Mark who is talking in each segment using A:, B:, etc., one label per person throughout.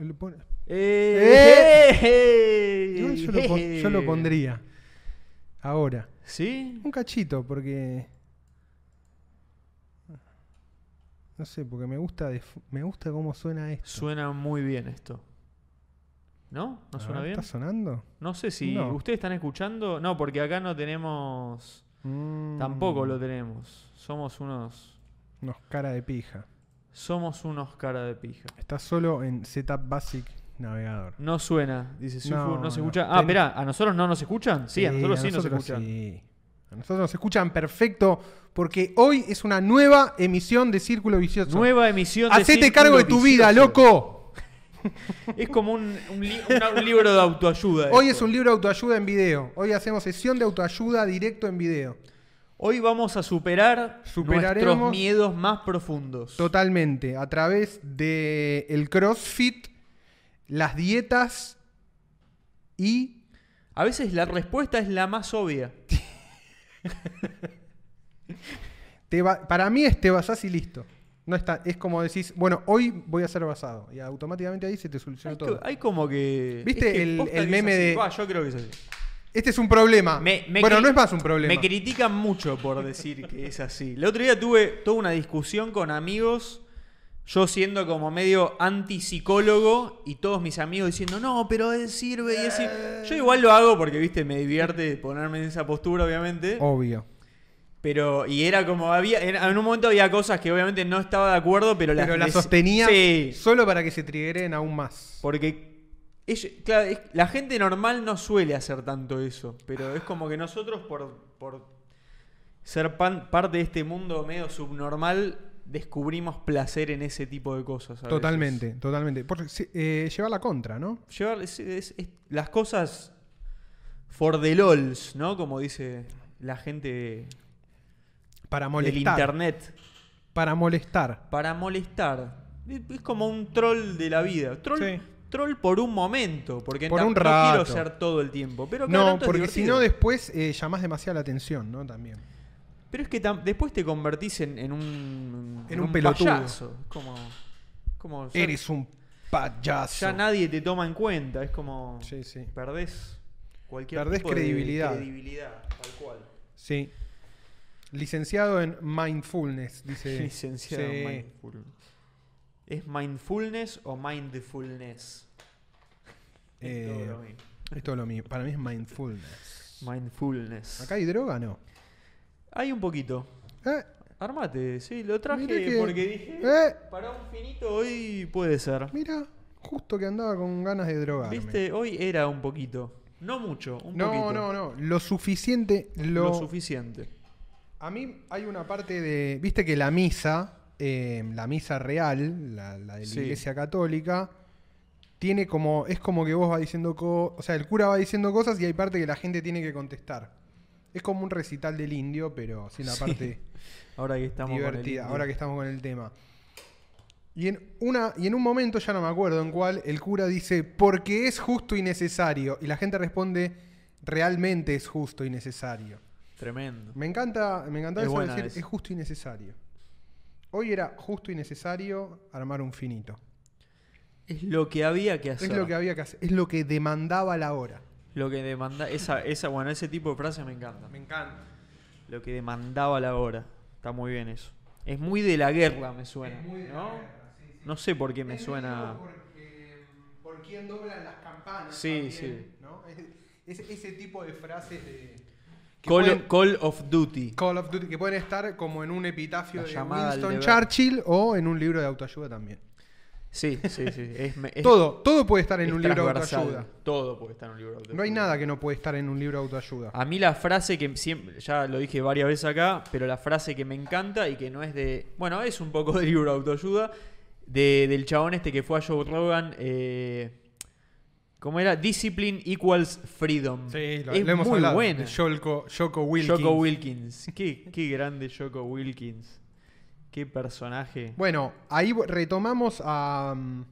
A: Le pone-
B: ¡Eh!
A: Yo, yo lo, pon- yo lo pondría. Ahora.
B: ¿Sí?
A: Un cachito, porque. No sé, porque me gusta, de f- me gusta cómo suena esto.
B: Suena muy bien esto. ¿No? ¿No
A: A
B: suena
A: ver,
B: bien?
A: ¿Está sonando?
B: No sé si
A: No.
B: ustedes están escuchando. No, porque acá no tenemos.
A: Mm.
B: Tampoco lo tenemos. Somos unos.
A: Nos cara de pija.
B: Somos unos cara de pija.
A: Está solo en Setup Basic Navegador.
B: No suena, dice Sufu,
A: No,
B: no, se
A: no.
B: escucha. Ah,
A: Ten-
B: mirá, ¿a nosotros no nos escuchan? Sí, a nosotros sí nos
A: nosotros
B: escuchan.
A: sí. A nosotros nos escuchan perfecto porque hoy es una nueva emisión de Círculo Vicioso.
B: Nueva emisión de
A: Hacete
B: Círculo
A: cargo de tu vida,
B: Vicioso.
A: loco.
B: Es como un, un li- una- un libro de autoayuda.
A: Hoy
B: esto.
A: es un libro de autoayuda en video. Hoy hacemos sesión de autoayuda directo en video.
B: Hoy vamos a superar
A: Superaremos-
B: nuestros miedos más profundos.
A: Totalmente. A través de el CrossFit, las dietas y
B: A veces la respuesta es la más obvia.
A: te va- para mí es te basás y listo. No está, es como decís, bueno, hoy voy a ser basado. Y automáticamente ahí se te soluciona
B: Hay,
A: todo.
B: co- hay como que.
A: ¿Viste
B: es que
A: el- el
B: posta que es
A: meme
B: así.
A: de-
B: Va, yo creo que es así.
A: Este es un problema.
B: Me- me
A: bueno,
B: cri-
A: no es más un problema.
B: Me critican mucho por decir que es así. El otro día tuve toda una discusión con amigos, yo siendo como medio antipsicólogo y todos mis amigos diciendo, no, pero él sirve y así. Yo igual lo hago porque, viste, me divierte ponerme en esa postura, obviamente.
A: Obvio.
B: Pero, y era como, había, era- en un momento había cosas que obviamente no estaba de acuerdo, pero las,
A: Pero la
B: dec-
A: sostenía
B: Sí,
A: solo para que se triggeren aún más.
B: porque ella- claro, es- la gente normal no suele hacer tanto eso, pero es como que nosotros por, por ser pan- parte de este mundo medio subnormal descubrimos placer en ese tipo de cosas. a veces.
A: Totalmente, totalmente. Por, sí, eh, llevar la contra, ¿no?
B: Llevar es- es- es- las cosas for the lols, ¿no? Como dice la gente
A: Para
B: del
A: molestar.
B: internet.
A: Para molestar.
B: Para molestar. Es es como un troll de la vida. Troll,
A: Sí.
B: troll por un momento. Porque
A: Por
B: tam-
A: un
B: no quiero
A: rato.
B: ser todo el tiempo. Pero cada
A: No,
B: tanto es
A: porque si no,
B: divertido.
A: después eh, llamás demasiado la atención, ¿no? También.
B: Pero es que tam- después te convertís en, en un.
A: En un pelotudo.
B: payaso. Es Como. como ya,
A: Eres un payaso.
B: ya nadie te toma en cuenta. Es como.
A: Sí, sí.
B: Perdés cualquier
A: Perdés
B: tipo de
A: credibilidad.
B: credibilidad, tal cual.
A: Sí. Licenciado en mindfulness, dice.
B: Licenciado
A: Sí.
B: en mindful- ¿Es mindfulness o mindfulness? Es todo
A: Eh,
B: lo mismo.
A: Es todo lo mismo. Para mí es mindfulness.
B: Mindfulness.
A: ¿Acá hay droga? No.
B: Hay un poquito.
A: Eh,
B: Armate, sí, lo traje
A: mirá que-
B: porque dije.
A: eh,
B: Para un finito hoy puede ser.
A: mira, justo que andaba con ganas de drogar.
B: Viste, hoy era un poquito. No mucho, un
A: No,
B: poquito.
A: no, no. Lo suficiente. Lo,
B: Lo... suficiente.
A: A mí hay una parte de. Viste que la misa, eh, la misa real, la, la de la
B: Sí.
A: iglesia católica, tiene como. Es como que vos vas diciendo. co- o sea, el cura va diciendo cosas y hay parte que la gente tiene que contestar. Es como un recital del indio, pero sin la
B: Sí,
A: parte
B: Ahora que estamos con el
A: divertida,
B: indio.
A: ahora que estamos con el tema. Y en, una, y en un momento, ya no me acuerdo en cuál, el cura dice, porque es justo y necesario. Y la gente responde, realmente es justo y necesario.
B: Tremendo.
A: Me encanta, me encanta
B: Es
A: eso de
B: buena
A: decir,
B: esa.
A: es justo y necesario. Hoy era justo y necesario armar un finito.
B: Es lo que había que hacer.
A: Es lo que había que hacer, es lo que demandaba la hora.
B: Lo que demanda. Esa, esa, bueno, ese tipo de frase me encanta.
A: encanta.
B: Lo que demandaba la hora. Está muy bien eso. Es muy de la guerra, me suena. ¿no? No sé por qué me suena.
A: mm, por quién doblan las campanas.
B: Sí, también,
A: Es, ese tipo de frases de.
B: Call, Call of Duty.
A: Call of Duty, que pueden estar como en un epitafio
B: La
A: de
B: llamada al
A: Winston
B: deber.
A: Churchill o en un libro de autoayuda también.
B: Sí, sí, sí. Es, me- es-
A: todo, todo puede estar en
B: es
A: un libro de
B: transversal.
A: autoayuda.
B: Todo puede estar en un libro de autoayuda.
A: No hay nada que no puede estar en un libro de autoayuda.
B: A mí la frase que siempre, ya lo dije varias veces acá, pero la frase que me encanta y que no es de. Bueno, es un poco de libro de autoayuda, de- del chabón este que fue a Joe Rogan. eh, ¿Cómo era? Discipline equals freedom. es muy buena.
A: de Yolko- Yoko Wilkins.
B: Joko Wilkins. Qué, qué grande Joko Wilkins. Qué personaje.
A: Bueno, ahí vo- retomamos a, mm,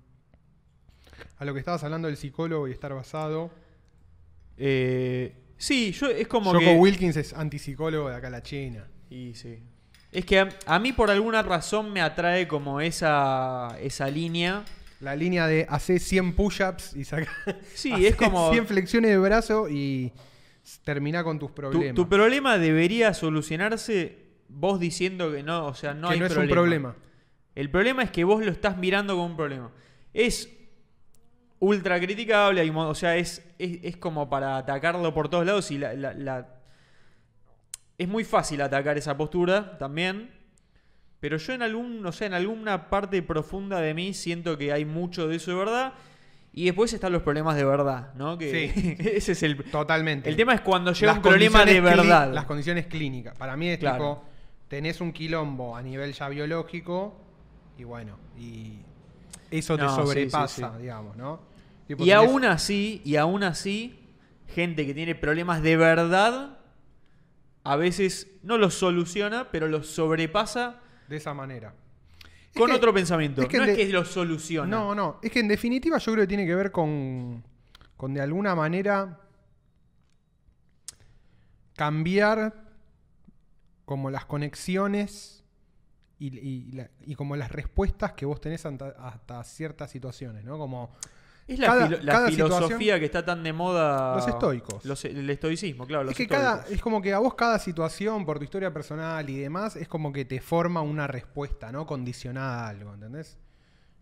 A: a lo que estabas hablando del psicólogo y estar basado.
B: Eh, sí, yo es como
A: Yoko
B: que.
A: Wilkins es antipsicólogo de acá a la China.
B: Y sí. Es que a, a mí por alguna razón me atrae como esa, esa línea
A: La línea de hacer 100 push-ups y saca
B: Sí,
A: hacé
B: es como-
A: 100 flexiones de brazo y s- termina con tus
B: Tu,
A: problemas.
B: tu problema debería solucionarse vos diciendo que no, o sea, no
A: que
B: hay
A: no es un problema.
B: El problema es que vos lo estás mirando como un problema. Es ultra criticable, hay un mo- o sea, es, es, es como para atacarlo por todos lados y la, la- la- Es muy fácil atacar esa postura también. Pero yo en algún, o sea, en alguna parte profunda de mí siento que hay mucho de eso de verdad. Y después están los problemas de verdad, ¿no? Que
A: Sí.
B: ese es el,
A: Totalmente.
B: el tema es cuando llega
A: Las
B: un problema de
A: condiciones cli-
B: verdad.
A: Las condiciones clínicas. Para mí es
B: Claro.
A: tipo, tenés un quilombo a nivel ya biológico y bueno, y eso te
B: No, sí, sí,
A: sobrepasa,
B: sí.
A: digamos, ¿no? Tipo,
B: Y
A: tenés-
B: aún así, y aún así, gente que tiene problemas de verdad, a veces no los soluciona, pero los sobrepasa
A: De esa manera.
B: con
A: que-
B: otro pensamiento.
A: es que
B: no
A: le-
B: es que los soluciona.
A: No, no. Es que en definitiva yo creo que tiene que ver con, con de alguna manera cambiar como las conexiones y, y la- y como las respuestas que vos tenés anta- hasta ciertas situaciones, ¿no? Como
B: Es la,
A: Cada-
B: filo- la
A: cada
B: filosofía
A: situación-
B: que está tan de moda.
A: Los estoicos.
B: Los- e-, el estoicismo, claro. los
A: es que
B: estoicos.
A: cada es como que a vos cada situación por tu historia personal y demás es como que te forma una respuesta, ¿no? Condicionada a algo, ¿entendés?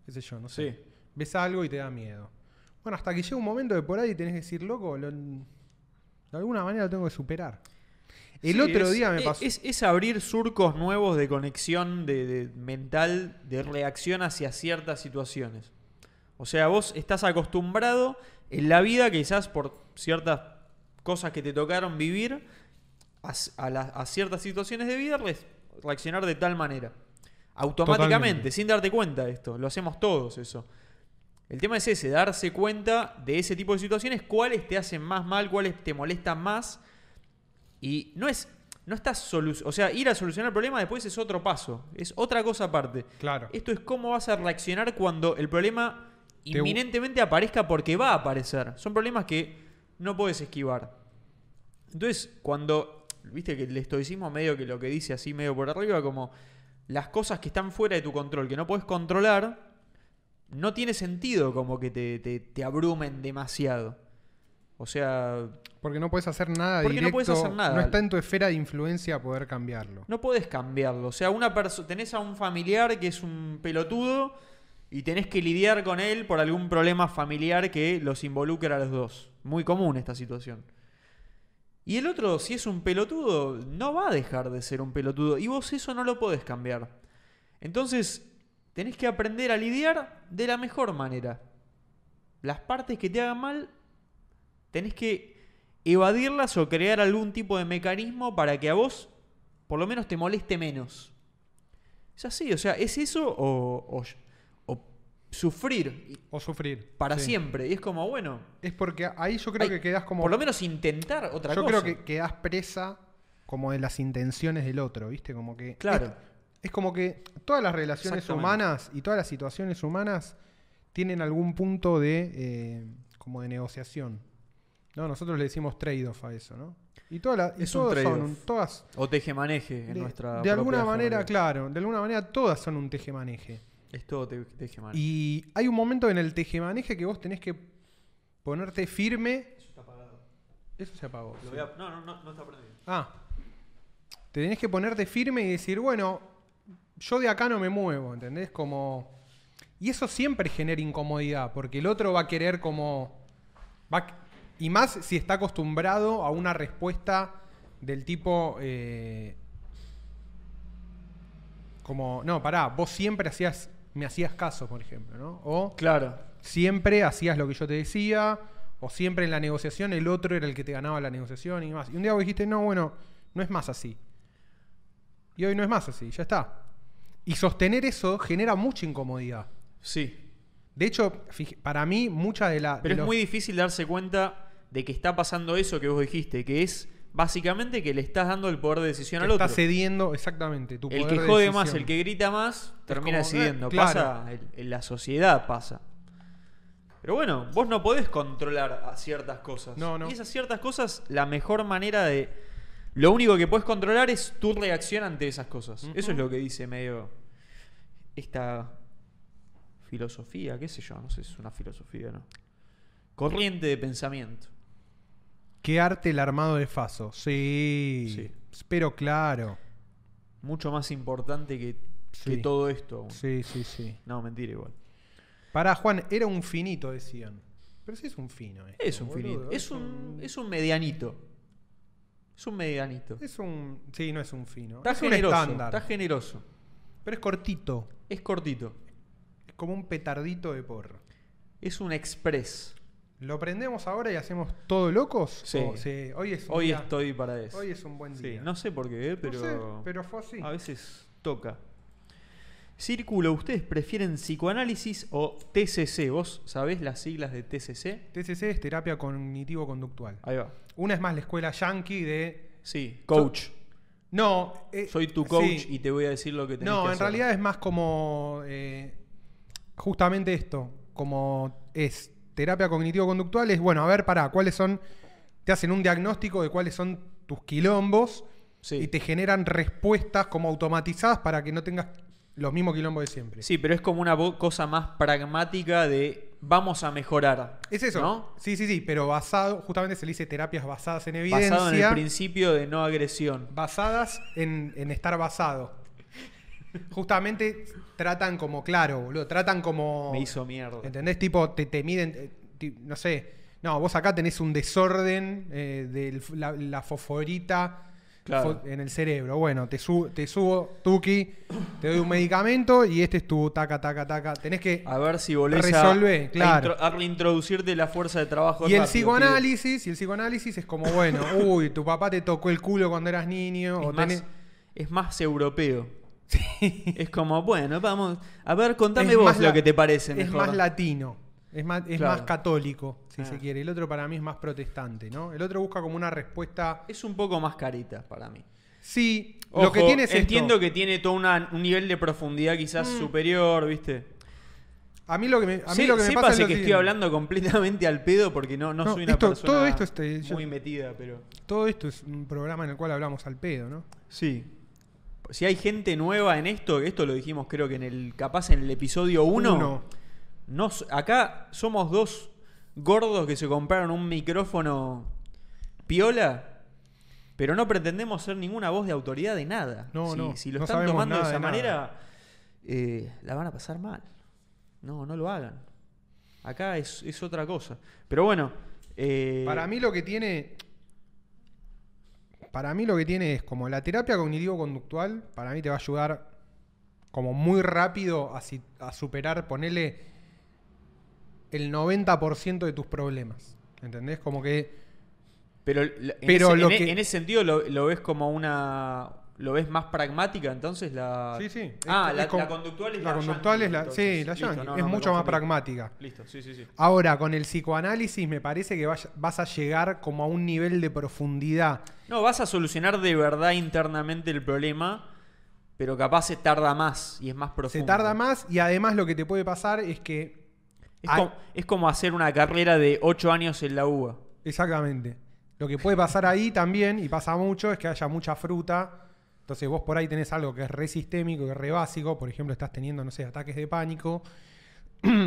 A: Qué sé yo, no sé.
B: Sí.
A: Ves algo y te da miedo. Bueno, hasta que llega un momento de por ahí tenés que decir, loco, lo- de alguna manera lo tengo que superar. El
B: Sí,
A: otro
B: es-
A: día me
B: es-
A: pasó.
B: Es, es abrir surcos nuevos de conexión de, de mental, de reacción hacia ciertas situaciones. O sea, vos estás acostumbrado en la vida, quizás por ciertas cosas que te tocaron vivir, a, s- a las- a ciertas situaciones de vida, re- reaccionar de tal manera. Automáticamente,
A: Totalmente.
B: sin darte cuenta de esto. Lo hacemos todos eso. El tema es ese, darse cuenta de ese tipo de situaciones, cuáles te hacen más mal, cuáles te molestan más. Y no es. No estás solu- O sea, ir a solucionar el problema después es otro paso. Es otra cosa aparte.
A: Claro.
B: Esto es cómo vas a reaccionar cuando el problema
A: Te-
B: inminentemente aparezca porque va a aparecer. Son problemas que no puedes esquivar. Entonces, cuando. Viste que el estoicismo medio que lo que dice así, medio por arriba, como las cosas que están fuera de tu control, que no puedes controlar, no tiene sentido como que te, te- te abrumen demasiado. O sea,
A: Porque no puedes hacer nada
B: Porque no
A: directo.
B: podés hacer nada.
A: no está en tu esfera de influencia poder cambiarlo.
B: No podés cambiarlo. O sea, una perso- tenés a un familiar que es un pelotudo y tenés que lidiar con él por algún problema familiar que los involucra a los dos. Muy común esta situación. Y el otro, si es un pelotudo, no va a dejar de ser un pelotudo. Y vos eso no lo podés cambiar. Entonces, tenés que aprender a lidiar de la mejor manera. Las partes que te hagan mal, tenés que evadirlas o crear algún tipo de mecanismo para que a vos por lo menos te moleste menos. Es así, o sea, es eso o, o- o sufrir y-
A: O sufrir.
B: para
A: Sí.
B: siempre. Y es como, bueno,
A: Es porque ahí yo creo
B: Ay,
A: que quedas como.
B: por lo menos intentar otra
A: yo
B: cosa.
A: creo que quedas presa como de las intenciones del otro, ¿viste? Como que.
B: Claro.
A: Es, es como que todas las relaciones
B: Exactamente.
A: humanas y todas las situaciones humanas tienen algún punto de. eh, como de negociación. ¿No? Nosotros le decimos trade-off a eso, ¿no? Y, todas las- y
B: Es un
A: todos son
B: trade-off.
A: un- todas.
B: O teje-maneje en
A: de,
B: nuestra.
A: de
B: propia
A: alguna manera,
B: forma.
A: claro, de alguna manera todas son un tejemaneje.
B: Es todo te- tejemaneje.
A: Y hay un momento en el tejemaneje que vos tenés que ponerte firme.
B: Eso está apagado.
A: Eso se apagó.
B: Lo
A: sí.
B: voy a- No, no, no, no está prendido.
A: Ah. Te tenés que ponerte firme y decir, bueno, yo de acá no me muevo, ¿entendés? Como. Y eso siempre genera incomodidad, porque el otro va a querer como. va a- Y más si está acostumbrado a una respuesta del tipo. eh, Como, no, pará, vos siempre hacías. Me hacías caso, por ejemplo, ¿no? O
B: Claro.
A: siempre hacías lo que yo te decía, o siempre en la negociación el otro era el que te ganaba la negociación y demás. Y un día vos dijiste, no, bueno, no es más así. Y hoy no es más así, ya está. Y sostener eso genera mucha incomodidad.
B: Sí.
A: De hecho, fij- para mí, mucha de la. de
B: Pero es
A: los-
B: muy difícil darse cuenta de que está pasando eso que vos dijiste, que es básicamente que le estás dando el poder de decisión al
A: Está
B: otro.
A: cediendo, exactamente. Tu
B: El
A: poder
B: que
A: de
B: jode más,
A: decisión.
B: el que grita más,
A: como,
B: termina
A: eh,
B: decidiendo.
A: claro.
B: Pasa, en- en la sociedad pasa. Pero bueno, vos no podés controlar a ciertas cosas.
A: No, no.
B: Y esas ciertas cosas, la mejor manera de. Lo único que podés controlar es tu reacción ante esas cosas. Eso es lo que dice medio. Esta filosofía, qué sé yo, no sé si es una filosofía o no. Corriente de pensamiento.
A: Qué arte el armado de Faso. Sí. Pero claro.
B: Mucho más importante que, que
A: Sí.
B: todo esto. aún.
A: Sí, sí, sí.
B: No, mentira igual.
A: Pará, Juan, era un finito, decían. Pero sí es un fino. esto,
B: Es un
A: boludo,
B: finito. Es un, es un medianito. Es un medianito.
A: Es un. Sí, no es un fino.
B: Está
A: es un
B: generoso.
A: estándar.
B: Está generoso.
A: Pero es cortito.
B: Es cortito.
A: Es como un petardito de porro.
B: Es un express.
A: ¿Lo prendemos ahora y hacemos todo locos?
B: Sí.
A: O- sí, Hoy es un
B: Hoy
A: día-
B: estoy para eso.
A: Hoy es un buen
B: Sí,
A: día.
B: no sé por qué, eh,
A: No
B: pero,
A: sé, pero fue así.
B: a veces toca. Círculo, ¿ustedes prefieren psicoanálisis o TCC? ¿Vos sabés las siglas de TCC?
A: TCC es terapia cognitivo-conductual.
B: Ahí va.
A: Una es más la escuela yankee de.
B: Sí, coach.
A: No. eh,
B: Soy tu coach
A: sí.
B: y te voy a decir lo que tenés
A: No,
B: que
A: en
B: hacer.
A: realidad es más como. eh, justamente esto. Como es terapia cognitivo-conductual, es bueno, a ver, pará, ¿cuáles son. Te hacen un diagnóstico de cuáles son tus quilombos
B: Sí.
A: y te generan respuestas como automatizadas para que no tengas los mismos quilombos de siempre.
B: Sí, pero es como una vo- cosa más pragmática de vamos a mejorar.
A: Es eso.
B: ¿no?
A: Sí, sí, sí, pero basado, justamente se le dice terapias basadas en evidencia.
B: Basado en el principio de no agresión.
A: basadas en, en estar basado. Justamente tratan como, claro, boludo, tratan como...
B: Me hizo mierda.
A: ¿Entendés? Tipo, te, te miden, eh, ti- no sé, no, vos acá tenés un desorden eh, de la, la fosforita
B: Claro.
A: fo- en el cerebro. Bueno, te, su- te subo, Tuki, te doy un medicamento y este es tu taca, taca, taca. Tenés que...
B: A ver si volvés a-
A: Resolvé,
B: a,
A: claro.
B: intro- a reintroducirte la fuerza de trabajo.
A: Y el
B: rápido, pibe.
A: psicoanálisis, y el psicoanálisis es como, bueno, uy, tu papá te tocó el culo cuando eras niño. o
B: Es, más,
A: tenés-
B: es más europeo. Es como, bueno, vamos. A ver, contame
A: Es
B: vos
A: más
B: lo
A: la-
B: que te parece.
A: Es
B: mejor.
A: más latino. Es más, es
B: Claro.
A: más católico, si
B: Ah.
A: se quiere. El otro para mí es más protestante, ¿no? El otro busca como una respuesta.
B: Es un poco más carita para mí.
A: Sí, lo
B: Ojo,
A: que tiene es esto. Mm.
B: Entiendo que tiene todo una- un nivel de profundidad quizás superior, ¿viste?
A: A mí lo que me, a mí
B: Se-
A: lo que me
B: sépase
A: pasa es lo
B: que estoy
A: siguiente.
B: hablando completamente al pedo porque no, no
A: No,
B: soy una
A: esto-
B: persona
A: todo esto este, yo-
B: muy metida, pero.
A: Todo esto es un programa en el cual hablamos al pedo, ¿no?
B: Sí. Si hay gente nueva en esto, que esto lo dijimos creo que en el capaz en el episodio 1,
A: Uno.
B: acá somos dos gordos que se compraron un micrófono piola, pero no pretendemos ser ninguna voz de autoridad de nada.
A: No,
B: si,
A: no,
B: si lo
A: no
B: están
A: sabemos
B: tomando de
A: nada
B: esa
A: de nada.
B: manera, eh, la van a pasar mal. No, no lo hagan. Acá es, es otra cosa. Pero bueno. eh,
A: Para mí lo que tiene. Para mí lo que tiene es como la terapia cognitivo-conductual, para mí te va a ayudar como muy rápido a, si- a superar, ponele el 90% de tus problemas. ¿Entendés? Como que.
B: Pero, la- en,
A: Pero
B: ese,
A: lo
B: en e-
A: que-
B: en ese sentido lo, lo ves como una... ¿Lo ves más pragmática entonces la...?
A: Sí, sí.
B: Ah,
A: Es-
B: la,
A: es como-
B: la conductual es la,
A: la conductual
B: yankee,
A: es la-
B: entonces.
A: sí, la
B: Listo,
A: yankee.
B: no,
A: es
B: no, me
A: mucho más
B: confundí.
A: pragmática.
B: Listo, sí, sí, sí.
A: Ahora, con el psicoanálisis me parece que vaya- vas a llegar como a un nivel de profundidad.
B: No, vas a solucionar de verdad internamente el problema, pero capaz se tarda más y es más profundo.
A: Se tarda más y además lo que te puede pasar es que
B: Es,
A: Ay.
B: como, es como hacer una carrera de 8 años en la UBA.
A: Exactamente. Lo que puede pasar ahí también, y pasa mucho, es que haya mucha fruta. Entonces vos por ahí tenés algo que es re sistémico, que es re básico. Por ejemplo, estás teniendo, no sé, ataques de pánico.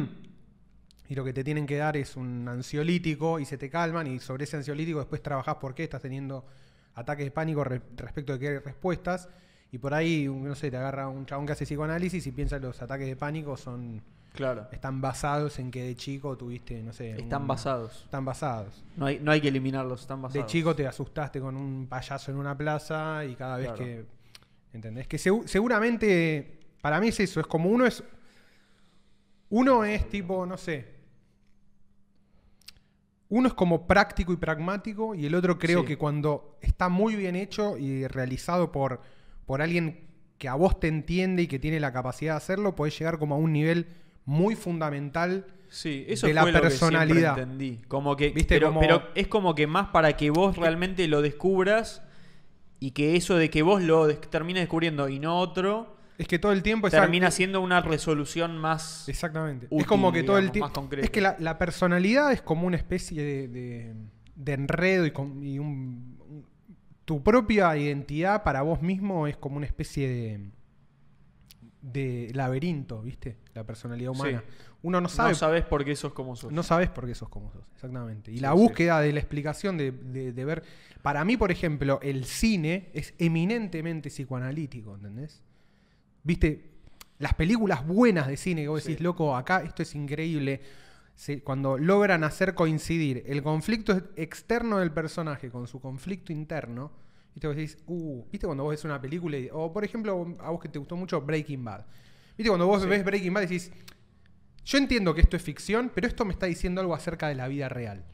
A: y lo que te tienen que dar es un ansiolítico y se te calman. Y sobre ese ansiolítico después trabajás por qué estás teniendo ataques de pánico re- respecto de qué respuestas. Y por ahí, un- no sé, te agarra un chabón que hace psicoanálisis y piensa que los ataques de pánico son
B: Claro.
A: están basados en que de chico tuviste, no sé...
B: Están
A: un-
B: basados.
A: Están basados.
B: No hay, no hay que eliminarlos, están
A: De
B: basados.
A: chico te asustaste con un payaso en una plaza y cada vez
B: Claro.
A: que. ¿Entendés? Que segu- seguramente. Para mí es eso. Es como uno es. Uno es tipo, no sé. Uno es como práctico y pragmático. Y el otro creo
B: Sí.
A: que cuando está muy bien hecho y realizado por, por alguien que a vos te entiende y que tiene la capacidad de hacerlo, podés llegar como a un nivel muy fundamental.
B: Sí, eso
A: de la
B: fue lo que
A: personalidad.
B: siempre entendí. Como que,
A: ¿Viste?
B: pero,
A: Como-
B: pero es como que más para que vos realmente lo descubras y que eso de que vos lo des- termines descubriendo y no otro
A: Es que todo el tiempo es
B: termina siendo una resolución más.
A: Exactamente.
B: útil,
A: Pues, es como que todo el
B: digamos, más
A: tiempo.
B: concreto.
A: Es que la, la personalidad es como una especie de, de- de enredo y, con- y un- un- tu propia identidad para vos mismo es como una especie de de laberinto, ¿viste? La personalidad humana. Uno no sabe,
B: No sabes por qué sos como sos.
A: no sabes por qué sos como sos, exactamente. Y
B: Sí,
A: la
B: sí.
A: búsqueda de la explicación de, de- de ver. Para mí, por ejemplo, el cine es eminentemente psicoanalítico, ¿entendés? Viste, las películas buenas de cine que vos decís,
B: Sí.
A: loco, acá esto es increíble. Se- cuando logran hacer coincidir el conflicto externo del personaje con su conflicto interno, viste, vos decís, uh, viste cuando vos ves una película, y- o por ejemplo, a vos que te gustó mucho Breaking Bad. Viste, cuando vos
B: Sí.
A: ves Breaking Bad decís, yo entiendo que esto es ficción, pero esto me está diciendo algo acerca de la vida real.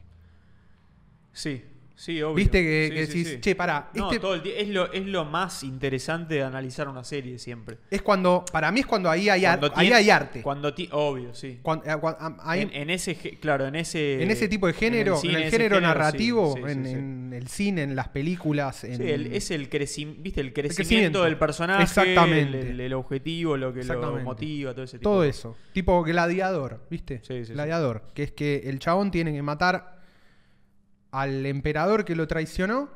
B: Sí, sí, obvio.
A: Viste que,
B: Sí,
A: que
B: sí,
A: decís,
B: sí.
A: che, pará,
B: No,
A: este
B: todo el ti- es, lo, es lo más interesante de analizar una serie siempre.
A: es cuando, para mí es cuando ahí hay, ar-
B: Cuando
A: ahí
B: tiene-
A: hay arte.
B: Cuando ti- obvio, sí.
A: Cuan- eh, cuan- am- hay-
B: en, en ese, gé- claro, en ese...
A: en ese tipo de género, en el,
B: cine, ese
A: género
B: sí,
A: narrativo,
B: sí, sí,
A: en,
B: sí.
A: en el cine, en las películas, en,
B: Sí, el- es el, crecim- ¿viste? el crecimiento,
A: crecimiento.
B: del personaje,
A: Exactamente.
B: El, el- el objetivo, lo que lo
A: Exactamente.
B: motiva, todo ese tipo
A: todo
B: de-
A: eso. Tipo gladiador, ¿viste?
B: Sí, sí, sí.
A: gladiador, que es que el chabón tiene que matar al emperador que lo traicionó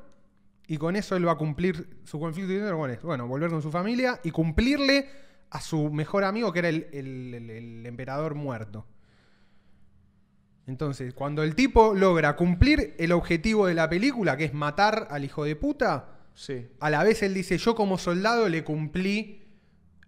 A: y con eso él va a cumplir su conflicto interno con eso. Bueno, volver con su familia y cumplirle a su mejor amigo que era el, el- el- el emperador muerto. Entonces, cuando el tipo logra cumplir el objetivo de la película, que es matar al hijo de puta,
B: Sí.
A: a la vez él dice, yo como soldado le cumplí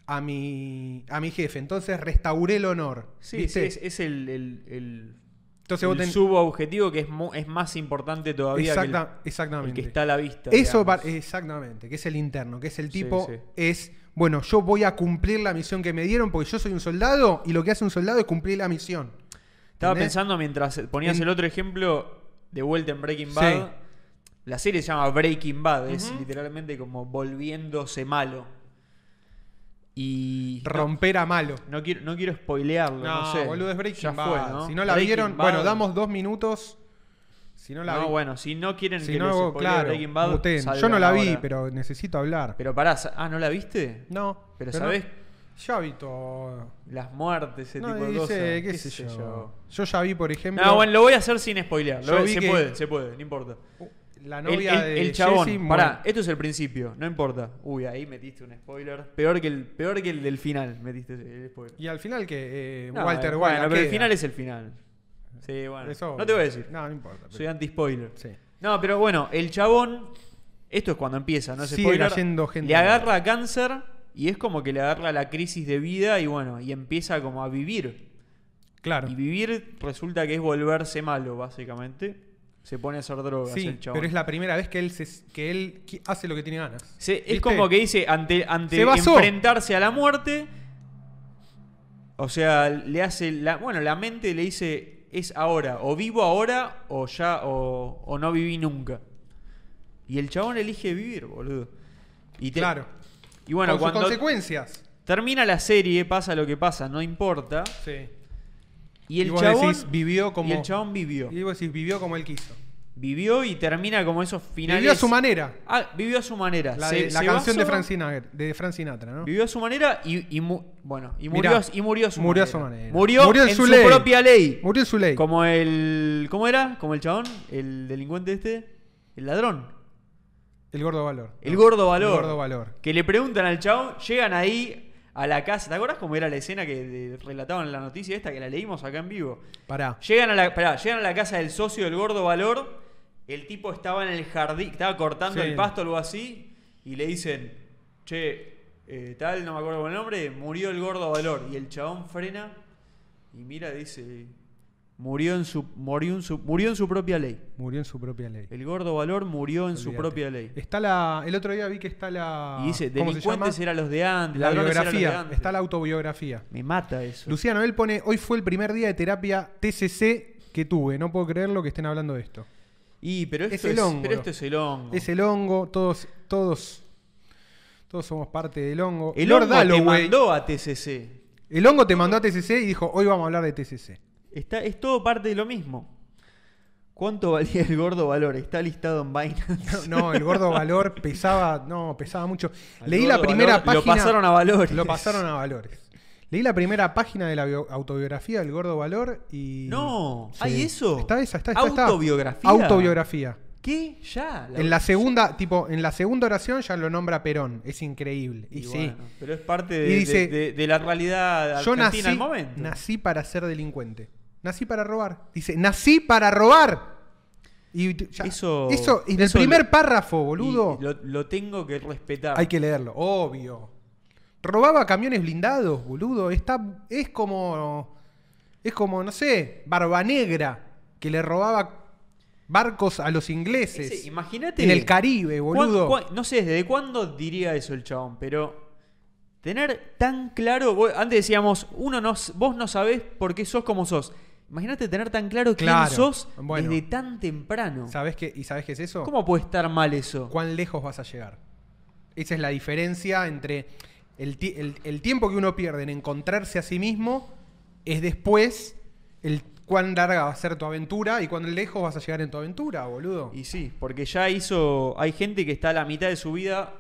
A: a mi, a mi jefe, entonces restauré el honor.
B: Sí,
A: ¿viste?
B: sí, es, es el, el, el-
A: entonces vos
B: el
A: ten-
B: subobjetivo que es, mu- es más importante todavía
A: Exacta-
B: que, el, el
A: Exactamente.
B: que está a la vista.
A: Eso
B: digamos.
A: va- exactamente, que es el interno, que es el
B: Sí,
A: tipo,
B: sí.
A: es, bueno, yo voy a cumplir la misión que me dieron porque yo soy un soldado y lo que hace un soldado es cumplir la misión.
B: Estaba
A: ¿Entendés?
B: pensando mientras ponías
A: En-
B: el otro ejemplo de vuelta en Breaking
A: Sí.
B: Bad. La serie se llama Breaking Bad, es literalmente como volviéndose malo. Y. no-
A: Romper a malo.
B: No, quiero, no quiero spoilearlo, no, sé.
A: boludo, es Breaking
B: Ya
A: Bad.
B: fue, ¿no?
A: Si no la
B: Breaking
A: vieron,
B: Bad.
A: bueno, damos dos minutos. Si no la
B: No,
A: vi-
B: bueno, si no quieren
A: si
B: que les
A: no,
B: spoilee
A: claro,
B: Breaking Bad,
A: muteen. yo
B: salgan
A: no la vi,
B: ahora.
A: pero necesito hablar.
B: Pero pará, sa- ah, ¿no la viste?
A: No.
B: Pero,
A: no-
B: ¿sabés?
A: Ya vi todo.
B: Las muertes, ese
A: No,
B: tipo de
A: dice,
B: cosas.
A: qué, sé, yo. Yo ya vi, por ejemplo,
B: No, bueno, lo voy a hacer sin spoilear.
A: Yo
B: lo-
A: vi
B: se
A: que-
B: puede, se puede, no importa.
A: la
B: El,
A: novia
B: el-
A: de
B: el chabón,
A: Jesse
B: pará,
A: muere.
B: esto es el principio, no importa. Uy, ahí metiste un spoiler. Peor que el, peor que el del final, metiste el spoiler.
A: Y al final que eh,
B: No,
A: Walter
B: eh,
A: White
B: bueno,
A: la
B: pero el
A: queda.
B: final es el final. Sí, bueno.
A: Eso-
B: no te voy a decir.
A: No, no importa.
B: Soy
A: pero-
B: anti-spoiler.
A: sí.
B: No, pero bueno, el chabón. Esto es cuando empieza, no es
A: Sigue
B: spoiler.
A: cayendo gente.
B: Le agarra cáncer y es como que le agarra la crisis de vida y bueno, y empieza como a vivir.
A: Claro.
B: Y vivir resulta que es volverse malo, básicamente. Se pone a hacer drogas
A: Sí,
B: el chabón.
A: pero es la primera vez que él se- que él qui- hace lo que tiene ganas.
B: Se- es
A: ¿Viste?
B: como que dice, ante, ante
A: Se basó.
B: enfrentarse a la muerte, o sea, le hace, la, bueno, la mente le dice, es ahora, o vivo ahora, o ya, o, o no viví nunca. Y el chabón elige vivir, boludo. Y te-
A: Claro.
B: Y bueno,
A: Con sus
B: cuando
A: consecuencias.
B: termina la serie, pasa lo que pasa, no importa.
A: Sí.
B: Y el
A: vos
B: chabón
A: decís, vivió como
B: y el chabón vivió.
A: Y vos decís, vivió como él quiso.
B: Vivió y termina como esos finales.
A: Vivió a su manera.
B: Ah, vivió a su manera.
A: La,
B: Se-
A: de- la
B: se
A: canción de
B: basó-
A: Frank, Sinatra, de Frank Sinatra, ¿no?
B: Vivió a su manera y, y mu- bueno, y
A: Mirá,
B: murió, a- y murió a su
A: murió a
B: manera.
A: su manera.
B: Murió,
A: Murió en
B: en
A: su
B: su,
A: ley.
B: propia ley.
A: Murió en su ley.
B: Como el. ¿Cómo era? Como el chabón, el delincuente este, el ladrón.
A: El gordo valor.
B: El gordo valor.
A: El gordo valor.
B: Que le preguntan al chabón, llegan ahí a la casa. ¿Te acuerdas cómo era la escena que de- relataban en la noticia esta que la leímos acá en vivo?
A: Pará.
B: Llegan a la, pará, llegan a la casa del socio del gordo valor. El tipo estaba en el jardín, estaba cortando
A: Sí.
B: el pasto o algo así. Y le dicen, che, eh, tal, no me acuerdo el nombre, murió el gordo valor. Y el chabón frena y mira, dice, murió en su, murió en su, murió en su propia ley.
A: Murió en su propia ley.
B: El gordo valor murió en su
A: Olvídate.
B: propia ley.
A: Está la. El otro día vi que está la.
B: Y dice,
A: ¿cómo se
B: delincuentes
A: llama?
B: eran los de antes,
A: La
B: ladrones eran los de
A: biografía.
B: antes".
A: Está la autobiografía.
B: Me mata eso.
A: Luciano, él pone, hoy fue el primer día de terapia TCC que tuve. No puedo creerlo que estén hablando de esto.
B: y, pero
A: es
B: esto
A: el
B: es,
A: hongo.
B: pero esto es el hongo.
A: Es el hongo, todos, todos, todos somos parte del hongo.
B: El
A: Lord
B: hongo te
A: Dalloway-
B: mandó a TCC.
A: El hongo te mandó a TCC y dijo, hoy vamos a hablar de TCC.
B: Está, es todo parte de lo mismo. ¿Cuánto valía el gordo valor? Está listado en Binance.
A: No, el gordo valor pesaba, no, pesaba mucho.
B: Al
A: Leí la
B: gordo
A: primera
B: valor
A: página.
B: Lo pasaron a valores.
A: Lo pasaron a valores. Leí la primera página de la bio- autobiografía del Gordo Valor y.
B: No, ¿hay eso?
A: Está esa, está, está, está.
B: ¿Autobiografía?
A: Autobiografía.
B: ¿Qué? Ya.
A: En la segunda, tipo, en la segunda oración ya lo nombra Perón. Es increíble. Y,
B: Y
A: sí.
B: bueno, pero es parte de,
A: Y dice,
B: de- de- de la realidad
A: Yo
B: argentina
A: nací,
B: al momento.
A: nací para ser delincuente. Nací para robar. Dice, nací para robar. Y t- ya-
B: Eso-
A: eso en el
B: eso
A: primer
B: lo-
A: párrafo,
B: Y
A: boludo.
B: Lo, lo tengo que respetar.
A: Hay que leerlo, obvio. Robaba camiones blindados, boludo. Está, es como. Es como, no sé, Barba Negra, que le robaba barcos a los ingleses.
B: Ese- Imagínate.
A: en el Caribe,
B: ¿Cuán-
A: boludo.
B: cuán- no sé desde cuándo diría eso el chabón, pero tener tan claro. vos- antes decíamos, uno no, s- vos no sabés por qué sos como sos. Imagínate tener tan claro,
A: Claro,
B: quién sos
A: bueno.
B: desde tan temprano.
A: ¿Sabés qué, ¿Y sabés qué es eso?
B: ¿Cómo puede estar mal eso?
A: ¿Cuán lejos vas a llegar? Esa es la diferencia entre el, ti- el- el tiempo que uno pierde en encontrarse a sí mismo es después el cuán larga va a ser tu aventura y cuán lejos vas a llegar en tu aventura, boludo.
B: Y sí, porque ya hizo. Hay gente que está a la mitad de su vida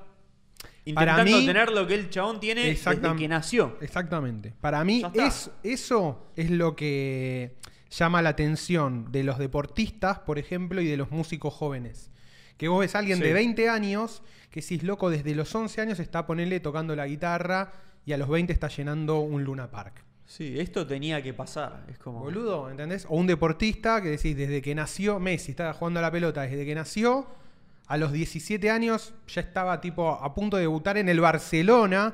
A: Para
B: intentando
A: mí-
B: tener lo que el chabón tiene desde
A: Exactam-
B: que nació.
A: Exactamente. Para mí
B: Ya está.
A: es, eso es lo que llama la atención de los deportistas, por ejemplo, y de los músicos jóvenes. Que vos ves a alguien
B: Sí.
A: de 20 años que si es loco desde los 11 años está ponele tocando la guitarra y a los 20 está llenando un Luna Park.
B: Sí, esto tenía que pasar. Es como.
A: Boludo, ¿entendés? O un deportista que decís, desde que nació, Messi estaba jugando a la pelota, desde que nació, a los 17 años ya estaba tipo a punto de debutar en el Barcelona,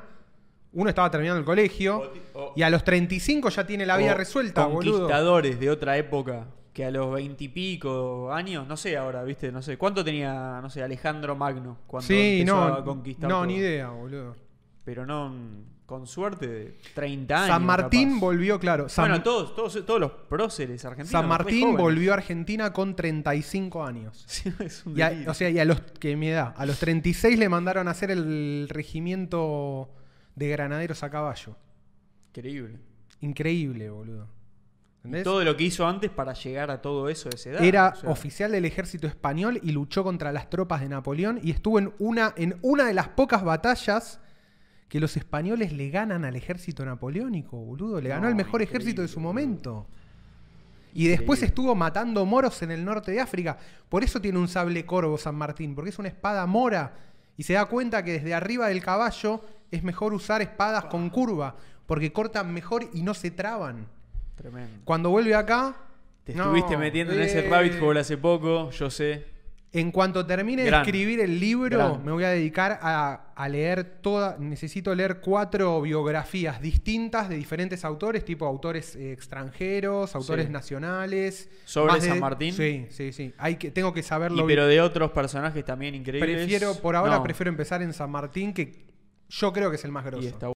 A: uno estaba terminando el colegio,
B: O ti- o-
A: y a los 35 ya tiene la vida
B: o
A: resuelta, boludo.
B: Conquistadores de otra época que a los veintipico años, no sé ahora, viste, no sé. ¿Cuánto tenía, no sé, Alejandro Magno cuando
A: Sí,
B: empezó a
A: no,
B: conquistar?
A: no
B: todo?
A: ni idea, boludo.
B: Pero no, mm, con suerte, 30 años.
A: San Martín
B: capaz.
A: volvió, claro, San,
B: Bueno, todos, todos, todos los próceres argentinos.
A: San
B: re
A: Martín
B: jóvenes.
A: volvió a Argentina con 35 años.
B: Sí, es un
A: Y a-
B: delirio.
A: o sea, y a los que me da, a los 36 le mandaron a hacer el regimiento de granaderos a caballo.
B: Increíble.
A: Increíble, boludo. ¿Entendés?
B: Todo lo que hizo antes para llegar a todo eso de esa edad.
A: Era
B: o sea,
A: oficial del ejército español y luchó contra las tropas de Napoleón y estuvo en una, en una de las pocas batallas que los españoles le ganan al ejército napoleónico, boludo. Le ganó
B: No,
A: el mejor ejército de
B: increíble,
A: su
B: boludo.
A: momento. Y después
B: Increíble.
A: estuvo matando moros en el norte de África. Por eso tiene un sable corvo San Martín, porque es una espada mora. Y se da cuenta que desde arriba del caballo es mejor usar espadas con curva, porque cortan mejor y no se traban.
B: Tremendo.
A: Cuando vuelve acá.
B: Te
A: no,
B: estuviste metiendo en ese
A: eh,
B: rabbit hole hace poco, yo sé.
A: En cuanto termine
B: Gran.
A: de escribir el libro,
B: Gran.
A: me voy a dedicar a, a leer toda. Necesito leer cuatro biografías distintas de diferentes autores, tipo autores eh, extranjeros, autores
B: Sí.
A: nacionales.
B: ¿Sobre
A: más de-
B: San Martín?
A: Sí, sí, sí. Hay que, tengo que
B: Y
A: saberlo.
B: pero de otros personajes también increíbles.
A: prefiero, por ahora,
B: No.
A: prefiero empezar en San Martín, que yo creo que es el más grosso.
B: Y está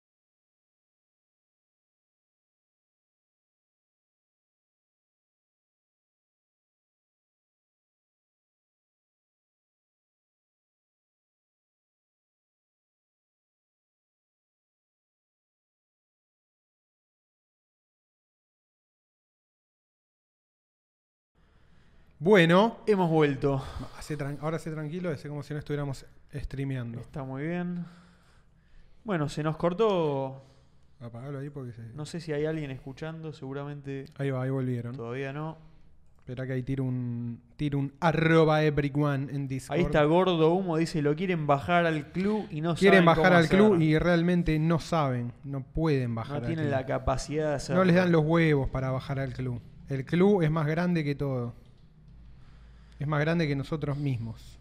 A: Bueno,
B: Hemos vuelto.
A: hace tran- ahora sé tranquilo, es como si no estuviéramos streameando.
B: Está muy bien. Bueno, se nos cortó.
A: Apagalo ahí porque se-
B: No sé si hay alguien escuchando, seguramente
A: Ahí va, ahí volvieron.
B: todavía no.
A: Espera que ahí tiro un, tiro un arroba everyone en Discord.
B: Ahí está Gordo Humo, dice, lo quieren bajar al club y no
A: Quieren
B: saben
A: bajar
B: cómo
A: al club
B: hacerlo.
A: y realmente no saben, no pueden bajar
B: no
A: al
B: tienen
A: club.
B: la capacidad de hacerlo.
A: no les dan los huevos para bajar al club. El club es más grande que todo. Es más grande que nosotros mismos.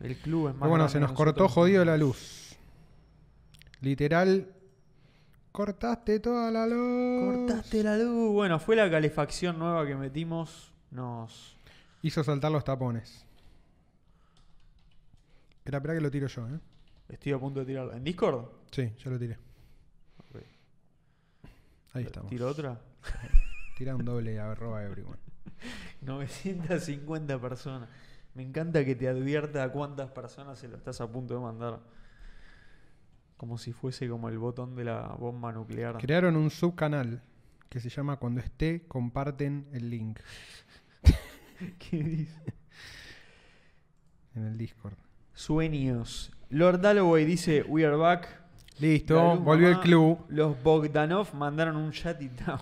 B: El club es
A: Pero
B: más
A: bueno,
B: grande
A: se
B: que
A: nos cortó
B: nosotros.
A: jodido la luz. Literal, cortaste toda la luz.
B: Cortaste la luz. Bueno, fue la calefacción nueva que metimos. Nos
A: Hizo saltar los tapones. Espera, espera que lo tiro yo, ¿eh?
B: estoy a punto de tirarla. ¿En Discord?
A: Sí, yo lo tiré. Ahí estamos.
B: ¿Tiro otra?
A: Tira un doble arroba everyone.
B: 950 personas. Me encanta que te advierta a cuántas personas se lo estás a punto de mandar. Como si fuese como el botón de la bomba nuclear.
A: Crearon un subcanal que se llama Cuando esté, comparten el link
B: ¿Qué dice?
A: en el Discord.
B: Sueños. Lord Dalloway dice, we are back. La
A: Listo,
B: luz,
A: volvió el
B: mamá.
A: club.
B: Los Bogdanov mandaron un chat it down.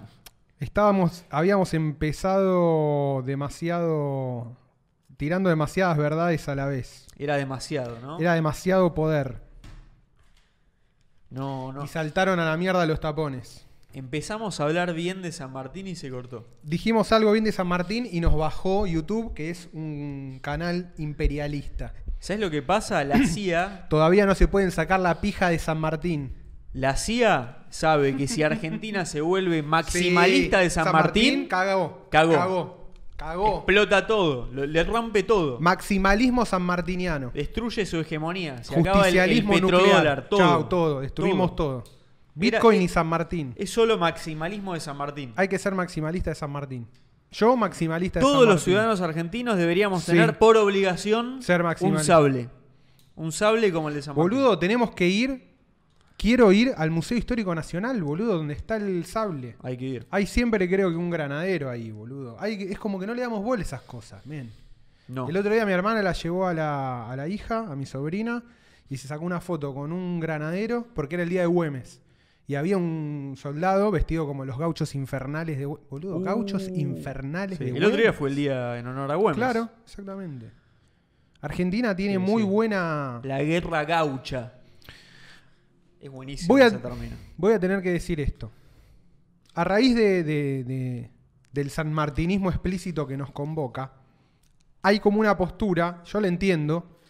A: Estábamos, habíamos empezado demasiado tirando demasiadas verdades a la vez.
B: Era demasiado, ¿no?
A: Era demasiado poder.
B: No, no.
A: Y saltaron a la mierda los tapones.
B: Empezamos a hablar bien de San Martín y se cortó.
A: Dijimos algo bien de San Martín y nos bajó YouTube, que es un canal imperialista.
B: ¿Sabes lo que pasa? La CIA,
A: Todavía no se pueden sacar la pija de San Martín.
B: la CIA sabe que si Argentina se vuelve maximalista de
A: Sí,
B: San, Martín,
A: cagó.
B: cagó.
A: Cagó. Cagó.
B: explota todo, lo- le rompe todo.
A: Maximalismo sanmartiniano.
B: Destruye su hegemonía. Eh, Se acaba el, el
A: Justicialismo nuclear.
B: petrodólar. Todo.
A: Chau, todo. Destruimos todo. Bitcoin
B: Era-
A: y San Martín.
B: Es solo maximalismo de San Martín.
A: Hay que ser maximalista de San Martín. Yo, maximalista de San
B: Todos
A: Martín.
B: los ciudadanos argentinos deberíamos
A: Sí.
B: tener por obligación
A: Ser
B: un
A: maximalista.
B: sable. Un sable como el de San Martín.
A: Boludo, tenemos que ir. Quiero ir al Museo Histórico Nacional, boludo, donde está el sable.
B: Hay que ir.
A: Hay siempre, creo que, un granadero ahí, boludo. Hay, que- es como que no le damos bola a esas cosas, men.
B: No.
A: El otro día mi hermana la llevó a la, a la hija, a mi sobrina, y se sacó una foto con un granadero, porque era el día de Güemes. Y había un soldado vestido como los gauchos infernales de Güe- Boludo,
B: Uh,
A: gauchos infernales
B: sí.
A: de
B: El otro día
A: Güemes.
B: fue el día en honor a Güemes.
A: Claro, exactamente. Argentina tiene
B: Sí,
A: muy
B: sí.
A: buena.
B: La guerra gaucha. Es buenísimo
A: Voy a-
B: ese término.
A: Voy a tener que decir esto. A raíz de, de- de- del sanmartinismo explícito que nos convoca, hay como una postura, yo la entiendo,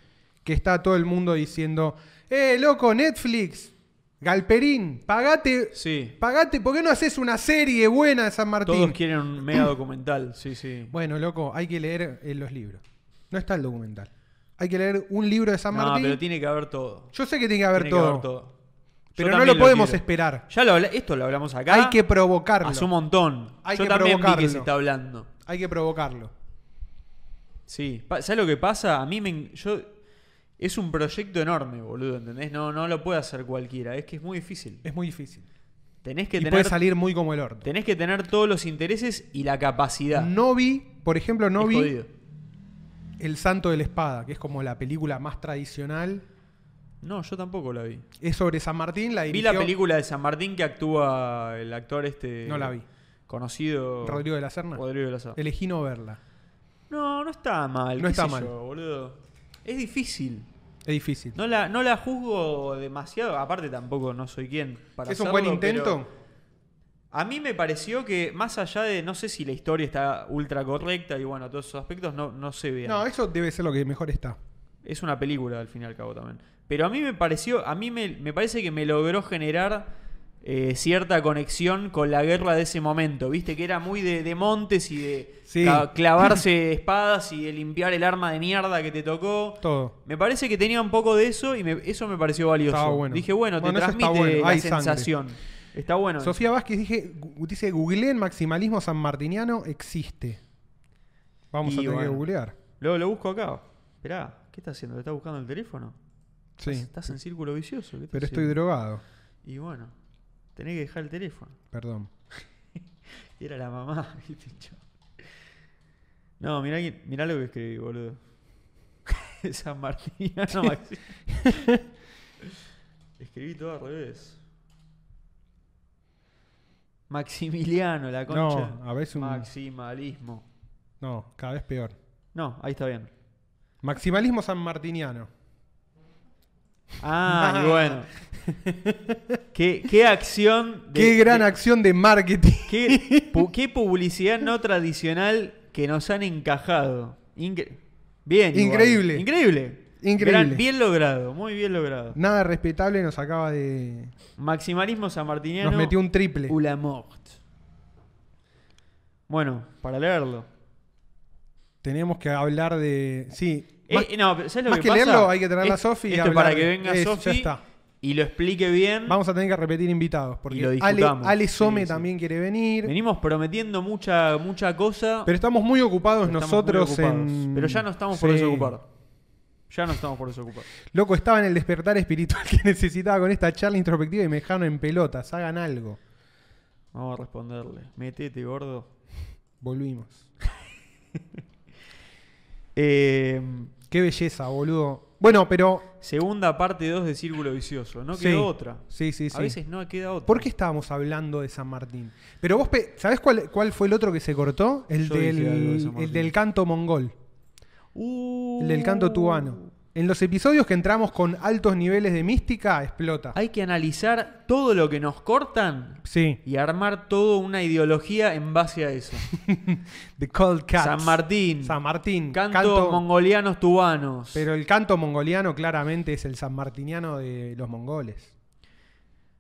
A: que está todo el mundo diciendo, ¡eh, loco, Netflix! Galperín, pagate,
B: Sí.
A: pagate, ¿por qué no haces una serie buena de San Martín?
B: Todos quieren un mega documental. Sí, sí.
A: Bueno, loco, hay que leer eh, los libros. No está el documental. Hay que leer un libro de San
B: no,
A: Martín.
B: pero tiene que haber todo.
A: Yo sé que tiene que haber,
B: Tiene que
A: todo,
B: haber todo. Yo
A: pero no
B: también
A: lo podemos
B: quiero.
A: esperar.
B: Ya lo habla- esto lo hablamos acá.
A: Hay que provocarlo.
B: Hace un montón.
A: Hay
B: Yo
A: que
B: también vi que
A: provocarlo.
B: se está hablando.
A: Hay que provocarlo.
B: Sí. Pa- ¿Sabes lo que pasa? A mí me. en- Yo... Es un proyecto enorme, boludo, ¿entendés? No, no lo puede hacer cualquiera. Es que es muy difícil.
A: Es muy difícil.
B: Tenés que,
A: Y
B: tener,
A: puede salir muy como el orto.
B: tenés que tener todos los intereses y la capacidad.
A: No vi, por ejemplo, no
B: Es
A: vi
B: jodido.
A: El Santo de la Espada, que es como la película más tradicional.
B: No, yo tampoco la vi.
A: Es sobre San Martín, la
B: Vi
A: dirigió
B: la película de San Martín que actúa el actor este.
A: No la vi.
B: Conocido.
A: Rodrigo de la Serna.
B: Rodrigo de la Serna.
A: Elegí no verla.
B: No, no está mal.
A: No
B: qué
A: está
B: sé
A: mal.
B: yo, boludo. Es difícil.
A: Es difícil.
B: No la, no la juzgo demasiado. Aparte, tampoco no soy quien. Para
A: ¿Es un
B: hacerlo,
A: buen intento?
B: pero A mí me pareció que, más allá de. No sé si la historia está ultra correcta y bueno, todos esos aspectos, no, no sé bien.
A: No, eso debe ser lo que mejor está.
B: Es una película al fin y al cabo también. Pero a mí me pareció, a mí me, me parece que me logró generar eh, cierta conexión con la guerra de ese momento. Viste que era muy de, de montes y de
A: Sí.
B: ca- clavarse espadas y de limpiar el arma de mierda que te tocó.
A: Todo.
B: Me parece que tenía un poco de eso y me- eso me pareció valioso.
A: Estaba bueno.
B: Dije, bueno,
A: Bueno,
B: te
A: eso está
B: transmite
A: bueno.
B: la
A: Hay sangre.
B: sensación. Está bueno.
A: Sofía Vázquez dije, gu- dice, googleen maximalismo sanmartiniano, existe. Vamos
B: Y
A: a tener
B: bueno.
A: que googlear.
B: Lo, lo busco acá. Esperá, ¿qué está haciendo? ¿Le está buscando el teléfono?
A: Sí,
B: Estás en círculo vicioso. ¿qué estás
A: pero estoy
B: haciendo?
A: drogado.
B: Y bueno, tenés que dejar el teléfono.
A: Perdón.
B: Y era la mamá, viste, chao. No, mirá, que- mirá lo que escribí, boludo. San Martín, no Maxi. Escribí todo al revés. Maximiliano, la concha.
A: No, a veces un-
B: Maximalismo.
A: No, cada vez peor.
B: No, ahí está bien.
A: Maximalismo sanmartiniano.
B: Ah, y bueno. ¿Qué, qué acción. de-
A: Qué gran
B: de-
A: acción de marketing.
B: ¿Qué, pu- qué publicidad no tradicional que nos han encajado? Incre- bien. igual.
A: Increíble.
B: Increíble.
A: Increíble.
B: Gran- bien logrado, muy bien logrado.
A: Nada respetable nos acaba de.
B: Maximalismo
A: Nos
B: sanmartiniano.
A: metió un triple.
B: ou la mort. Bueno, para leerlo.
A: Tenemos que hablar de. Sí.
B: Eh,
A: Más-
B: eh, no, pero ¿sabes lo
A: más
B: que,
A: que
B: pasa?
A: leerlo, hay que traerla a
B: Es-
A: Sofi y
B: esto es
A: hablar
B: para
A: de-
B: que venga
A: es- ya
B: Sofi
A: está.
B: y lo explique bien.
A: vamos a tener que repetir invitados. Porque
B: Y lo
A: Ale,
B: discutamos.
A: Ale Some
B: Sí, sí.
A: también quiere venir.
B: Venimos prometiendo mucha, mucha cosa.
A: Pero estamos muy ocupados
B: Estamos muy
A: nosotros
B: ocupados.
A: en.
B: Pero ya no estamos por
A: Sí.
B: desocupar. Ya no estamos por desocupar.
A: Loco, estaba en el despertar espiritual que necesitaba con esta charla introspectiva y me dejaron en pelotas. Hagan algo.
B: Vamos a responderle. Metete, gordo.
A: Volvimos.
B: Eh,
A: Qué belleza, boludo. Bueno, pero.
B: segunda parte 2 de Círculo Vicioso. No
A: Sí.
B: quedó otra.
A: Sí, sí, sí.
B: A veces no queda otra.
A: ¿Por qué estábamos hablando de San Martín? Pero vos, pe- ¿sabés cuál, cuál fue el otro que se cortó? El,
B: Yo dije
A: del,
B: algo de San
A: el
B: Martín.
A: del canto mongol.
B: Uh.
A: El del canto tubano. En los episodios que entramos con altos niveles de mística, explota.
B: Hay que analizar todo lo que nos cortan
A: Sí.
B: y armar toda una ideología en base a eso.
A: The Cold Cats.
B: San Martín.
A: San Martín.
B: Canto, mongolianos tubanos.
A: Pero el canto mongoliano claramente es el sanmartiniano de los mongoles.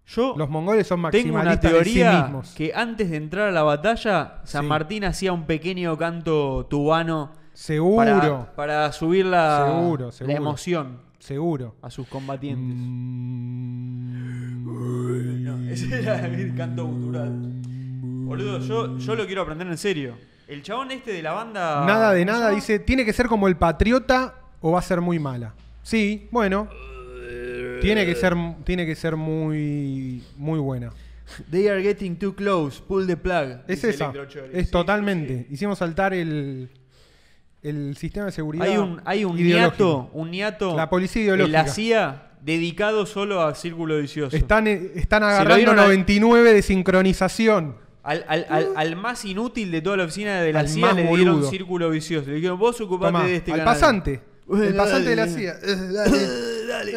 B: Yo
A: Los mongoles son
B: tengo
A: maximalistas
B: una teoría
A: de sí mismos.
B: que antes de entrar a la batalla, San
A: Sí.
B: Martín hacía un pequeño canto tubano
A: Seguro,
B: para, para subir la,
A: Seguro, seguro. Mm.
B: la emoción
A: seguro.
B: a sus combatientes.
A: Mm.
B: ese era el canto cultural. Boludo, yo, yo lo quiero aprender en serio. El chabón este de la banda.
A: Nada de
B: ¿cómo se
A: nada,
B: llama?
A: dice, tiene que ser como el patriota o va a ser muy mala. Sí, bueno. Tiene que ser, tiene que ser muy, muy buena.
B: They are getting too close, pull the plug.
A: Es
B: dice
A: esa.
B: Electrochori.
A: Es
B: Sí,
A: totalmente.
B: sí, sí.
A: Hicimos saltar el, el sistema de seguridad.
B: Hay un, hay un
A: ideológico.
B: niato, un niato
A: La policía
B: en
A: ideológica.
B: la CIA dedicado solo a Círculo Vicioso.
A: Están, eh, están
B: lo
A: agarrando
B: dieron al-
A: 99 de sincronización.
B: Al, al- al- al más inútil de toda la oficina de la
A: Al
B: CIA
A: más
B: le dieron
A: boludo.
B: Círculo Vicioso. Le dijeron, vos ocupate
A: Tomá,
B: de este
A: al
B: canal.
A: pasante.
B: Eh,
A: El pasante de la
B: dale.
A: CIA. Eh, dale.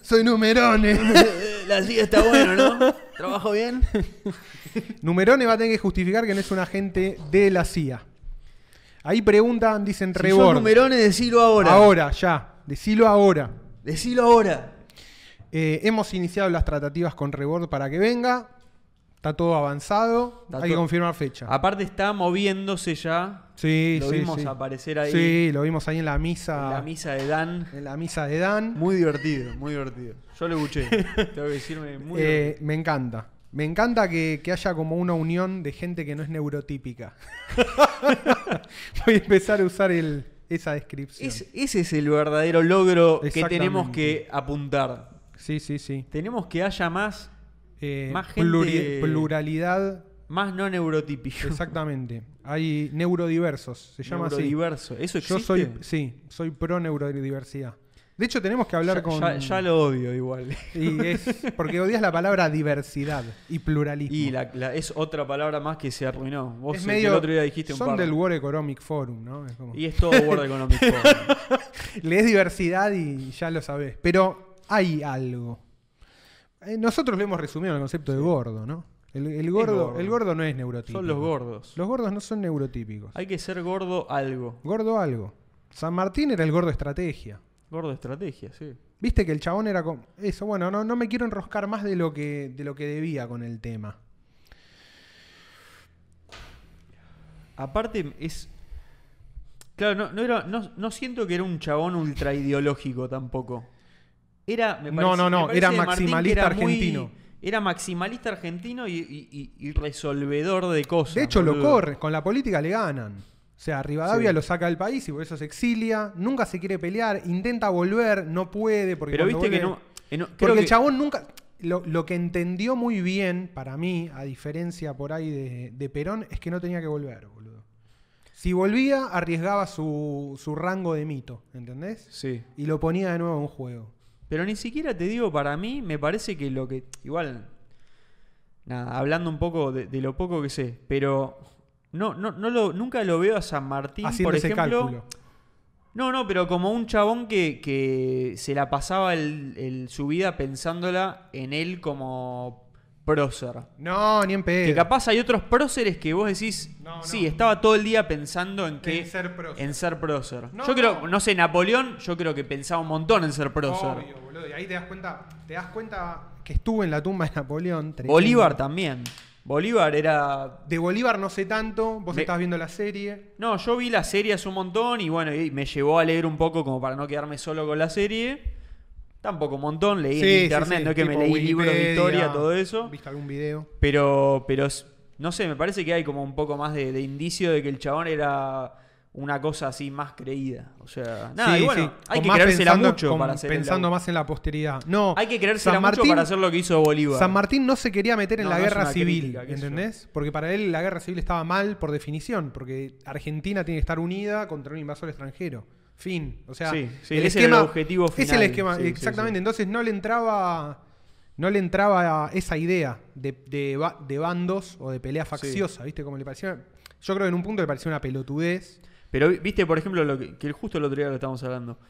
A: Soy numerone.
B: la CIA está bueno, ¿no? ¿Trabajo bien?
A: numerone va a tener que justificar que no es un agente de la CIA. Ahí preguntan, dicen
B: Si sos
A: rebord.
B: numerones, decilo ahora.
A: ahora, ya. Decilo ahora.
B: Decilo ahora.
A: Eh, hemos iniciado las tratativas con Rebord para que venga. Está todo avanzado.
B: Está
A: Hay que
B: todo-
A: confirmar fecha.
B: Aparte está moviéndose ya.
A: sí,
B: lo
A: sí,
B: vimos
A: sí.
B: aparecer ahí.
A: Sí, lo vimos ahí en la misa.
B: en La misa de Dan.
A: en la misa de Dan.
B: Muy divertido, muy divertido. Yo lo escuché. Tengo que decirme muy
A: Eh,
B: divertido.
A: me encanta. Me encanta que, que haya como una unión de gente que no es neurotípica. Voy a empezar a usar el- esa descripción.
B: Es- ese es el verdadero logro que
A: Exactamente.
B: tenemos que apuntar.
A: Sí, sí, sí.
B: Tenemos que haya más,
A: Eh,
B: Más gente-
A: pluri- Pluralidad,
B: más no neurotípicos.
A: exactamente. Hay neurodiversos, se llama así.
B: Neurodiverso. ¿Eso existe?
A: Yo soy, sí, soy pro neurodiversidad. De hecho, tenemos que hablar
B: ya,
A: con.
B: ya- ya lo odio igual.
A: Y es- porque odias la palabra diversidad y pluralismo.
B: Y la- la- es otra palabra más que se arruinó. Vos
A: es
B: el-
A: medio,
B: el otro día dijiste un
A: son
B: par.
A: del World Economic Forum, ¿no? Es como-
B: Y es todo World Economic Forum.
A: Lees diversidad y ya lo sabés. Pero hay algo. Eh, Nosotros lo hemos resumido en el concepto de gordo, ¿no? El, el gordo,
B: gordo.
A: el gordo no es neurotípico.
B: Son los gordos.
A: Los gordos no son neurotípicos.
B: Hay que ser gordo algo.
A: Gordo algo. San Martín era el gordo estrategia.
B: Gordo estrategia, sí.
A: Viste que el chabón era con. Eso, bueno, no, no me quiero enroscar más de lo que, de lo que debía con el tema.
B: Aparte es... Claro, no, no, era, no, no siento que era un chabón ultra ideológico tampoco. Era, me
A: No,
B: parece-
A: no, no,
B: me parece
A: era
B: de Martín que
A: maximalista
B: era muy-
A: argentino.
B: era maximalista argentino y, y- y- y resolvedor de cosas.
A: De hecho, lo
B: boludo.
A: corre, con la política le ganan. O sea, Rivadavia
B: Sí.
A: lo saca del país y por eso se exilia, nunca se quiere pelear, intenta volver, no puede, porque
B: Pero
A: cuando
B: viste que
A: vuelve-
B: no... en- creo
A: Porque el
B: que-
A: chabón nunca. Lo, lo que entendió muy bien, para mí, a diferencia por ahí de, de Perón, es que no tenía que volver, boludo. Si volvía, arriesgaba su, su rango de mito, ¿entendés?
B: Sí.
A: Y lo ponía de nuevo en juego.
B: Pero ni siquiera te digo, para mí, me parece que lo que. Igual. Nada, hablando un poco de, de lo poco que sé, pero. No, no, no lo, nunca lo veo a San Martín,
A: Haciendo
B: por
A: ese
B: ejemplo.
A: cálculo.
B: No, no, pero como un chabón que, que se la pasaba el- el- su vida pensándola en él como prócer.
A: No, ni en pedo.
B: Que capaz hay otros próceres que vos decís,
A: No, no.
B: sí, estaba todo el día pensando en que
A: En ser prócer.
B: en ser prócer.
A: No,
B: yo creo,
A: no.
B: no. sé, Napoleón, yo creo que pensaba un montón en ser prócer.
A: Obvio, boludo. Y ahí te das cuenta, te das cuenta que estuvo en la tumba de Napoleón. tremendo.
B: Bolívar también. Bolívar era.
A: De Bolívar no sé tanto, vos
B: Me-
A: estás viendo la serie.
B: No, yo vi la serie hace un montón y bueno, y me llevó a leer un poco como para no quedarme solo con la serie. Tampoco un montón, leí
A: Sí, sí,
B: en internet,
A: sí,
B: no es que me
A: tipo
B: leí libros de
A: Wikipedia,
B: historia, todo eso.
A: ¿Viste algún video?
B: Pero, pero s- no sé, me parece que hay como un poco más de, de indicio de que el chabón era una cosa así más creída. O sea, nada,
A: Sí,
B: y bueno,
A: sí.
B: hay
A: Con
B: que
A: más
B: creérsela
A: pensando-
B: mucho
A: con-
B: para hacer el
A: Pensando
B: laburo.
A: más en la posteridad. No,
B: Hay que creérsela
A: San
B: mucho
A: Martín-
B: para hacer lo que hizo Bolívar.
A: San Martín no se quería meter en
B: No,
A: la
B: no es
A: guerra
B: una
A: civil,
B: crítica, qué sé yo.
A: ¿entendés? Porque para él la guerra civil estaba mal por definición, porque Argentina tiene que estar unida contra un invasor extranjero. Fin. O sea,
B: Sí, sí, ese era el objetivo
A: Es el
B: final.
A: esquema,
B: Sí, sí,
A: exactamente.
B: sí.
A: Entonces no le entraba. No le entraba esa idea de, de ba- de bandos o de pelea facciosa, ¿viste? Como le parecía. Yo creo que en un punto le parecía una pelotudez.
B: Pero vi- viste, por ejemplo, lo que, que justo el otro día lo estábamos hablando.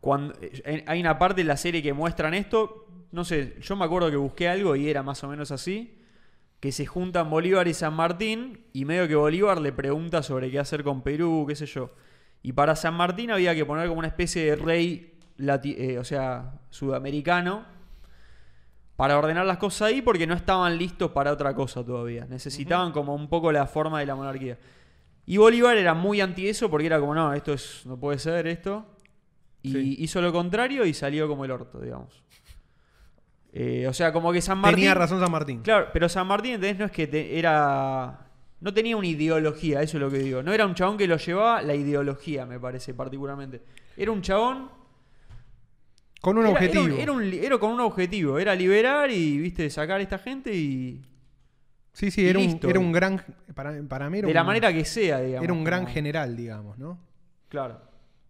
B: Cuando, eh, en- hay una parte de la serie que muestran esto. No sé, yo me acuerdo que busqué algo y era más o menos así. Que se juntan Bolívar y San Martín y medio que Bolívar le pregunta sobre qué hacer con Perú, qué sé yo. Y para San Martín había que poner como una especie de rey, lati- eh, o sea, sudamericano, para ordenar las cosas ahí porque no estaban listos para otra cosa todavía. Necesitaban como un poco la forma de la monarquía. Y Bolívar era muy anti eso porque era como, no, esto es, no puede ser esto. Y
A: Sí.
B: hizo lo contrario y salió como el orto, digamos. Eh, o sea, como que San Martín...
A: Tenía razón San Martín.
B: Claro, pero San Martín, ¿entendés? No es que te- era... No tenía una ideología, eso es lo que digo. No era un chabón que lo llevaba la ideología, me parece, particularmente. Era un chabón...
A: Con un
B: era- era
A: objetivo.
B: Era, un li- era con un objetivo. Era liberar y, viste, sacar a esta gente y...
A: sí, sí,
B: y
A: era un,
B: listo.
A: era un gran. Para, para mí era
B: de la
A: un-
B: manera que sea, digamos.
A: Era un gran
B: como-
A: general, digamos, ¿no?
B: Claro.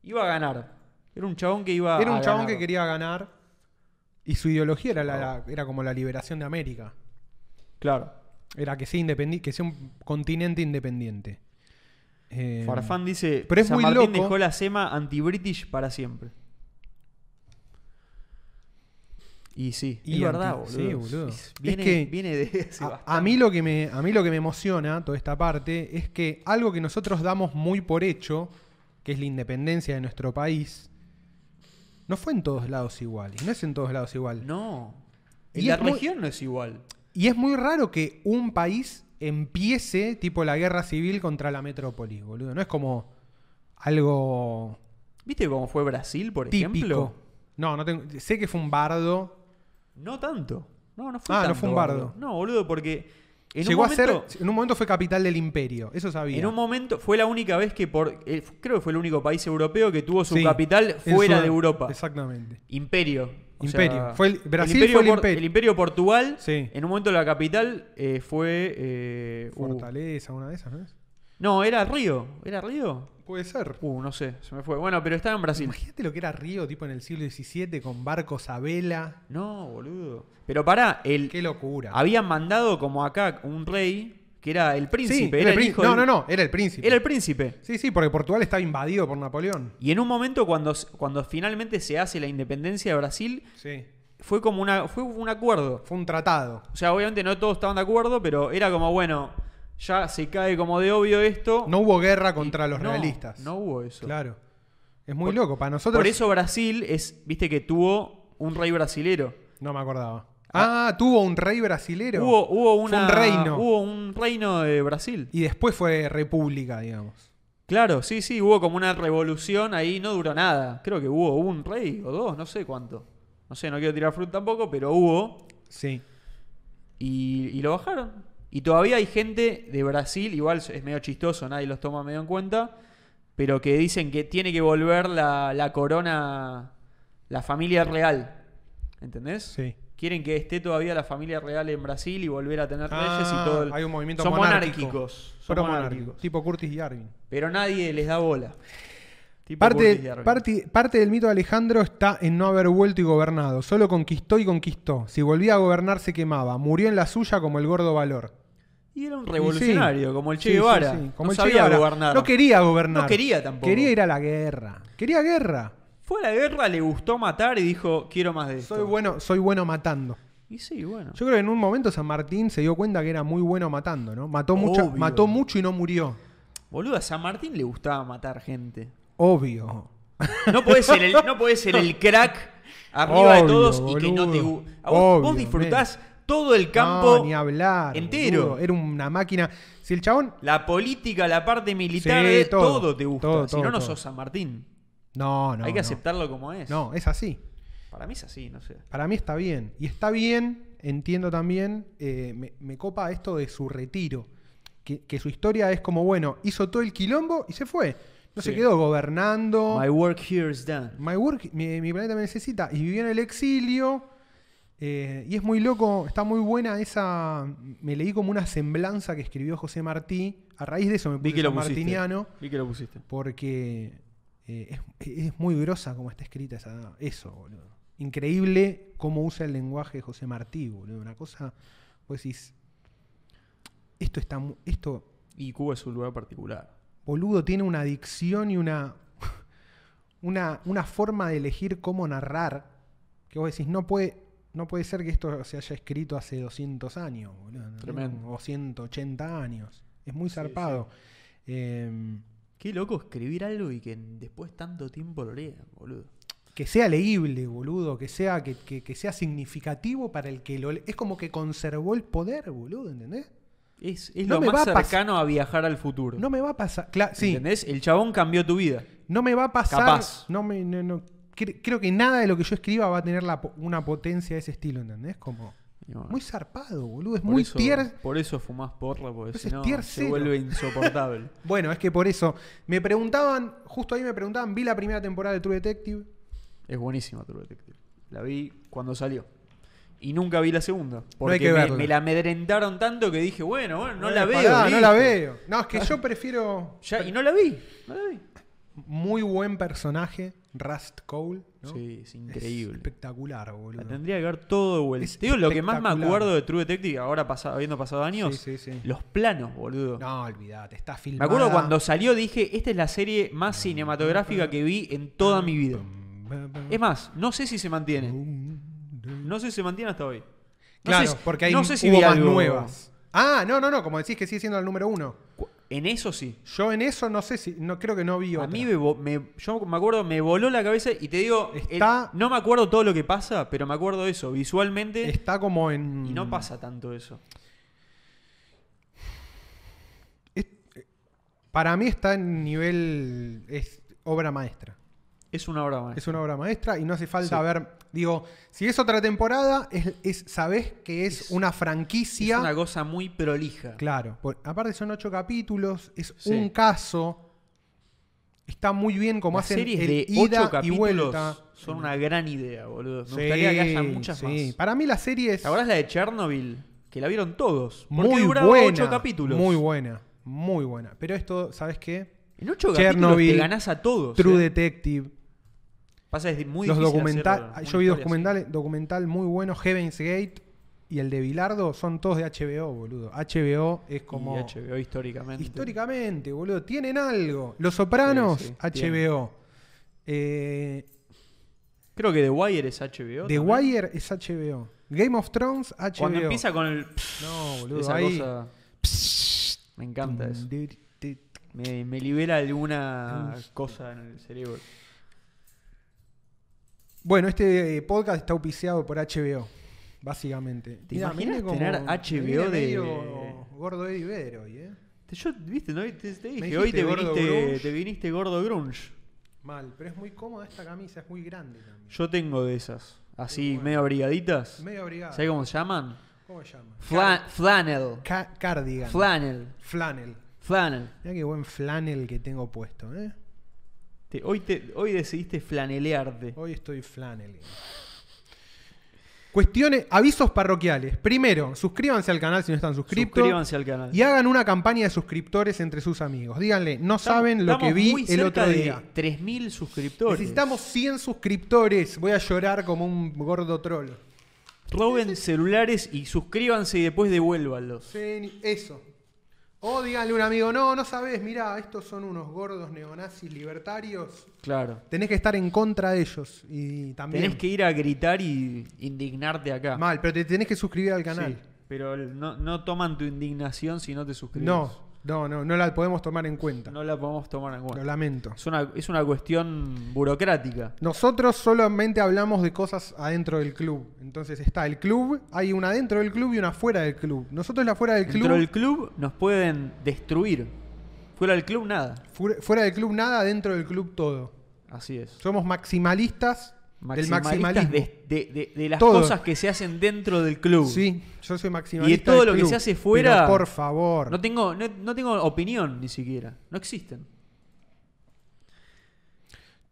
B: Iba a ganar. Era un chabón que iba
A: Era
B: Ah, a
A: un chabón
B: ganar.
A: que quería ganar y su ideología era, la- la- era como la liberación de América.
B: Claro.
A: Era que sea, independi- que sea un continente independiente. Eh,
B: Farfán dice,
A: pero es
B: San
A: muy loco".
B: Martín dejó la SEMA anti-British para siempre. Y sí,
A: Y
B: es
A: anti-
B: verdad, boludo.
A: sí, boludo.
B: Es- Viene,
A: Es que-
B: viene de hace
A: a,
B: bastante.
A: a mí lo que me, a mí lo que me emociona toda esta parte es que algo que nosotros damos muy por hecho, que es la independencia de nuestro país, no fue en todos lados igual. Y no es en todos lados igual.
B: No.
A: Y
B: En la
A: es muy-
B: región no es igual.
A: Y es muy raro que un país empiece tipo la guerra civil contra la metrópolis, boludo. No es como algo
B: ¿Viste cómo fue Brasil, por
A: típico.
B: ejemplo?
A: No, no tengo- sé que fue un bardo.
B: No tanto. No, no fue
A: Ah, no
B: tanto.
A: fue un bardo.
B: boludo. No, boludo, porque en
A: Llegó
B: un momento,
A: a ser en un momento fue capital del imperio, eso sabía.
B: En un momento fue la única vez que por eh, creo que fue el único país europeo que tuvo su
A: Sí,
B: capital
A: en
B: fuera
A: Sudán-
B: de Europa.
A: Exactamente.
B: Imperio. O
A: Imperio. Fue el- Brasil
B: imperio
A: fue el
B: por-
A: imperio.
B: Portugal.
A: Sí.
B: En un momento la capital eh, fue. eh, uh,
A: Fortaleza, una de esas, ¿no es?
B: no, era Río. ¿Era Río?
A: Puede ser.
B: Uh, no sé, se me fue. Bueno, pero estaba en Brasil.
A: Imagínate lo que era Río, tipo en el siglo XVII, con barcos a vela.
B: No, boludo. Pero pará, el,
A: Qué locura.
B: habían mandado como acá un rey que era el
A: Sí,
B: príncipe.
A: era el
B: el
A: prín-
B: hijo
A: No,
B: del-
A: no, no, era el príncipe.
B: Era el príncipe.
A: Sí, sí, porque Portugal estaba invadido por Napoleón.
B: Y en un momento cuando, s- cuando finalmente se hace la independencia de Brasil,
A: Sí.
B: fue como una, fue un acuerdo.
A: Fue un tratado.
B: O sea, obviamente no todos estaban de acuerdo, pero era como, bueno, ya se cae como de obvio esto.
A: No hubo guerra contra
B: Y-
A: los
B: no,
A: realistas.
B: No hubo eso.
A: Claro. Es muy
B: Por-
A: loco. Para nosotros.
B: Por eso Brasil es, viste que tuvo un rey brasilero.
A: No me acordaba. Ah, tuvo un rey brasilero.
B: Hubo, hubo
A: Fue
B: una-
A: un reino.
B: Hubo un reino de Brasil.
A: Y después fue república, digamos.
B: Claro, sí, sí, hubo como una revolución ahí, no duró nada. Creo que hubo un rey o dos, no sé cuánto. No sé, no quiero tirar fruta tampoco, pero hubo.
A: Sí.
B: Y, y lo bajaron. Y todavía hay gente de Brasil, igual es medio chistoso, nadie los toma medio en cuenta, pero que dicen que tiene que volver la, la corona, la familia real. ¿Entendés?
A: Sí.
B: Quieren que esté todavía la familia real en Brasil y volver a tener
A: Ah,
B: leyes y todo. el-
A: hay un movimiento
B: son
A: monárquico.
B: monárquicos. Son
A: Pro monárquico.
B: monárquicos.
A: Tipo Curtis y Arvin.
B: Pero nadie les da bola. Tipo Curtis
A: Parte,
B: Darwin.
A: parte, parte del mito de Alejandro está en no haber vuelto y gobernado. Solo conquistó y conquistó. Si volvía a gobernar se quemaba. Murió en la suya como el gordo valor.
B: Y era un
A: Y
B: revolucionario,
A: sí.
B: como el Che
A: Sí, sí,
B: Guevara.
A: sí, como
B: no
A: el Che
B: sabía
A: Guevara.
B: gobernar.
A: No quería gobernar.
B: No quería tampoco.
A: Quería ir a la guerra. Quería guerra.
B: Fue a la guerra, le gustó matar y dijo, quiero más de esto.
A: Soy bueno, soy bueno matando.
B: Y sí, bueno.
A: Yo creo que en un momento San Martín se dio cuenta que era muy bueno matando, ¿no? Mató, mucha-
B: Obvio.
A: mató mucho y no murió.
B: Boludo, a San Martín le gustaba matar gente.
A: Obvio.
B: No podés ser el, no podés ser el crack arriba de
A: Obvio,
B: todos y que no te
A: boludo.
B: gu- a vos, vos
A: Obvio,
B: disfrutás todo el campo,
A: No, ni hablar.
B: entero.
A: boludo. Era una máquina. Si el chabón.
B: la política, la parte militar,
A: Sí,
B: eh,
A: todo,
B: todo, te gusta.
A: todo,
B: si
A: todo,
B: no, no
A: todo.
B: sos San Martín.
A: No, no.
B: Hay que
A: no.
B: aceptarlo como es.
A: No, es así.
B: Para mí es así, no sé.
A: Para mí está bien. Y está bien, entiendo también, eh, me, me copa esto de su retiro. Que, que su historia es como, bueno, hizo todo el quilombo y se fue. No se
B: Sí.
A: quedó gobernando.
B: My work here is done.
A: My work, mi, mi planeta me necesita. Y vivió en el exilio. eh, y es muy loco, está muy buena esa. Me leí como una semblanza que escribió José Martí. A raíz de eso me
B: Vi
A: puse
B: que lo
A: San
B: pusiste.
A: martiniano.
B: Vi que lo pusiste.
A: Porque eh, es, es muy grosa como está escrita esa, eso, boludo. Increíble cómo usa el lenguaje de José Martí, boludo. Una cosa. Vos decís. Esto está. mu- Esto
B: Y Cuba es un lugar particular.
A: boludo, tiene una dicción y una, una, una forma de elegir cómo narrar. Que vos decís, no puede, no puede ser que esto se haya escrito hace 200 años, boludo. ¿no?
B: Tremendo.
A: O 180 años. Es muy zarpado. Eh,
B: Qué loco escribir algo y que después tanto tiempo lo lean, boludo.
A: que sea leíble, boludo. Que sea, que, que- que sea significativo para el que lo le- Es como que conservó el poder, boludo, ¿entendés?
B: Es, es
A: No
B: lo
A: me
B: más
A: va a pas-
B: cercano a viajar al futuro.
A: No me va a pasar. Cla- sí,
B: ¿Entendés? El chabón cambió tu vida.
A: no me va a pasar.
B: Capaz.
A: No me, no, no- cre- creo que nada de lo que yo escriba va a tener la po- una potencia de ese estilo, ¿entendés? Como.
B: Y bueno,
A: Muy zarpado, boludo. Es
B: por
A: muy
B: eso-
A: tier.
B: Por eso fumás porra, porque
A: Eso
B: si
A: es
B: no
A: tier
B: se
A: cero.
B: vuelve insoportable.
A: Bueno, es que por eso. Me preguntaban, justo ahí me preguntaban, vi la primera temporada de True Detective.
B: es buenísima True Detective. La vi cuando salió. Y nunca vi la segunda. Porque
A: hay que
B: me,
A: verla.
B: me la amedrentaron tanto que dije, bueno, bueno, no la
A: Eh,
B: veo.
A: pará, no
B: listo.
A: la veo. No, es que yo prefiero.
B: Ya, y no la vi. No la vi.
A: Muy buen personaje, Rust Cole. ¿no?
B: Sí, es
A: Es
B: increíble.
A: espectacular, boludo.
B: La tendría que ver todo de vuelta.
A: Es
B: Te digo, lo que más me
A: espectacular.
B: acuerdo de True Detective, ahora pasa- habiendo pasado años,
A: Sí, sí, sí.
B: los planos, boludo.
A: No, olvidate, está
B: me
A: filmada.
B: acuerdo cuando salió dije, esta es la serie más cinematográfica que vi en toda mi vida. Es eh. más, no sé si se mantiene. No sé si se mantiene hasta hoy. No
A: Claro,
B: sé si-
A: porque hay
B: no sé si
A: hubo
B: vi
A: más
B: algo-
A: nuevas. Ah, no, no, no, como decís que sigue siendo el número uno.
B: Cu- En eso sí.
A: Yo en eso no sé si. no Creo que no vi
B: A
A: otra.
B: mí me, vo- me- yo me acuerdo, me voló la cabeza y te digo, el-
A: Está-
B: no me acuerdo todo lo que pasa, pero me acuerdo eso, visualmente,
A: Está como en.
B: y no pasa tanto eso.
A: Es- para mí está en nivel. Es obra maestra.
B: Es una obra más.
A: Es una obra maestra y no hace falta
B: Sí.
A: ver. Digo, si es otra temporada, es, es- sabés que es,
B: Es-
A: una
B: Es
A: franquicia.
B: una cosa muy prolija.
A: Claro. por- aparte son ocho capítulos, es
B: Sí.
A: un caso. Está muy bien como
B: Las
A: hacen
B: series
A: el
B: de
A: ida
B: ocho
A: y vuelta.
B: capítulos son una gran idea, boludo. Me
A: Sí,
B: gustaría que haya muchas
A: sí.
B: más.
A: Para mí la serie es
B: ¿Te acordás la de Chernobyl? Que la vieron todos. Porque
A: muy
B: duraba
A: buena.
B: ocho capítulos.
A: Muy buena, muy buena. Pero esto, ¿sabes qué?
B: En ocho capítulos
A: Chernobyl,
B: te ganás a todos.
A: True
B: eh.
A: Detective,
B: Pasa es muy
A: los
B: difícil
A: documentales.
B: hacer una
A: Yo vi
B: historia
A: documentales, documental muy bueno, Heaven's Gate y el de Bilardo son todos de HBO, boludo. HBO es
B: así. Y
A: como
B: HBO históricamente.
A: históricamente, boludo, tienen algo. Los Sopranos,
B: Sí, sí,
A: HBO. Eh,
B: Creo que The Wire es HBO.
A: The
B: también.
A: Wire es HBO. Game of Thrones, HBO.
B: Cuando empieza con el.
A: No, boludo,
B: esa
A: ahí-
B: cosa. Me encanta eso. Me, me libera alguna cosa en el cerebro.
A: Bueno, este eh, podcast está auspiciado por HBO, básicamente.
B: ¿Te
A: Mirá,
B: imaginas
A: me viene
B: tener
A: como- me
B: HBO
A: viene
B: de-
A: medio gordo Eddie Vedder hoy, eh?
B: Te- Yo, viste, no, te, te dije,
A: dijiste
B: hoy te
A: gordo grunge.
B: viniste, te viniste gordo grunge.
A: Mal, pero es muy cómoda esta camisa, es muy grande también.
B: Yo tengo de esas. Así,
A: bueno.
B: medio abrigaditas.
A: Medio abrigada.
B: ¿Sabes cómo se llaman?
A: ¿Cómo se llama?
B: Fla- flannel.
A: Ca- cardigan.
B: Flannel.
A: flannel.
B: Flannel.
A: Mira qué buen flannel que tengo puesto, ¿eh?
B: Te- hoy, te, hoy decidiste flanelearte.
A: Hoy estoy flannel. Cuestiones, avisos parroquiales. Primero, suscríbanse al canal si no están suscriptos.
B: Suscríbanse al canal.
A: Y hagan una campaña de suscriptores entre sus amigos. Díganle, no
B: Estamos-
A: saben lo
B: estamos
A: que vi
B: muy
A: el
B: cerca
A: otro
B: de
A: día.
B: 3.000 suscriptores.
A: Necesitamos 100 suscriptores. Voy a llorar como un gordo troll.
B: Roben celulares y suscríbanse y después devuélvanlos.
A: Sí, ni- Eso. O díganle a un amigo, no, no sabes, mirá, estos son unos gordos neonazis libertarios.
B: Claro.
A: Tenés que estar en contra de ellos. Y también.
B: Tenés que ir a gritar y indignarte acá.
A: Mal, pero te tenés que suscribir al
B: Sí,
A: canal.
B: pero el- no, no toman tu indignación si no te suscribes.
A: no, no, no, no la podemos tomar en cuenta.
B: No la podemos tomar en cuenta.
A: Lo lamento.
B: Es una, es una cuestión burocrática.
A: Nosotros solamente hablamos de cosas adentro del club. Entonces está el club, hay una adentro del club y una fuera del club. Nosotros la fuera del club,
B: Dentro del club nos pueden destruir. Fuera del club nada.
A: fu- fuera del club nada, dentro del club todo.
B: Así es.
A: Somos maximalistas del
B: Maximalistas
A: maximalismo.
B: de, de- de- de las
A: Todo.
B: cosas que se hacen dentro del club.
A: Sí, yo soy maximalista.
B: Y de todo
A: del
B: lo que
A: club.
B: se hace fuera-
A: Pero por favor.
B: No tengo, no, no tengo opinión ni siquiera. No existen.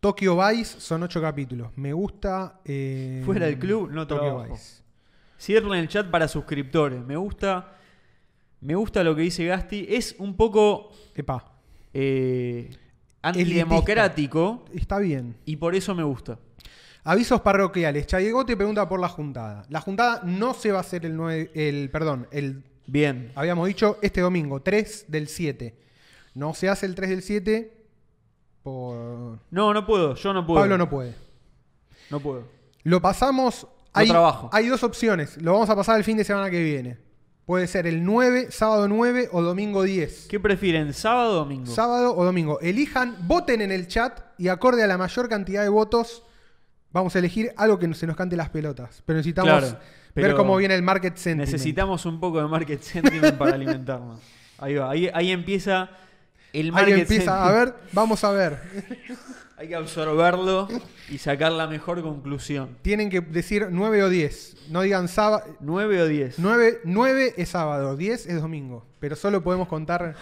A: Tokyo Vice son ocho capítulos. Me gusta. eh,
B: Fuera del club, no
A: Tokyo
B: trabajo.
A: Vice.
B: Cierren el chat para suscriptores. Me gusta. Me gusta lo que dice Gasti. Es un poco
A: Epa,
B: eh, antidemocrático.
A: está bien.
B: Y por eso me gusta.
A: Avisos parroquiales. Chayegote pregunta por la juntada. La juntada no se va a hacer el 9, el, perdón, el
B: Bien.
A: habíamos dicho este domingo, 3 del 7. No se hace el 3 del 7 por...
B: No, no puedo, yo no puedo.
A: Pablo no puede.
B: No puedo.
A: Lo pasamos... Hay,
B: trabajo.
A: hay dos opciones. Lo vamos a pasar el fin de semana que viene. Puede ser el 9, sábado 9 o domingo 10.
B: ¿Qué prefieren, sábado o domingo?
A: Sábado o domingo. Elijan, voten en el chat y acorde a la mayor cantidad de votos vamos a elegir algo que se nos cante las pelotas. Pero necesitamos
B: Claro,
A: ver
B: pero
A: cómo viene el market sentiment.
B: Necesitamos un poco de market sentiment para alimentarnos. Ahí va, ahí, ahí empieza el market
A: Ahí empieza,
B: sentiment.
A: a ver, vamos a ver.
B: Hay que absorberlo y sacar la mejor conclusión.
A: Tienen que decir 9 o 10. No digan sábado.
B: 9 o 10.
A: 9, es sábado, 10 es domingo. Pero solo podemos contar.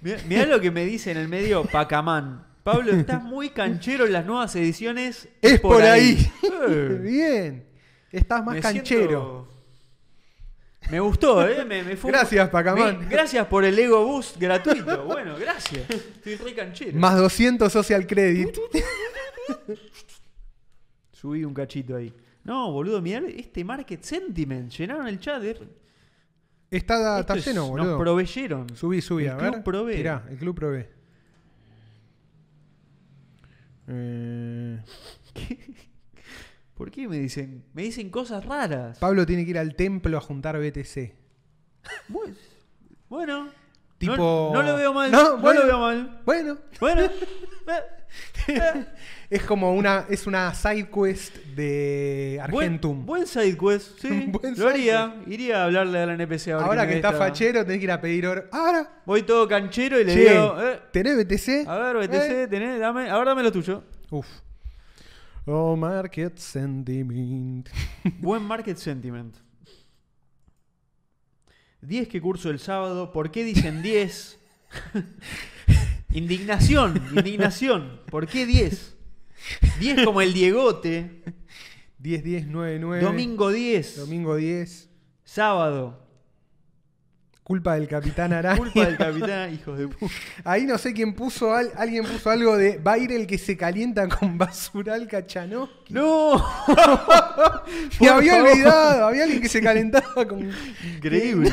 B: Mirá, mirá lo que me dice en el medio Pacamán. Pablo, estás muy canchero en las nuevas ediciones.
A: Es por, ahí.
B: Eh,
A: Bien. Estás más
B: me
A: canchero.
B: siento- Me gustó, ¿eh? Me, me fue un-
A: Gracias, Pacamán.
B: Me- gracias por el Ego Boost gratuito. Bueno, gracias. Estoy re canchero.
A: Más 200 social credit.
B: Subí un cachito ahí. No, boludo, mirá este market sentiment. Llenaron el chat. de-
A: Está,
B: Esto
A: Ah, está
B: es-
A: lleno,
B: Nos
A: boludo.
B: proveyeron.
A: Subí, subí,
B: El
A: a
B: club
A: ver.
B: provee.
A: Mirá, el club provee. Eh,
B: ¿Qué? ¿Por qué me dicen? Me dicen cosas raras.
A: Pablo tiene que ir al templo a juntar BTC.
B: Bu- Bueno.
A: Tipo-
B: No, no lo veo mal.
A: No,
B: No,
A: bueno.
B: lo veo mal.
A: Bueno,
B: Bueno. eh, eh,
A: es como una, es una side quest de
B: Buen,
A: Argentum.
B: buen side quest, sí.
A: Buen
B: lo
A: side
B: haría. Iría a hablarle a la NPC ahora.
A: Ahora
B: me
A: que
B: dé
A: está
B: esta-
A: fachero, tenés que ir a pedir oro. Ahora,
B: Voy todo canchero y le
A: che,
B: digo. eh,
A: ¿tenés BTC?
B: a ver, BTC,
A: Eh,
B: tenés, dame, a ver, dame lo tuyo.
A: Uf. Oh, market sentiment.
B: Buen market sentiment. 10 que curso el sábado. ¿Por qué dicen 10? indignación, indignación. ¿Por qué 10? 10 como el Diegote.
A: 10, 10, 9, 9.
B: Domingo 10.
A: Domingo 10.
B: Sábado.
A: Culpa del capitán Araña.
B: Culpa del capitán, hijos de puta.
A: Ahí no sé quién puso, al- alguien puso algo de va a ir el que se calienta con basural cachanó.
B: ¡No!
A: Me había
B: favor.
A: olvidado, había alguien que se calentaba con...
B: Increíble.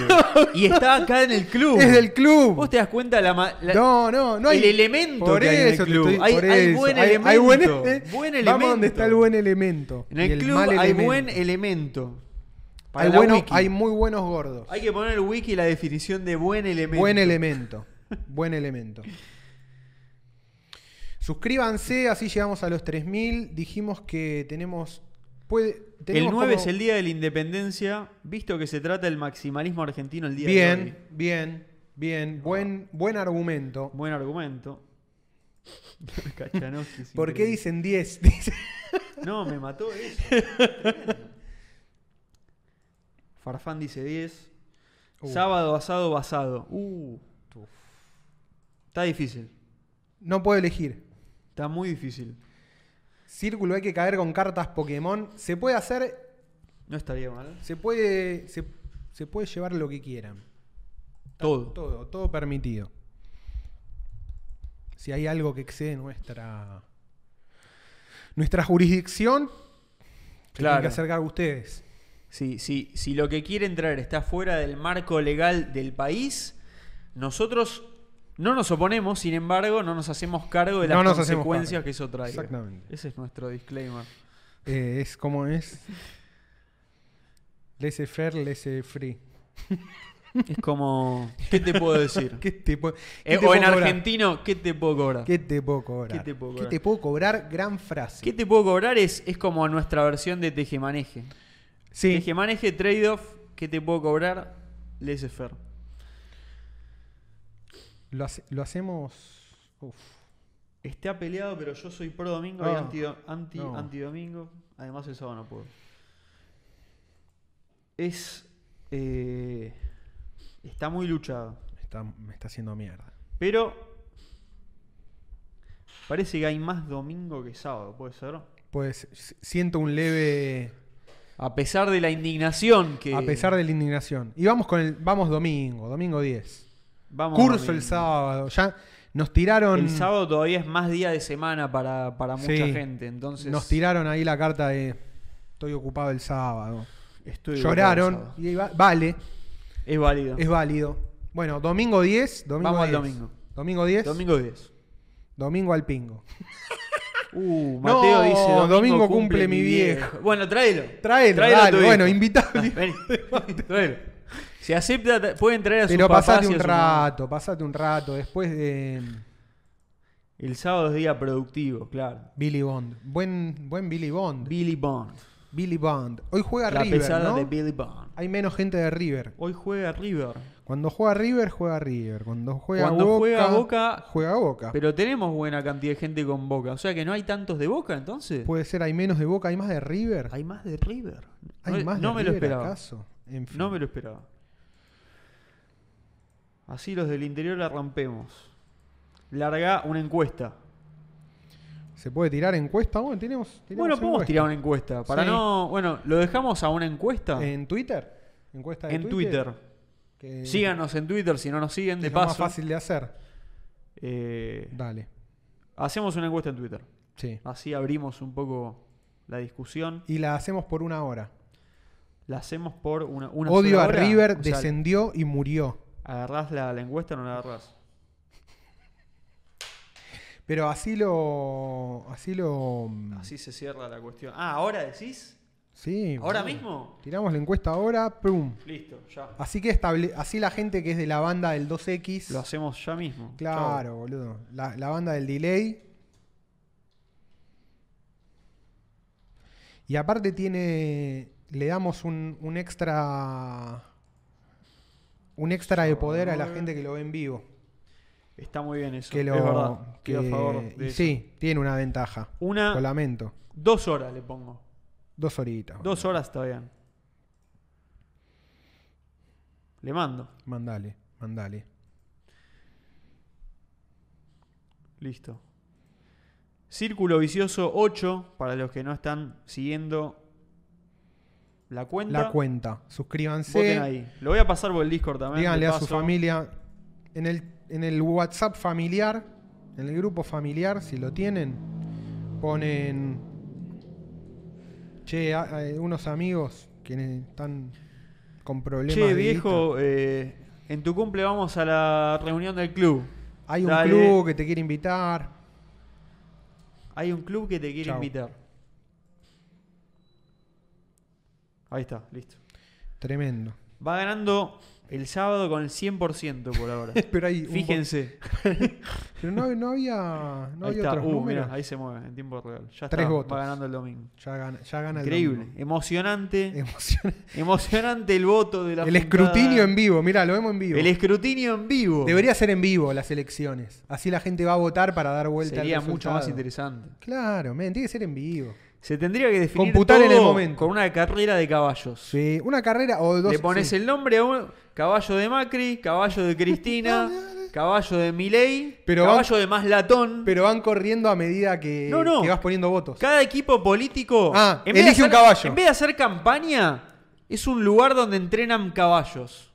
B: Y está acá en el club.
A: Es del club.
B: Vos te das cuenta la, ma- la-
A: No, no, no hay.
B: el elemento
A: Por
B: que hay en el
A: eso te
B: club.
A: estoy-
B: Hay-
A: por
B: hay
A: eso.
B: buen
A: hay buen,
B: elemento, buen
A: Vamos
B: elemento.
A: donde está el buen elemento.
B: En
A: y
B: el, club
A: mal
B: hay
A: elemento.
B: buen elemento. Para
A: Hay,
B: la
A: bueno-
B: wiki.
A: hay muy buenos gordos.
B: Hay que poner en el wiki la definición de buen elemento.
A: Buen elemento. Buen elemento. Suscríbanse, así llegamos a los 3000. Dijimos que tenemos. Puede,
B: El
A: tenemos
B: 9
A: como-
B: es el día de la independencia, visto que se trata del maximalismo argentino el día de hoy. Ah.
A: Bien, bien, bien. Buen, buen argumento.
B: Buen argumento. Cachanowski es
A: ¿Por qué
B: increíble.
A: dicen 10? Dice-
B: No, me mató eso. Farfán dice 10.
A: Uh.
B: Sábado, asado, basado. Uh. Está difícil.
A: No puedo elegir.
B: Está muy difícil.
A: Círculo hay que caer con cartas Pokémon. Se puede hacer
B: No estaría mal.
A: Se puede, se, se puede llevar lo que quieran.
B: Todo.
A: Todo, todo permitido. Si hay algo que excede nuestra nuestra jurisdicción, se tienen
B: Claro.
A: que acercar a ustedes.
B: Sí, sí, si lo que quiere entrar está fuera del marco legal del país, nosotros no nos oponemos, sin embargo, no nos hacemos cargo de las
A: No nos hacemos
B: consecuencias
A: cargo.
B: que eso trae.
A: Exactamente.
B: Ese es nuestro disclaimer.
A: Eh, es como es. Laissez faire, laissez free.
B: Es como, ¿qué te puedo decir?
A: ¿Qué te, po- qué
B: Eh,
A: te
B: o
A: puedo
B: en
A: cobrar?
B: argentino, ¿qué te puedo cobrar?
A: ¿Qué te puedo cobrar?
B: ¿Qué te puedo
A: ¿Qué te puedo cobrar? Gran frase.
B: ¿Qué te puedo cobrar? Es, es como nuestra versión de tejemaneje.
A: Sí.
B: Tejemaneje, trade-off, ¿qué te puedo cobrar? Laissez faire.
A: Lo, hace- lo hacemos. Uf.
B: Está peleado, pero yo soy pro domingo y
A: Ah,
B: anti, anti,
A: no.
B: domingo. Además, el sábado no puedo. Es. eh, está muy luchado.
A: Me está- me está haciendo mierda.
B: Pero. Parece que hay más domingo que sábado, puede ser.
A: Pues s- siento un leve.
B: A pesar de la indignación que.
A: A pesar de la indignación. Y vamos con el. Vamos domingo, domingo 10.
B: Vamos
A: Curso
B: domingo.
A: el sábado. Ya nos tiraron.
B: El sábado todavía es más día de semana para, para mucha
A: Sí.
B: gente. Entonces.
A: Nos tiraron ahí la carta de. Estoy ocupado el sábado.
B: estoy
A: Lloraron.
B: ocupado el sábado.
A: Y va- vale,
B: Es válido.
A: es válido. Bueno, domingo 10. Domingo
B: Vamos al
A: 10.
B: domingo.
A: Domingo 10. Domingo,
B: Domingo 10.
A: al pingo.
B: Uh, Mateo
A: No,
B: dice. Domingo,
A: domingo
B: cumple, mi viejo. Bueno, tráelo.
A: Traelo,
B: Tráelo a tu
A: dale,
B: hijo.
A: bueno, invitado.
B: Ah, vení. Tráelo. Si acepta, ta- pueden traer a su
A: Pero
B: papá.
A: pasate
B: si a
A: un
B: su mamá.
A: rato, pasate un rato. Después de
B: El sábado es día productivo, claro.
A: Billy Bond. Buen, buen Billy Bond.
B: Billy Bond.
A: Billy Bond. Hoy juega
B: La
A: River,
B: pesada
A: ¿no?
B: de Billy Bond.
A: Hay menos gente de River.
B: Hoy juega River.
A: Cuando juega River, juega River. Cuando juega
B: Cuando
A: Boca,
B: juega Boca-
A: juega Boca.
B: Pero tenemos buena cantidad de gente con Boca. O sea que no hay tantos de Boca entonces.
A: Puede ser, hay menos de Boca, hay más de River.
B: Hay más de River.
A: Hay
B: no
A: más
B: no
A: de
B: me
A: River,
B: lo esperaba.
A: acaso. En fin.
B: No me lo esperaba. Así los del interior la rompemos. Larga una encuesta.
A: ¿Se puede tirar encuesta? Bueno, tenemos, tenemos
B: Bueno, podemos
A: encuesta.
B: tirar una encuesta. Para
A: Sí.
B: no. Bueno, lo dejamos a una encuesta en,
A: ¿En Twitter? ¿Encuesta de
B: Twitter.
A: Que
B: Síganos en Twitter si no nos siguen,
A: es
B: de
A: lo
B: paso.
A: más fácil de hacer.
B: Eh,
A: Dale.
B: hacemos una encuesta en Twitter.
A: Sí.
B: Así abrimos un poco la discusión.
A: Y la hacemos por una hora.
B: La hacemos por una, una
A: Odio
B: sola
A: a
B: hora.
A: River,
B: O sea,
A: descendió y murió.
B: ¿Agarrás la, la encuesta o no la agarrás?
A: Pero así lo. Así lo.
B: Así se cierra la cuestión. Ah, ¿ahora decís?
A: Sí.
B: ¿Ahora
A: boludo.
B: mismo?
A: Tiramos la encuesta ahora, pum.
B: Listo, ya.
A: Así que estable- así la gente que es de la banda del 2X.
B: Lo hacemos ya mismo.
A: Claro, boludo. La, la banda del delay. Y aparte tiene. Le damos un, un extra. Un extra de poder a la gente que lo ve en vivo.
B: Chau. Está muy bien eso.
A: Que lo,
B: es verdad.
A: que-
B: Estoy a favor
A: y
B: de eso. Ah.
A: sí, tiene una ventaja. Lo
B: Una,
A: lamento.
B: dos horas le pongo.
A: Dos horitas.
B: Dos horas está bien. Le mando.
A: Mandale, mandale.
B: Listo. Círculo vicioso 8, para los que no están siguiendo la cuenta.
A: La cuenta.
B: Voten
A: Suscríbanse.
B: ahí. Lo voy a pasar por el Discord también.
A: Díganle
B: de
A: a su
B: paso.
A: familia. En el, en el WhatsApp familiar, en el grupo familiar, si lo tienen, ponen. Che, a- a- unos amigos que ne- están con problemas.
B: Che,
A: de
B: viejo, eh, en tu cumple vamos a la reunión del club.
A: guita. Hay un
B: Dale.
A: club que te quiere invitar.
B: Hay un club que te quiere
A: Chau.
B: invitar. Ahí está, listo.
A: Tremendo.
B: Va ganando el sábado con el 100% por ahora.
A: Pero hay. un po-
B: Fíjense.
A: Pero no, no había, no
B: ahí
A: había
B: está.
A: otros
B: Uh,
A: números.
B: mirá, ahí se mueve en tiempo real. Ya
A: Tres
B: está.
A: votos.
B: Va ganando el domingo.
A: Ya gana, ya gana el
B: Increíble.
A: domingo.
B: Emocionante.
A: Emocionante.
B: Emocionante el voto de la
A: El escrutinio en
B: vivo.
A: vivo, mira, lo vemos en vivo.
B: El escrutinio en vivo.
A: Debería ser en vivo las elecciones. Así la gente va a votar para dar vuelta al
B: Sería mucho
A: resultado.
B: más interesante.
A: Claro, men, tiene que ser en vivo.
B: Se tendría que definir
A: Computar en
B: todo
A: el momento.
B: con una carrera de caballos.
A: Sí, una carrera o dos.
B: Le pones
A: sí.
B: el nombre a un caballo de Macri, caballo de Cristina, caballo de Milei,
A: Pero
B: caballo de más latón.
A: Pero van corriendo a medida que,
B: No, no.
A: que vas poniendo votos.
B: Cada equipo político,
A: Ah,
B: de
A: elige un
B: hacer-
A: caballo.
B: en vez de hacer campaña, es un lugar donde entrenan caballos.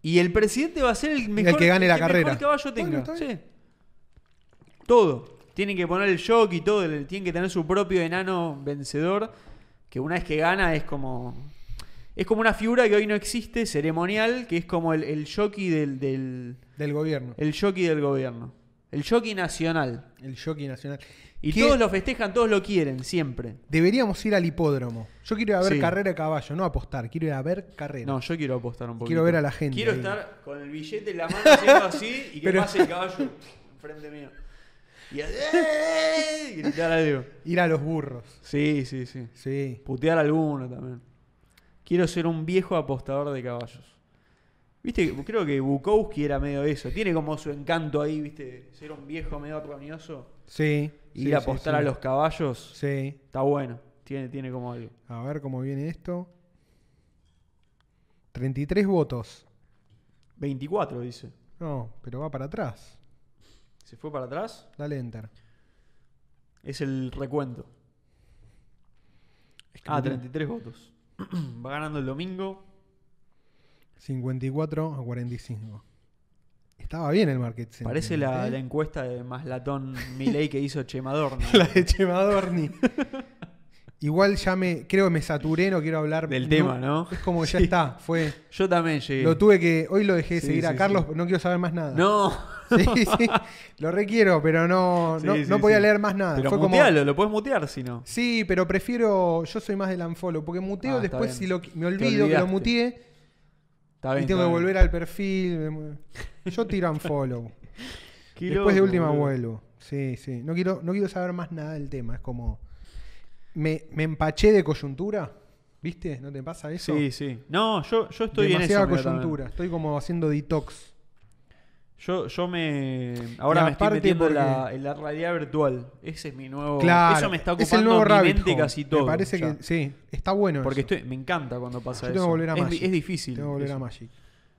B: Y el presidente va a ser el mejor
A: que gane la carrera.
B: Mejor caballo tenga.
A: Bueno, está bien.
B: Sí. Todo. Tienen que poner el jockey y todo, el- tienen que tener su propio enano vencedor, que una vez que gana es como es como una figura que hoy no existe, ceremonial, que es como el, el jockey del, del
A: Del gobierno.
B: el jockey del gobierno, el jockey nacional.
A: El jockey nacional.
B: Y
A: ¿Qué?
B: todos lo festejan, todos lo quieren, siempre.
A: Deberíamos ir al hipódromo. Yo quiero ir a ver
B: Sí.
A: carrera de caballo, no apostar. Quiero ir a ver carrera.
B: No, yo quiero apostar un poquito.
A: Quiero ver a la gente
B: Quiero
A: ahí.
B: estar con el billete en la mano haciendo así y que
A: Pero-
B: pase el caballo enfrente mío. Y, a- y gritar algo.
A: Ir a los burros.
B: Sí, sí, sí.
A: Sí.
B: Putear alguno también. Quiero ser un viejo apostador de caballos. Viste, creo que Bukowski era medio eso. Tiene como su encanto ahí, viste, ser un viejo medio roñoso.
A: Sí.
B: Y
A: Sí,
B: ir a
A: sí,
B: apostar
A: sí.
B: a los caballos.
A: Sí.
B: Está bueno. Tiene, tiene como algo.
A: A ver cómo viene esto. 33 votos.
B: 24, dice.
A: No, pero va para atrás.
B: ¿Se fue para atrás?
A: Dale enter.
B: Es el recuento. Ah, 33 votos. Va ganando el domingo.
A: 54 a 45. Estaba bien el market sentiment,
B: Parece la,
A: ¿eh?
B: la encuesta de Maslatón Milei que hizo Chemador.
A: La de Chemadorni. Igual ya me, creo que me saturé, no quiero hablar
B: Del tema, ¿no?
A: Es como ya
B: Sí.
A: está, fue.
B: Yo también llegué.
A: Lo tuve que, hoy lo dejé de
B: Sí,
A: seguir a
B: sí,
A: Carlos,
B: sí.
A: no quiero saber más nada.
B: No.
A: Sí, sí, lo requiero, pero no, no,
B: Sí, sí,
A: no podía
B: sí.
A: leer más nada.
B: Pero
A: fue como,
B: mutealo, lo puedes mutear si no.
A: Sí, pero prefiero, yo soy más del unfollow, porque muteo
B: Ah, está
A: después
B: bien.
A: si lo, qui- me
B: Te
A: olvido que lo
B: olvidaste.
A: muteé
B: Está
A: y tengo
B: bien,
A: que
B: está bien.
A: volver al perfil. me- Yo tiro unfollow.
B: Qué
A: Después de
B: loco,
A: última
B: boludo.
A: vuelvo. Sí, sí. No quiero, no quiero saber más nada del tema. Es como. Me, me empaché de coyuntura. ¿Viste? ¿No te pasa eso?
B: Sí, sí. No, yo, yo estoy
A: Demasiada
B: en eso. mira,
A: coyuntura.
B: también.
A: Estoy como haciendo detox.
B: Yo, yo me. Ahora
A: Y
B: me estoy
A: aparte
B: metiendo en, la, en la realidad virtual. Ese es mi nuevo.
A: Claro.
B: Oh, Eso me está
A: es
B: ocupando
A: el nuevo
B: mi
A: rabbit
B: mente
A: hole.
B: casi todo.
A: Me parece
B: ya.
A: que. Sí, está bueno.
B: Porque
A: eso.
B: estoy, me encanta cuando pasa
A: Yo tengo
B: eso.
A: que volver a
B: es,
A: Magic.
B: es difícil.
A: Tengo que volver a
B: eso.
A: Magic.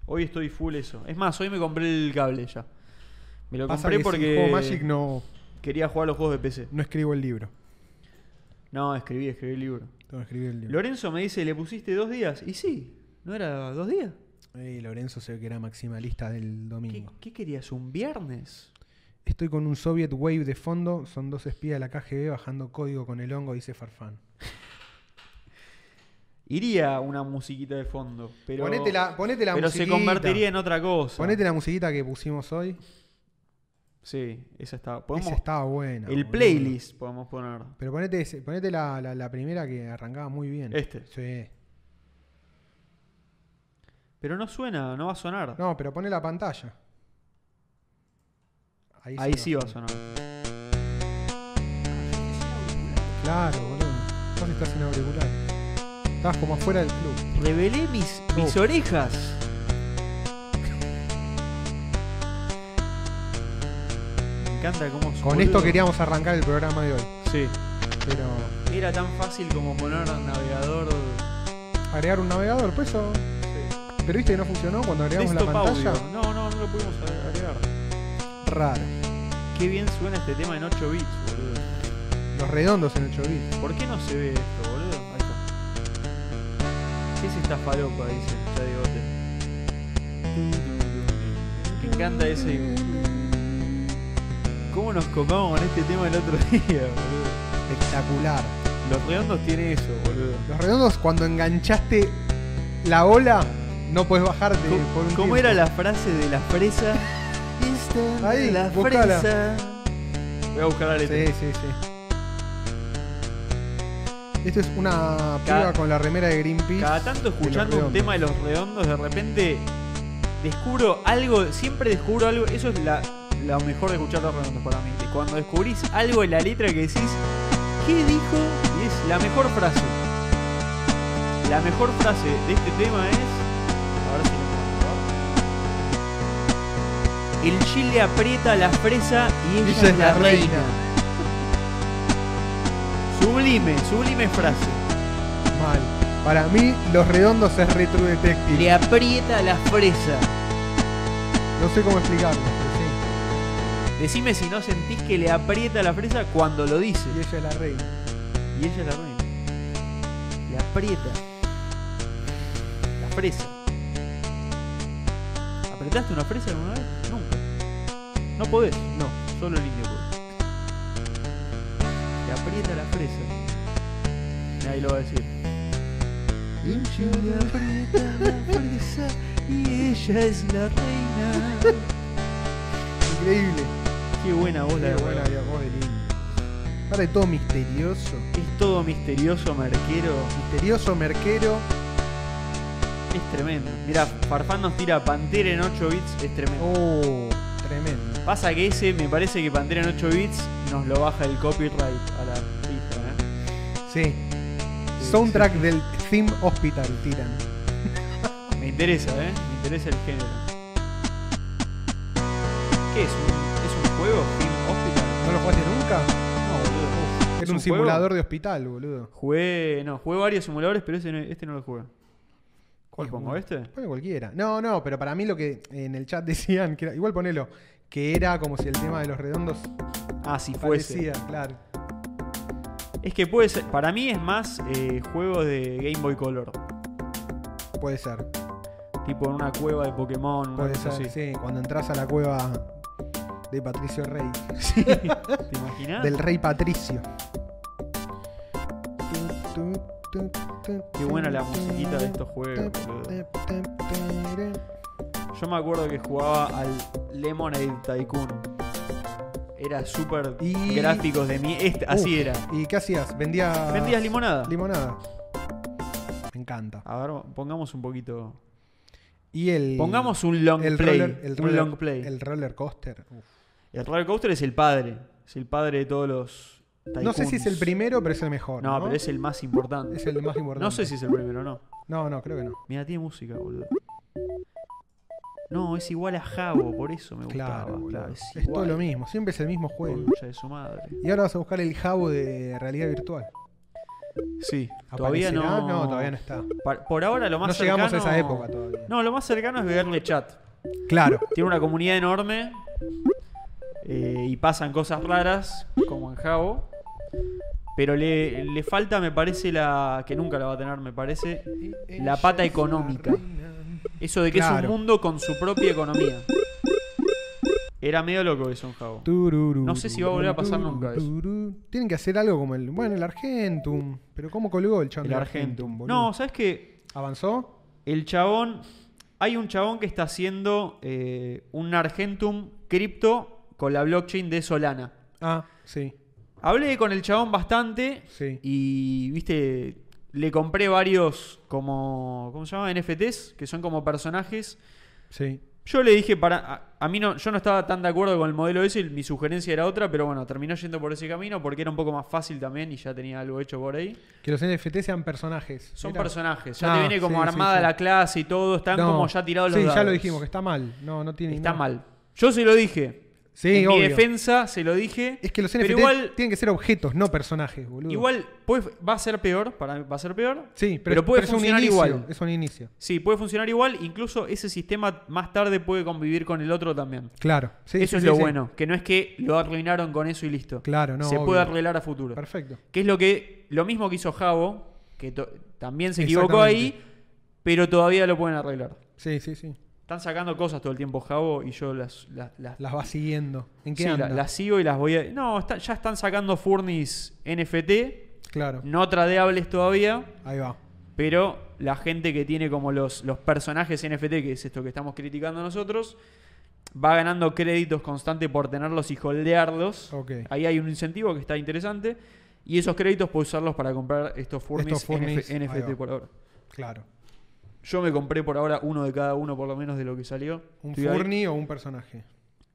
B: Hoy estoy full eso. Es más, hoy me compré el cable ya. Me lo
A: Pasa
B: compré
A: que sin
B: porque
A: juego Magic no,
B: quería jugar los juegos de PC.
A: no escribo el libro.
B: No, escribí, escribí el libro.
A: Tengo que escribir el libro.
B: Lorenzo me dice, ¿le pusiste dos días? Y sí, ¿no era dos días?
A: Eh, Lorenzo se ve que era maximalista del
B: ¿Qué,
A: domingo.
B: qué querías? ¿Un viernes?
A: Estoy con un Soviet Wave de fondo. Son dos espías de la KGB bajando código con el hongo, dice Farfán.
B: Iría una musiquita de fondo, pero,
A: ponete la, ponete la
B: pero se
A: musiquita.
B: convertiría en otra cosa.
A: Ponete la musiquita que pusimos hoy.
B: Sí, esa está. Podemos,
A: Esa estaba buena.
B: el
A: boludo.
B: playlist podemos poner.
A: Pero ponete, ese- ponete la, la- la primera que arrancaba muy bien.
B: Este.
A: Sí.
B: Pero no suena, no va a sonar.
A: No, pero pone la pantalla.
B: Ahí sí va
A: va
B: a sonar.
A: Claro, boludo. Vos estás sin auricular. Estabas como afuera del club.
B: Revelé mis, mis
A: Oh.
B: orejas. Me encanta cómo
A: Con
B: boludo.
A: esto queríamos arrancar el programa de hoy.
B: Sí.
A: Pero
B: Era tan fácil como poner navegador.
A: agregar un navegador, pues eso. Pero viste que no funcionó cuando agregamos la
B: Desktop
A: pantalla.
B: audio. No, no, no lo pudimos agregar.
A: Raro.
B: Qué bien suena este tema en 8 bits, boludo.
A: Los redondos en el chorrito.
B: ¿Por qué no se ve esto, boludo? Ahí está. ¿Qué es esta falopa? Dice Chadigote. Me encanta ese. ¿Cómo nos copamos con este tema el otro día, boludo?
A: Espectacular.
B: Los redondos tiene eso, boludo.
A: Los redondos cuando enganchaste la ola, no puedes bajarte
B: ¿Cómo,
A: por un
B: cómo
A: tiempo.
B: era la frase de la fresa? Instant
A: Ahí,
B: la
A: buscala.
B: fresa. Voy a buscar la letra.
A: Sí, sí, sí. Esto es una
B: Cada-
A: piba con la remera de Greenpeace.
B: Cada tanto
A: De
B: escuchando
A: los
B: un tema de los redondos, de repente descubro algo, siempre descubro algo, eso es la, lo mejor de escuchar los redondos para mí. que Cuando descubrís algo en la letra que decís, ¿qué dijo? Y es la mejor frase. La mejor frase de este tema es. A ver si lo puedo encontrar. El chile aprieta la fresa y ella, es la, reina. Sublime, sublime frase.
A: Mal. Para mí, los redondos es retro detective.
B: Le aprieta la fresa.
A: No sé cómo explicarlo. pero
B: Decime si no sentís que le aprieta la fresa cuando lo dice.
A: sí. Y ella es la reina.
B: Y ella es la reina. Le aprieta. La fresa. ¿Apretaste una fresa alguna vez? Nunca. No podés. No, solo el indio puede. Le aprieta la fresa. Ahí lo va a decir. Ella le aprieta la fresa y ella es la reina.
A: Increíble.
B: Qué buena voz la
A: Qué
B: de
A: buena
B: Raúl.
A: la voz de lindo. Aparte todo misterioso.
B: Es todo misterioso, marquero.
A: Misterioso, merquero.
B: Es tremendo. Mira, Farfán nos tira Pantera en 8 bits. Es tremendo.
A: Oh, tremendo.
B: Pasa que ese, me parece que Pantera en 8 bits nos lo baja el copyright a la pista, ¿eh?
A: Sí.
B: Sí,
A: Soundtrack del Theme Hospital tiran.
B: Me interesa, ¿eh? Me interesa el género. ¿Qué es? ¿Un, ¿Es un juego? ¿Film Hospital?
A: ¿No lo jugaste nunca?
B: No, boludo. ¿Es
A: Era un,
B: juego?
A: simulador de hospital, boludo.
B: Jugué, no, jugué varios simuladores, pero ese no- este no lo jugué. ¿Cuál pongo?
A: jugué?
B: ¿Este?
A: Pone cualquiera. No, no, pero para mí lo que en el chat decían, que era, igual ponelo, que era como si el tema de los redondos
B: Ah, si fuese.
A: parecía, claro.
B: Es que puede ser, para mí es más eh, juegos de Game Boy Color.
A: Puede ser,
B: Tipo en una cueva de Pokémon, una
A: puede
B: cosa
A: ser,
B: así.
A: Ah, sí. Cuando entras a la cueva de Patricio Rey,
B: ¿Te imaginas?
A: del Rey Patricio.
B: Qué buena la musiquita de estos juegos, boludo. Yo me acuerdo que jugaba al Lemonade Tycoon. Era súper
A: Y-
B: gráficos de mí. este- así
A: Uf,
B: era.
A: ¿Y qué hacías? Vendías.
B: ¿Vendías limonada?
A: Limonada. Me encanta.
B: A ver, pongamos un poquito.
A: Y el.
B: Pongamos un long
A: el
B: play.
A: roller- el
B: un
A: roller-
B: long play.
A: El roller coaster. Uf.
B: El roller coaster es el padre. Es el padre de todos los
A: No sé si es el
B: tycoons.
A: primero, pero es el mejor. No,
B: No, pero es el más importante.
A: Es el más importante.
B: No sé si es el primero o no.
A: No, no, creo que no.
B: Mira, tiene música, boludo. No, es igual a Jabo, por eso me gustaba.
A: Claro, boludo.
B: claro,
A: es,
B: es
A: todo
B: igual.
A: lo mismo. Siempre es el mismo juego.
B: Concha de su madre.
A: Y ahora vas a buscar el jabo de realidad virtual.
B: Sí, todavía
A: ¿Aparecerá?
B: no.
A: No, todavía no está.
B: Pa- Por ahora lo más
A: no llegamos
B: cercano-
A: a esa época todavía.
B: No, lo más cercano es verle chat.
A: Claro.
B: Tiene una comunidad enorme eh, y pasan cosas raras, como en Jabo. Pero le, le falta, me parece, la. que nunca la va a tener, me parece. La pata económica. Eso de que es
A: Claro.
B: un mundo con su propia economía. Era medio loco eso en Jabo. No sé si va a volver a pasar nunca eso.
A: Tienen que hacer algo como el. Bueno, el Argentum. Pero ¿cómo colgó el chabón
B: El
A: del
B: Argentum.
A: boludo?
B: No, ¿sabes qué?
A: ¿Avanzó?
B: El chabón. Hay un chabón que está haciendo eh, un Argentum cripto con la blockchain de Solana.
A: Ah, sí.
B: Hablé con el chabón bastante
A: Sí.
B: y, viste, le compré varios como, ¿cómo se llama? NFTs, que son como personajes.
A: Sí.
B: Yo le dije, para, a, a mí no, yo no estaba tan de acuerdo con el modelo ese, y mi sugerencia era otra, pero bueno, terminó yendo por ese camino porque era un poco más fácil también y ya tenía algo hecho por ahí.
A: Que los NFT sean personajes.
B: Son
A: Mirá.
B: personajes, ya
A: Ah,
B: te viene como
A: sí, sí,
B: armada
A: sí.
B: la clase y todo, están
A: No.
B: como ya tirados los
A: Sí, ya lo
B: dados.
A: dijimos, que está mal. No, no tiene.
B: Está
A: no.
B: mal. Yo se lo dije.
A: Sí,
B: en mi
A: obvio.
B: defensa se lo dije.
A: Es que los
B: pero
A: NFT
B: igual
A: tienen que ser objetos, no personajes, boludo.
B: Igual pues, va a ser peor, para mí va a ser peor.
A: Sí, pero,
B: puede
A: pero es un
B: funcionar
A: inicio,
B: igual.
A: Es un inicio.
B: Sí, puede funcionar igual. Incluso ese sistema más tarde puede convivir con el otro también.
A: Claro. Sí,
B: eso
A: sí,
B: es
A: sí,
B: lo
A: sí.
B: bueno, que no es que lo arruinaron con eso y listo.
A: Claro, no,
B: Se
A: obvio.
B: puede arreglar a futuro.
A: Perfecto.
B: Que es lo que lo mismo que hizo Javo, que to- también se equivocó ahí,
A: Exactamente.
B: pero todavía lo pueden arreglar.
A: Sí, sí, sí.
B: Están sacando cosas todo el tiempo Javo y yo las las, las-
A: Las va siguiendo. ¿En qué
B: sí,
A: anda?
B: la- las sigo y las voy a No, está- ya están sacando Furnis NFT,
A: Claro.
B: no tradeables todavía.
A: Ahí va.
B: Pero la gente que tiene como los, los personajes NFT, que es esto que estamos criticando nosotros, va ganando créditos constante por tenerlos y holdearlos.
A: Ok.
B: Ahí hay un incentivo que está interesante. Y esos créditos puedes usarlos para comprar estos furnis,
A: Estos furnis,
B: NF-
A: ahí va.
B: NFT por ahora.
A: Claro.
B: Yo me compré por ahora uno de cada uno, por lo menos de lo que salió.
A: ¿Un
B: Estoy ahí.
A: furni o un personaje?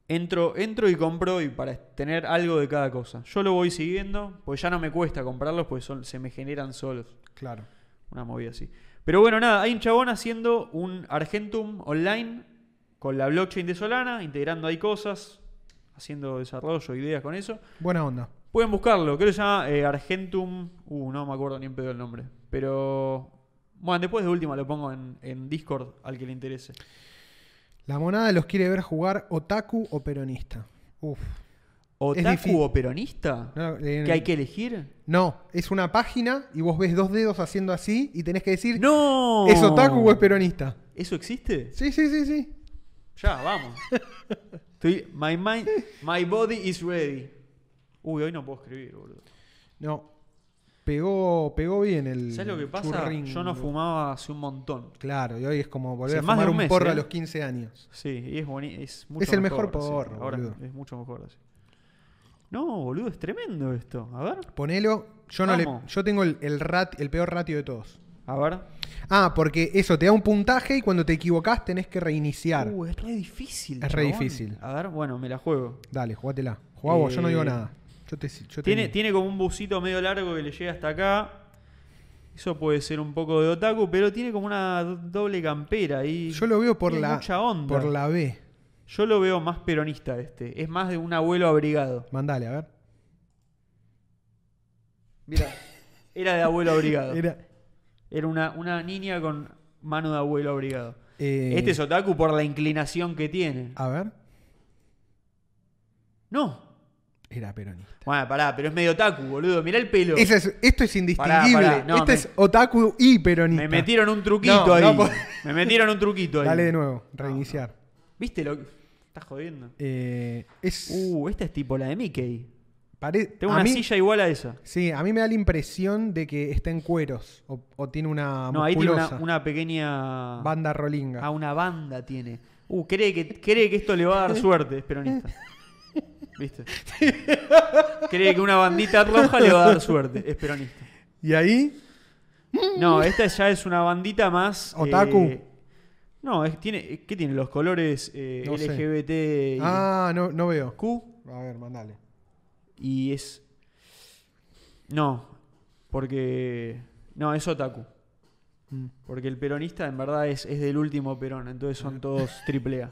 B: Entro, entro y compro y para tener algo de cada cosa. Yo lo voy siguiendo, pues ya no me cuesta comprarlos, pues son, se me generan solos.
A: Claro.
B: Una movida así. Pero bueno, nada, hay un chabón haciendo un Argentum online con la blockchain de Solana, integrando ahí cosas, haciendo desarrollo, ideas con eso.
A: Buena onda.
B: Pueden buscarlo, creo que se llama eh, Argentum. Uh, no me acuerdo ni en pedo el nombre. Pero. Bueno, después de última lo pongo en, en Discord al que le interese.
A: La monada los quiere ver jugar otaku o peronista. Uf. difícil.
B: ¿Otaku o peronista?
A: No, eh,
B: ¿Que hay que elegir?
A: No, es una página y vos ves dos dedos haciendo así y tenés que decir,
B: ¡No!
A: ¿es otaku o es peronista?
B: ¿Eso existe?
A: Sí, sí, sí, sí.
B: Ya, vamos. Estoy- my mind, my body is ready. Uy, hoy no puedo escribir, boludo.
A: No. Pegó, pegó bien el.
B: ¿Sabes lo que pasa?
A: churringo.
B: Yo no fumaba hace un montón.
A: Claro, y hoy es como volver a
B: Hace más de
A: fumar
B: un
A: un,
B: mes,
A: porro
B: ¿eh?
A: a los 15 años.
B: Sí, y es bonito. Es, mucho
A: Es el mejor
B: sí.
A: porro,
B: Ahora
A: boludo.
B: es mucho mejor así. No, boludo, es tremendo esto. A ver,
A: Ponelo. Yo no le,
B: Vamos.
A: yo tengo el, el rat, el peor ratio de todos.
B: a ver.
A: Ah, porque eso te da un puntaje y cuando te equivocás tenés que reiniciar.
B: Uh, es re difícil.
A: Es re
B: chabón.
A: difícil.
B: A ver, bueno, me la juego.
A: Dale, jugátela. Jugá vos, yo no
B: Eh,
A: digo nada. Yo te, yo te-
B: Tiene, tiene como un busito medio largo que le llega hasta acá. Eso puede ser un poco de otaku, pero tiene como una do- doble campera ahí.
A: yo lo veo por
B: Tiene
A: la,
B: mucha onda.
A: por la B.
B: Yo lo veo más peronista este. Es más de un abuelo abrigado.
A: Mandale, a ver.
B: Mira. Era de abuelo abrigado. Era,
A: Era,
B: una, una niña con mano de abuelo abrigado.
A: eh,
B: Este es otaku por la inclinación que tiene.
A: A ver.
B: No.
A: Era peronista.
B: Bueno, pará, pero es medio otaku, boludo. Mirá el pelo.
A: Ese es- esto es indistinguible.
B: pará, no,
A: este
B: me-
A: es otaku y peronista.
B: Me metieron un truquito
A: No,
B: ahí.
A: no, por-
B: Me metieron un truquito ahí.
A: Dale de nuevo, reiniciar.
B: ¿Viste lo que.? Estás jodiendo.
A: Eh, es
B: Uh, esta es tipo la de Mickey.
A: Pare-
B: Tengo
A: a
B: una
A: mí-
B: silla igual a esa.
A: Sí, a mí me da la impresión de que está en cueros o, o tiene una
B: No, ahí tiene
A: Ah, musculosa
B: una, una Ah, pequeña.
A: banda rolinga.
B: A una banda tiene. Uh, cree que, cree que esto le va a dar suerte, es peronista. ¿Viste? Cree que una bandita roja le va a dar suerte, es peronista.
A: Y ahí,
B: No, esta ya es una bandita más.
A: Otaku.
B: eh, no, es, tiene, ¿qué tiene? Los colores eh,
A: No sé.
B: LGBT y
A: ah, no, no veo.
B: Q.
A: A ver, mandale.
B: Y es. No, porque. No, es otaku.
A: Mm.
B: Porque el peronista en verdad es, es del último perón, entonces son todos triple A.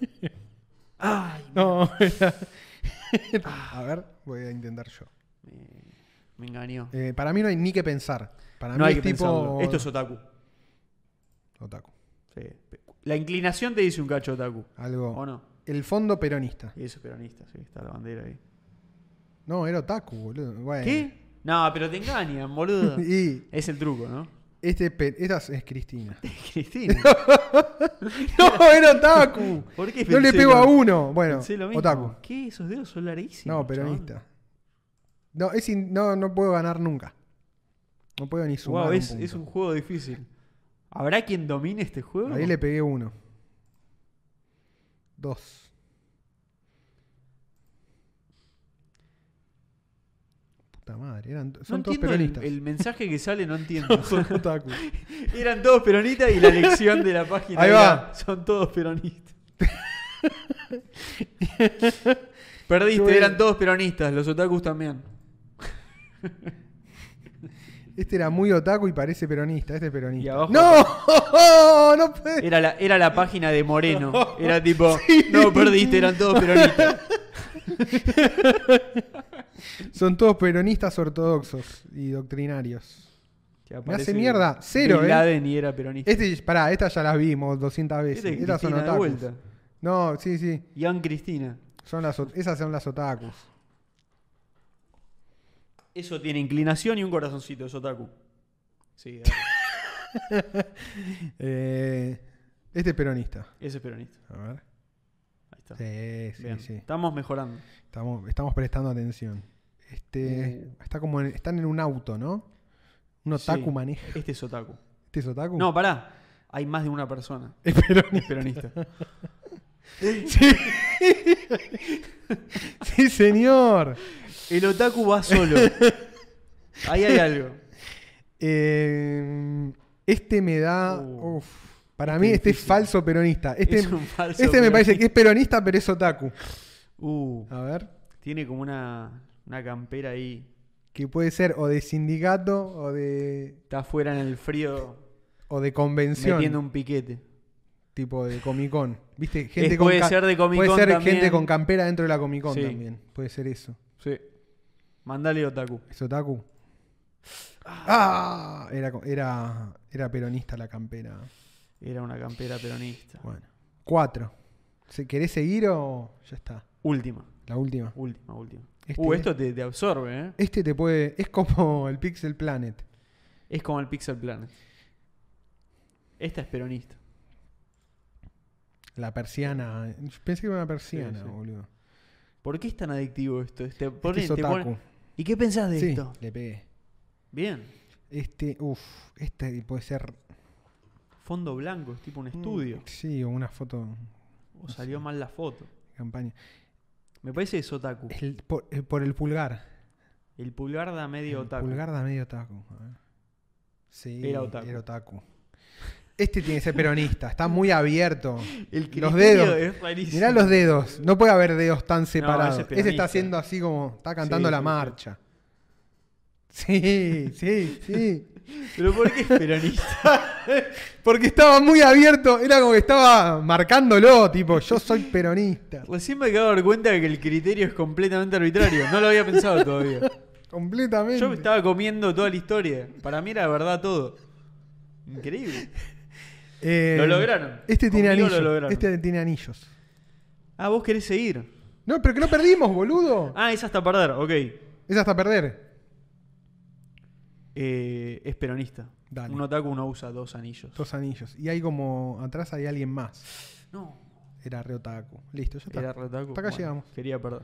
B: Ay,
A: No. a ver, voy a intentar yo.
B: me engañó.
A: Eh, para mí no hay ni que pensar. Para
B: No
A: mí
B: hay
A: es
B: que
A: tipo
B: pensarlo. Esto es otaku.
A: otaku.
B: Sí. La inclinación te dice un cacho otaku.
A: Algo.
B: ¿O no?
A: El fondo peronista.
B: Y eso es peronista, sí, está la bandera ahí.
A: No, era otaku, boludo. Bueno.
B: ¿Qué? No, pero te engañan, boludo.
A: Y
B: Es el truco, ¿no?
A: este pe- esta es Cristina.
B: Cristina.
A: no, era otaku.
B: ¿Por qué
A: No le
B: pensé
A: pego
B: lo-
A: a uno. Bueno,
B: pensé lo mismo?
A: otaku.
B: ¿Qué? Esos dedos son larguísimos.
A: No,
B: chabón.
A: peronista. No, es in- no, no puedo ganar nunca. No puedo ni sumar.
B: Guau, es,
A: un punto.
B: es un juego difícil. ¿Habrá quien domine este juego?
A: Ahí le pegué uno. Dos. Puta madre. Eran,
B: no
A: son todos
B: entiendo el,
A: peronistas.
B: el mensaje que sale, no entiendo.
A: Son otaku.
B: Eran todos peronistas y la elección de la página
A: Ahí
B: era,
A: va.
B: son todos peronistas.
A: Yo-
B: Perdiste, eran todos peronistas, los otakus también.
A: Este era muy otaku y parece peronista. Este es peronista.
B: Y abajo-
A: ¡No! ¡No puede!
B: Era la, era la página de Moreno. Era tipo, no perdiste, eran todos peronistas. Eh.
A: Son todos peronistas ortodoxos y doctrinarios.
B: Que aparece
A: mierda, cero,
B: Bin
A: eh.
B: Laden y era peronista.
A: Este, pará, estas ya las vimos 200 veces.
B: Este es
A: Estas son
B: Cristina de
A: otakus.
B: vuelta.
A: No, sí, sí.
B: Ian Cristina.
A: Son las, ot- esas son las otakus.
B: Eso tiene inclinación y un corazoncito, es otaku. Sí, dale.
A: Eh, este es peronista.
B: ese es peronista.
A: A ver.
B: Ahí está.
A: Sí, sí,
B: Bien.
A: sí.
B: Estamos mejorando.
A: Estamos, estamos prestando atención. Este, está como en- están en un auto, ¿no? Un otaku
B: Uh. Sí.
A: maneja.
B: Este es otaku.
A: ¿Este es otaku?
B: No, pará. Hay más de una persona.
A: Es peronista.
B: Es peronista.
A: Sí. Sí, señor.
B: El otaku va solo. Ahí hay algo.
A: Eh, este me da.
B: Uh,
A: uf. para mí, este es
B: difícil.
A: falso peronista. Este,
B: Es un falso
A: este me parece
B: peronista.
A: que es peronista, pero es otaku.
B: Uh,
A: A ver.
B: tiene como una, una campera ahí.
A: Que puede ser o de sindicato o de.
B: Está afuera en el frío
A: o de convención.
B: metiendo un piquete.
A: tipo de Comic Con. ¿Viste?
B: Es-
A: Gente con
B: puede
A: ca-
B: ser de Comic Con
A: Puede ser
B: también.
A: gente con campera dentro de la Comic Con
B: Sí.
A: también. Puede ser eso.
B: Sí. Mandale otaku.
A: ¿Es otaku? ¡Ah! Era, co- era, era peronista la campera.
B: Era una campera peronista.
A: Bueno. Cuatro. ¿Se- ¿Querés seguir o ya está?
B: Última,
A: La última.
B: última, última.
A: Este-
B: uh, esto te, te absorbe, ¿eh?
A: Este te puede. Es como el Pixel Planet.
B: Es como el Pixel Planet. Esta es peronista.
A: La persiana. Pensé que era una persiana,
B: sí.
A: boludo.
B: ¿Por qué es tan adictivo esto? Este,
A: Este
B: ponen-
A: es
B: te
A: otaku.
B: ponen- ¿Y qué pensás de
A: Sí,
B: esto?
A: le pegué.
B: Bien.
A: Este, uff, este puede ser.
B: Fondo blanco, es
A: Mm.
B: tipo un estudio.
A: Sí, o una foto
B: O salió mal la foto.
A: de campaña.
B: Me parece que es otaku.
A: El- por, eh, por el pulgar.
B: El pulgar da medio
A: el
B: otaku.
A: pulgar da medio otaku. a ver. Sí,
B: Era otaku.
A: era otaku. Este tiene que ser peronista, está muy abierto.
B: El
A: Los
B: criterio
A: dedos.
B: es rarísimo.
A: Mirá los dedos, no puede haber dedos tan separados.
B: ese es
A: ese, está
B: peronista.
A: haciendo así como, está cantando
B: Sí,
A: la
B: sí, sí.
A: marcha. Sí, sí, sí.
B: Pero ¿por qué es peronista?
A: Porque estaba muy abierto, era como que estaba marcándolo, tipo, yo soy peronista.
B: Recién me acabo de dar cuenta que el criterio es completamente arbitrario. No lo había pensado todavía.
A: Completamente.
B: Yo me estaba comiendo toda la historia. Para mí era de verdad todo. Increíble.
A: Eh,
B: Lo lograron.
A: Este tiene
B: Conmigo lo
A: anillos.
B: lograron.
A: Este tiene anillos.
B: Ah, vos querés seguir.
A: No, pero que no perdimos, boludo.
B: Ah, es hasta perder, ok.
A: Es hasta perder.
B: Eh, es peronista.
A: Dale.
B: Un otaku no usa dos anillos.
A: Dos anillos. Y hay como. Atrás hay alguien más.
B: No.
A: Era re otaku. Listo, ya está.
B: Era re otaku.
A: Hasta acá llegamos.
B: Quería perder.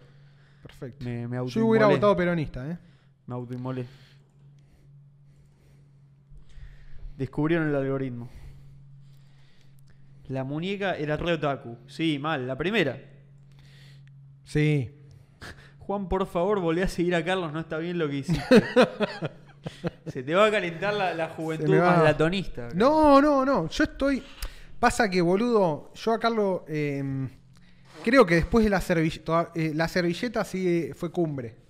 A: Perfecto.
B: Me, me
A: Yo hubiera
B: autoinmolé.
A: votado peronista, ¿eh?
B: Me autoinmolé. Descubrieron el algoritmo. La muñeca era re otaku. Sí, mal, la primera.
A: Sí.
B: Juan, por favor, volvé a seguir a Carlos, no está bien lo que hiciste. Se te va a calentar la, la
A: Se
B: juventud
A: me va.
B: maratonista.
A: No, no, no. Yo estoy. Pasa que, boludo, yo a Carlos. eh, creo que después de la servilleta. la servilleta sí eh, fue cumbre.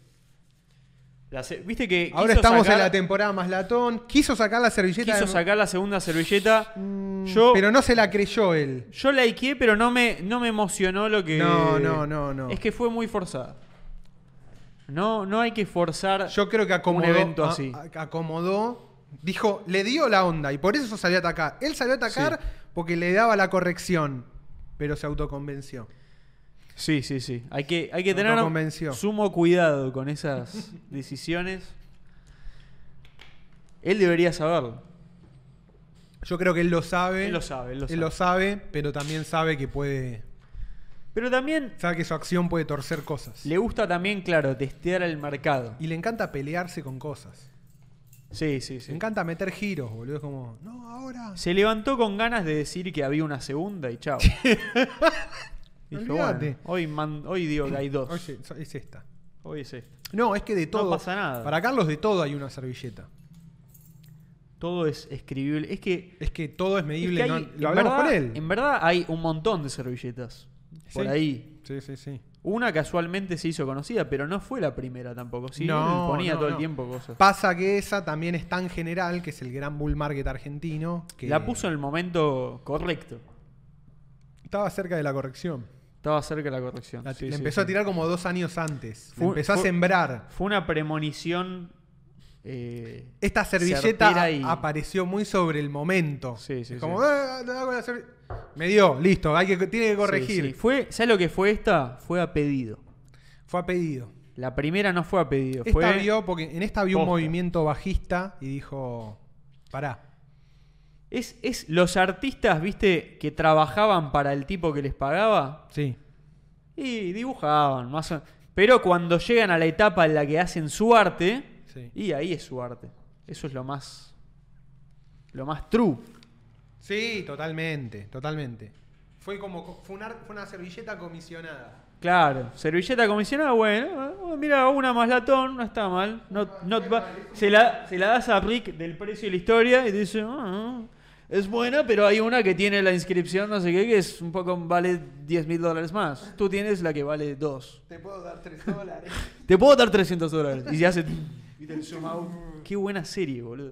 B: La se- Viste que
A: Ahora
B: quiso
A: estamos
B: sacar-
A: en la temporada más latón. Quiso sacar la servilleta.
B: Quiso
A: de-
B: sacar la segunda servilleta.
A: Mm,
B: Yo,
A: Pero no se la creyó él.
B: yo la iqué, pero no me, no me emocionó lo que.
A: No, no, no, no.
B: Es que fue muy forzada. No, no hay que forzar.
A: Yo creo que acomodó.
B: Un evento
A: a-
B: así.
A: a- acomodó. Dijo, le dio la onda y por eso salió a atacar. Él salió a atacar porque le daba la corrección, pero se autoconvenció.
B: Sí, sí, sí. Hay que, hay que
A: No te
B: tener
A: convenció.
B: sumo cuidado con esas decisiones. Él debería saberlo.
A: Yo creo que él lo sabe.
B: Él lo sabe, él lo
A: Él lo sabe, pero también sabe que puede.
B: Pero también
A: Sabe que su acción puede torcer cosas.
B: le gusta también, claro, testear el mercado.
A: Y le encanta pelearse con cosas.
B: Sí, sí,
A: Le
B: sí.
A: encanta meter giros, boludo. Es como, no, ahora.
B: Se levantó con ganas de decir que había una segunda y chao. Dijo,
A: Olvídate.
B: bueno, hoy, man- hoy digo que hay dos.
A: Oye, so- es esta.
B: Hoy es esta.
A: No, es que de todo.
B: pasa nada.
A: Para Carlos, de todo hay una servilleta.
B: Todo es escribible. Es que,
A: Es que todo es
B: es
A: medible.
B: que
A: no-
B: hay- en
A: lo hablamos
B: verdad-
A: con él.
B: En verdad hay un montón de servilletas. Por
A: Sí.
B: ahí.
A: Sí, sí, sí.
B: Una casualmente se hizo conocida, pero no fue la primera tampoco. Sí,
A: No,
B: él ponía
A: no,
B: todo el
A: no.
B: tiempo cosas.
A: Pasa que esa también es tan general, que es el gran bull market argentino. Que
B: La puso en el momento correcto.
A: Estaba cerca de la corrección.
B: Estaba cerca de la corrección.
A: La-
B: Sí,
A: le
B: sí,
A: empezó
B: sí.
A: a tirar como dos años antes. Le
B: Fue-
A: empezó
B: fue-
A: a sembrar.
B: Fue una premonición. eh,
A: Esta
B: certera
A: servilleta
B: y-
A: apareció muy sobre el momento.
B: Sí, sí,
A: Es como,
B: sí.
A: "Ah, te hago la servi-". me dio, listo, hay que, tiene que corregir.
B: sí, sí. Fue, ¿Sabes lo que fue esta? Fue a pedido.
A: Fue a pedido.
B: La primera no fue a pedido.
A: Esta
B: fue-
A: vio, porque en esta vio un
B: posta.
A: movimiento bajista y dijo, pará.
B: es, es los artistas, viste, que trabajaban para el tipo que les pagaba
A: Sí.
B: y dibujaban. Más o- Pero cuando llegan a la etapa en la que hacen su arte,
A: Sí.
B: Y ahí es su arte. Eso es lo más. Lo más true.
A: Sí, totalmente, totalmente. Fue como, co- fue una, fue una servilleta comisionada.
B: Claro. Servilleta comisionada, bueno. eh, Mira, una más latón, no está mal. Not- not bad. Se, la, se la das a Rick del precio de la historia y te dice. "Ah, es buena, pero hay una que tiene la inscripción, no sé qué, que es un poco vale 10 mil dólares más. Tú tienes la que vale 2.
A: Te puedo dar tres dólares.
B: Te puedo dar 300 dólares. Y se hace. y te zoom out. Qué buena serie, boludo.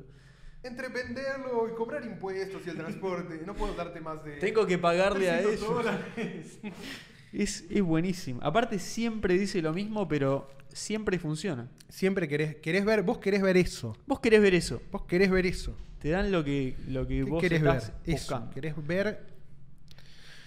A: Entre venderlo y cobrar impuestos y el transporte, no puedo darte más de...
B: Tengo que pagarle a ellos.
A: dólares.
B: Es, es buenísimo. Aparte siempre dice lo mismo, pero siempre funciona.
A: Siempre querés, querés ver, vos querés ver eso.
B: Vos querés ver eso.
A: Vos querés ver eso.
B: Te dan lo que, lo
A: ¿Qué
B: que vos
A: querés ver?
B: estás
A: Eso.
B: buscando.
A: ¿Querés ver?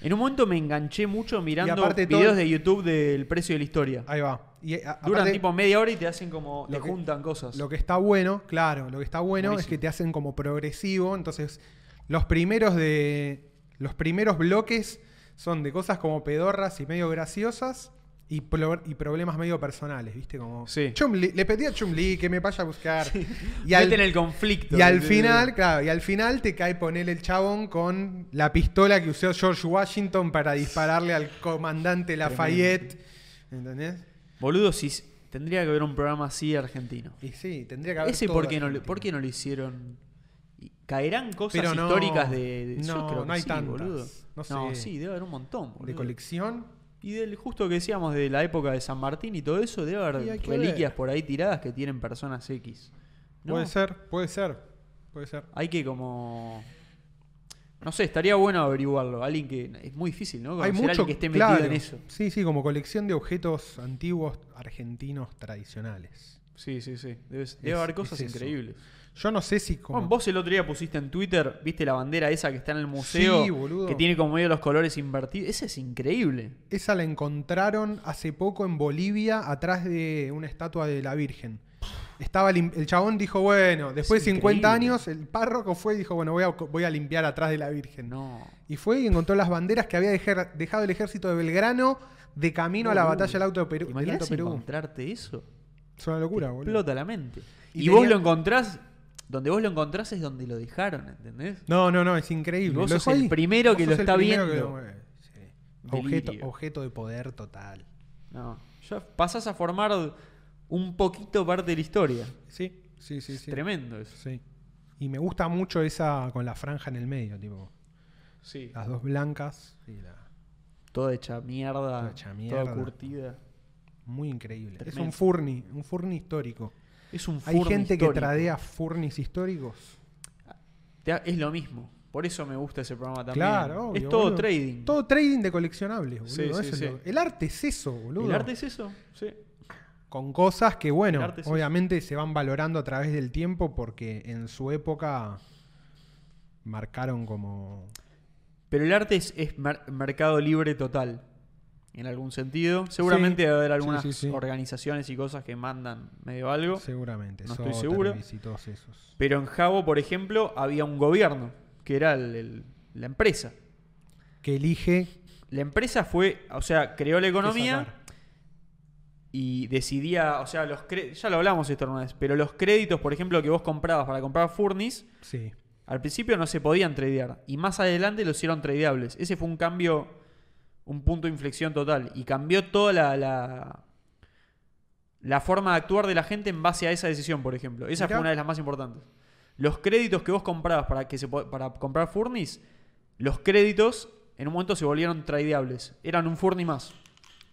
B: En un momento me enganché mucho mirando
A: aparte todo-
B: videos de YouTube del precio de la historia.
A: Ahí va. Y, a-
B: Duran
A: aparte,
B: tipo media hora y te hacen como.
A: lo
B: Te
A: que-
B: juntan cosas.
A: Lo que está bueno, claro, lo que está bueno es
B: Buenísimo.
A: que te hacen como progresivo. Entonces, los primeros de. Los primeros bloques son de cosas como pedorras y medio graciosas. Y, pro- y problemas medio personales, ¿viste? Como.
B: Sí.
A: Chumli- le pedí a Chumli que me vaya a buscar. Y,
B: Meten
A: al,
B: el conflicto.
A: y al
B: Sí,
A: final, claro, y al final te cae poner el chabón con la pistola que usó George Washington para dispararle al comandante Lafayette. ¿Entendés?
B: sí. Boludo, si s- tendría que haber un programa así argentino.
A: Y sí, tendría que haber.
B: Ese
A: todo
B: por qué, no, lo-
A: Argentina.
B: por qué no lo hicieron. Y Caerán cosas
A: Pero no,
B: históricas de. de- yo
A: no,
B: creo que
A: no hay
B: sí,
A: tantas.
B: boludo.
A: No sé.
B: sí, debe haber un montón, boludo.
A: De colección.
B: Y del justo que decíamos de la época de San Martín y todo eso, debe
A: Y hay
B: haber
A: que
B: reliquias
A: ver.
B: por ahí tiradas que tienen personas X. ¿no?
A: Puede ser, puede ser. Puede ser.
B: Hay que como. No sé, estaría bueno averiguarlo. Alguien que. Es muy difícil, ¿no?
A: Hay
B: Conocer a
A: mucho
B: alguien que esté metido
A: claro.
B: en eso.
A: Sí, sí, como colección de objetos antiguos argentinos tradicionales.
B: Sí, sí, sí. Debe, debe
A: Es-
B: haber cosas
A: es eso.
B: increíbles.
A: Yo no sé si como
B: Juan, Oh, vos el otro día pusiste en Twitter, viste la bandera esa que está en el museo.
A: Sí, boludo.
B: Que tiene como medio los colores invertidos. Ese es increíble.
A: esa la encontraron hace poco en Bolivia atrás de una estatua de la Virgen. Estaba lim- el chabón dijo, bueno, después
B: Es
A: de 50
B: increíble.
A: años el párroco fue y dijo, bueno, voy a, voy a limpiar atrás de la Virgen.
B: No.
A: Y fue y encontró las banderas que había dejer- dejado el ejército de Belgrano de camino a la batalla del auto de Perú. del
B: Imagínate
A: Alto Perú.
B: encontrarte eso.
A: Es una locura, boludo.
B: Explota la mente.
A: Y
B: Y,
A: tenía-
B: vos lo encontrás, donde vos lo encontrás es donde lo dejaron, ¿entendés?
A: No, no, no, es
B: Y
A: increíble.
B: vos
A: Lo
B: sos
A: dejó
B: el
A: ahí.
B: primero que
A: Vos
B: lo
A: sos el
B: está
A: primero que lo
B: viendo.
A: mueve, sí.
B: Delirio.
A: Objeto, objeto de poder total.
B: No. Ya pasás a formar un poquito parte de la historia.
A: Sí, sí, sí,
B: Es
A: sí.
B: tremendo eso.
A: Sí. Y me gusta mucho esa con la franja en el medio, tipo.
B: Sí.
A: Las dos blancas. y la-
B: Toda hecha mierda. Toda
A: Ah, hecha mierda.
B: curtida.
A: Muy increíble. Es
B: Tremendo.
A: un furni, un furni histórico.
B: Es un
A: Hay
B: furno
A: gente que
B: histórico.
A: tradea furnis históricos.
B: Te ha- Es lo mismo. Por eso me gusta ese programa también.
A: Claro, obvio,
B: Es todo
A: boludo.
B: trading.
A: Todo trading de coleccionables, boludo.
B: Sí,
A: Eso
B: sí,
A: es
B: sí.
A: lo- El arte es eso, boludo.
B: ¿El arte es eso? Sí.
A: Con cosas que, bueno,
B: El arte es eso.
A: obviamente se van valorando a través del tiempo porque en su época marcaron como.
B: Pero el arte es, es mer- mercado libre total. En algún sentido. Seguramente
A: Sí,
B: debe haber
A: sí,
B: algunas
A: sí, sí.
B: organizaciones y cosas que mandan medio algo.
A: Seguramente.
B: No
A: Sotheby's
B: estoy seguro.
A: y todos esos.
B: Pero en Javo, por ejemplo, había un gobierno, que era el- el- la empresa.
A: Que elige.
B: La empresa fue, o sea, creó la
A: qué
B: economía
A: sacar.
B: y decidía, o sea, los cre- ya lo hablamos esto una vez, pero los créditos, por ejemplo, que vos comprabas para comprar Furnis,
A: Sí.
B: al principio no se podían tradear y más adelante los hicieron tradeables. Ese fue un cambio, un punto de inflexión total y cambió toda la, la, la forma de actuar de la gente en base a esa decisión, por ejemplo. Esa
A: Mirá.
B: fue una de las más importantes. Los créditos que vos comprabas para, que se, po- para comprar furnis, los créditos en un momento se volvieron tradeables. Eran un furni más.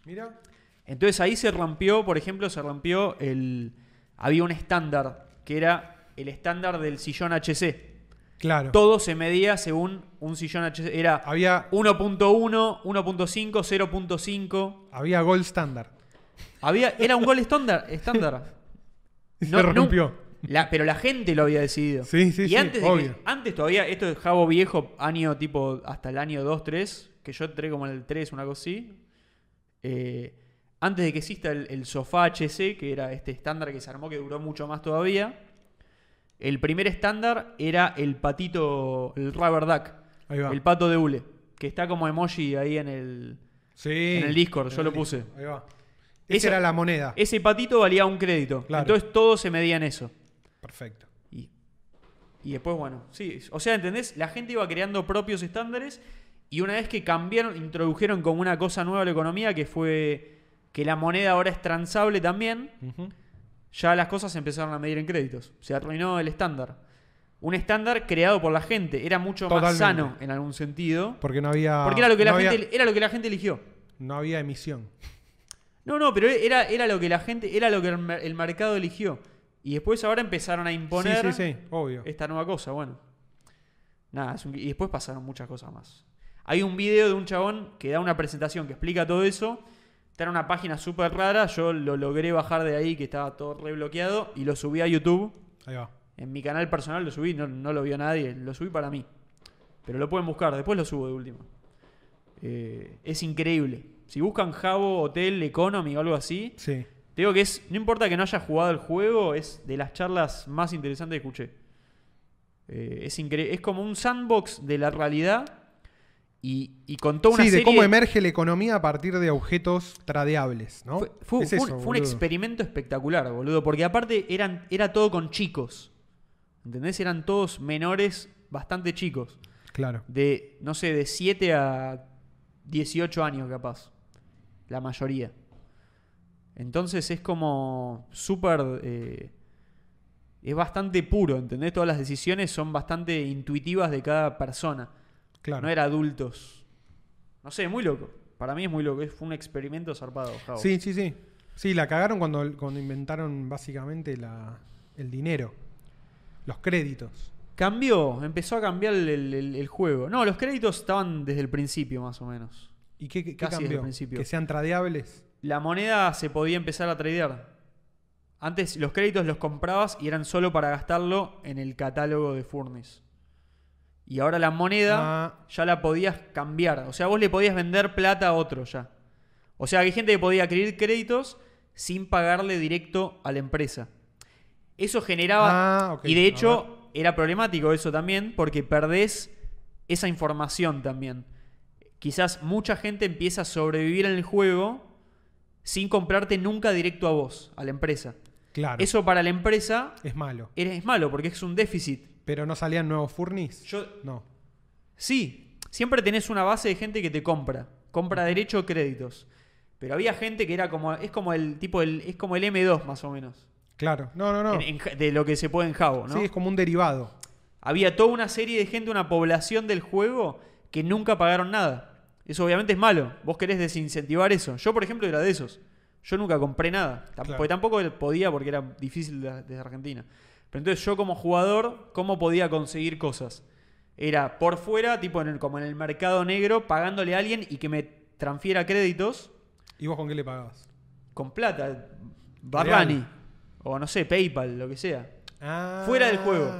A: Mira.
B: Entonces ahí se rompió, por ejemplo, se rompió el... Había un estándar que era el estándar del sillón HC
A: Claro.
B: todo se medía según un sillón HC. Era
A: Había,
B: 1.1, 1.5, 0.5.
A: había gold standard.
B: Había, era un gol estándar. estándar.
A: Y
B: No,
A: se
B: no.
A: rompió.
B: La- pero la gente lo había decidido.
A: Sí, sí,
B: y
A: sí,
B: antes, de que-
A: obvio.
B: antes todavía, esto es Javo viejo, año tipo hasta el año 2, 3, que yo entré como en el 3, una cosa así. Eh, antes de que exista el, el sofá HC, que era este estándar que se armó, que duró mucho más todavía, el primer estándar era el patito, el rubber duck,
A: Ahí va.
B: el pato de hule, que está como emoji ahí en el...
A: Sí.
B: en el Discord, yo
A: En
B: lo
A: el Discord.
B: puse.
A: Ahí va. Esa
B: Esa-
A: era la moneda.
B: Ese patito valía un crédito.
A: Claro.
B: Entonces todo se medía en eso.
A: Perfecto.
B: Y, y después, bueno, sí. O sea, ¿entendés? La gente iba creando propios estándares y una vez que cambiaron, introdujeron como una cosa nueva a la economía que fue que la moneda ahora es transable también, ya las cosas se empezaron a medir en créditos. Se arruinó el estándar. Un estándar creado por la gente. Era mucho más
A: Totalmente.
B: sano en algún sentido.
A: Porque no había.
B: Porque era lo que,
A: no
B: la,
A: había,
B: gente, era lo que la gente eligió.
A: No había emisión.
B: No, no, pero era, era lo que la gente, era lo que el, mer- el mercado eligió. Y después ahora empezaron a
A: Sí,
B: imponer
A: sí, sí, obvio.
B: esta nueva cosa, bueno. Nada, es un- y después pasaron muchas cosas más. Hay un video de un chabón que da una presentación que explica todo eso. Está en una página súper rara, yo lo logré bajar de ahí que estaba todo rebloqueado y lo subí a YouTube.
A: Ahí va.
B: En mi canal personal lo subí, no, no lo vio nadie, lo subí para mí. Pero lo pueden buscar, después lo subo de último. Eh, es increíble. Si buscan Javo, Hotel, Economy o algo así,
A: Sí.
B: te digo que es, no importa que no haya jugado el juego, es de las charlas más interesantes que escuché. Eh, es, incre- es como un sandbox de la realidad y, y contó una
A: Sí, de
B: serie...
A: cómo emerge la economía a partir de objetos tradeables, ¿no?
B: Fue, fue-
A: Es
B: fue un-
A: eso,
B: fue un
A: boludo.
B: experimento espectacular, boludo. Porque aparte eran, era todo con chicos. ¿Entendés? Eran todos menores, bastante chicos.
A: Claro.
B: De, no sé, de 7 a 18 años capaz. La mayoría. Entonces es como súper... eh, es bastante puro, ¿entendés? Todas las decisiones son bastante intuitivas de cada persona.
A: Claro.
B: No era adultos. No sé, muy loco. Para mí es muy loco. Fue un experimento zarpado, Javo.
A: Sí, sí, sí. Sí, la cagaron cuando, cuando inventaron básicamente la, el dinero. Los créditos.
B: Cambió, empezó a cambiar el, el- el- el juego. No, los créditos estaban desde el principio, más o menos.
A: ¿Y qué, qué- qué
B: Casi desde el
A: cambió?
B: principio.
A: Que sean tradeables.
B: La moneda se podía empezar a tradear. Antes los créditos los comprabas y eran solo para gastarlo en el catálogo de Furnis. Y ahora la moneda
A: Ah,
B: ya la podías cambiar. O sea, vos le podías vender plata a otro ya. O sea, que hay gente que podía adquirir créditos sin pagarle directo a la empresa. Eso generaba.
A: Ah, ok.
B: Y de
A: A
B: hecho, era problemático eso también, porque perdés esa información también. quizás mucha gente empieza a sobrevivir en el juego sin comprarte nunca directo a vos, a la empresa.
A: Claro.
B: Eso para la empresa
A: es malo.
B: es, es malo porque es un déficit.
A: Pero no salían nuevos furnis.
B: Yo,
A: No.
B: sí, siempre tenés una base de gente que te compra, compra derecho o créditos. Pero había gente que era como, es como el tipo, el, es como el M2 más o menos,
A: Claro. No, no, no.
B: en- en Ja- de lo que se puede en Javo, ¿no?
A: Sí, es como un derivado.
B: Había toda una serie de gente, una población del juego que nunca pagaron nada. Eso obviamente es malo. Vos querés desincentivar eso. Yo, por ejemplo, era de esos. Yo nunca compré nada. Tamp-
A: Claro.
B: Porque tampoco podía porque era difícil de- desde Argentina. Pero entonces yo como jugador, ¿cómo podía conseguir cosas? Era por fuera, tipo en el, como en el mercado negro, pagándole a alguien y que me transfiera créditos
A: ¿Y vos con qué le pagabas?
B: con plata.
A: Real.
B: Barrani. O no sé, PayPal, lo que sea.
A: Ah.
B: Fuera del juego.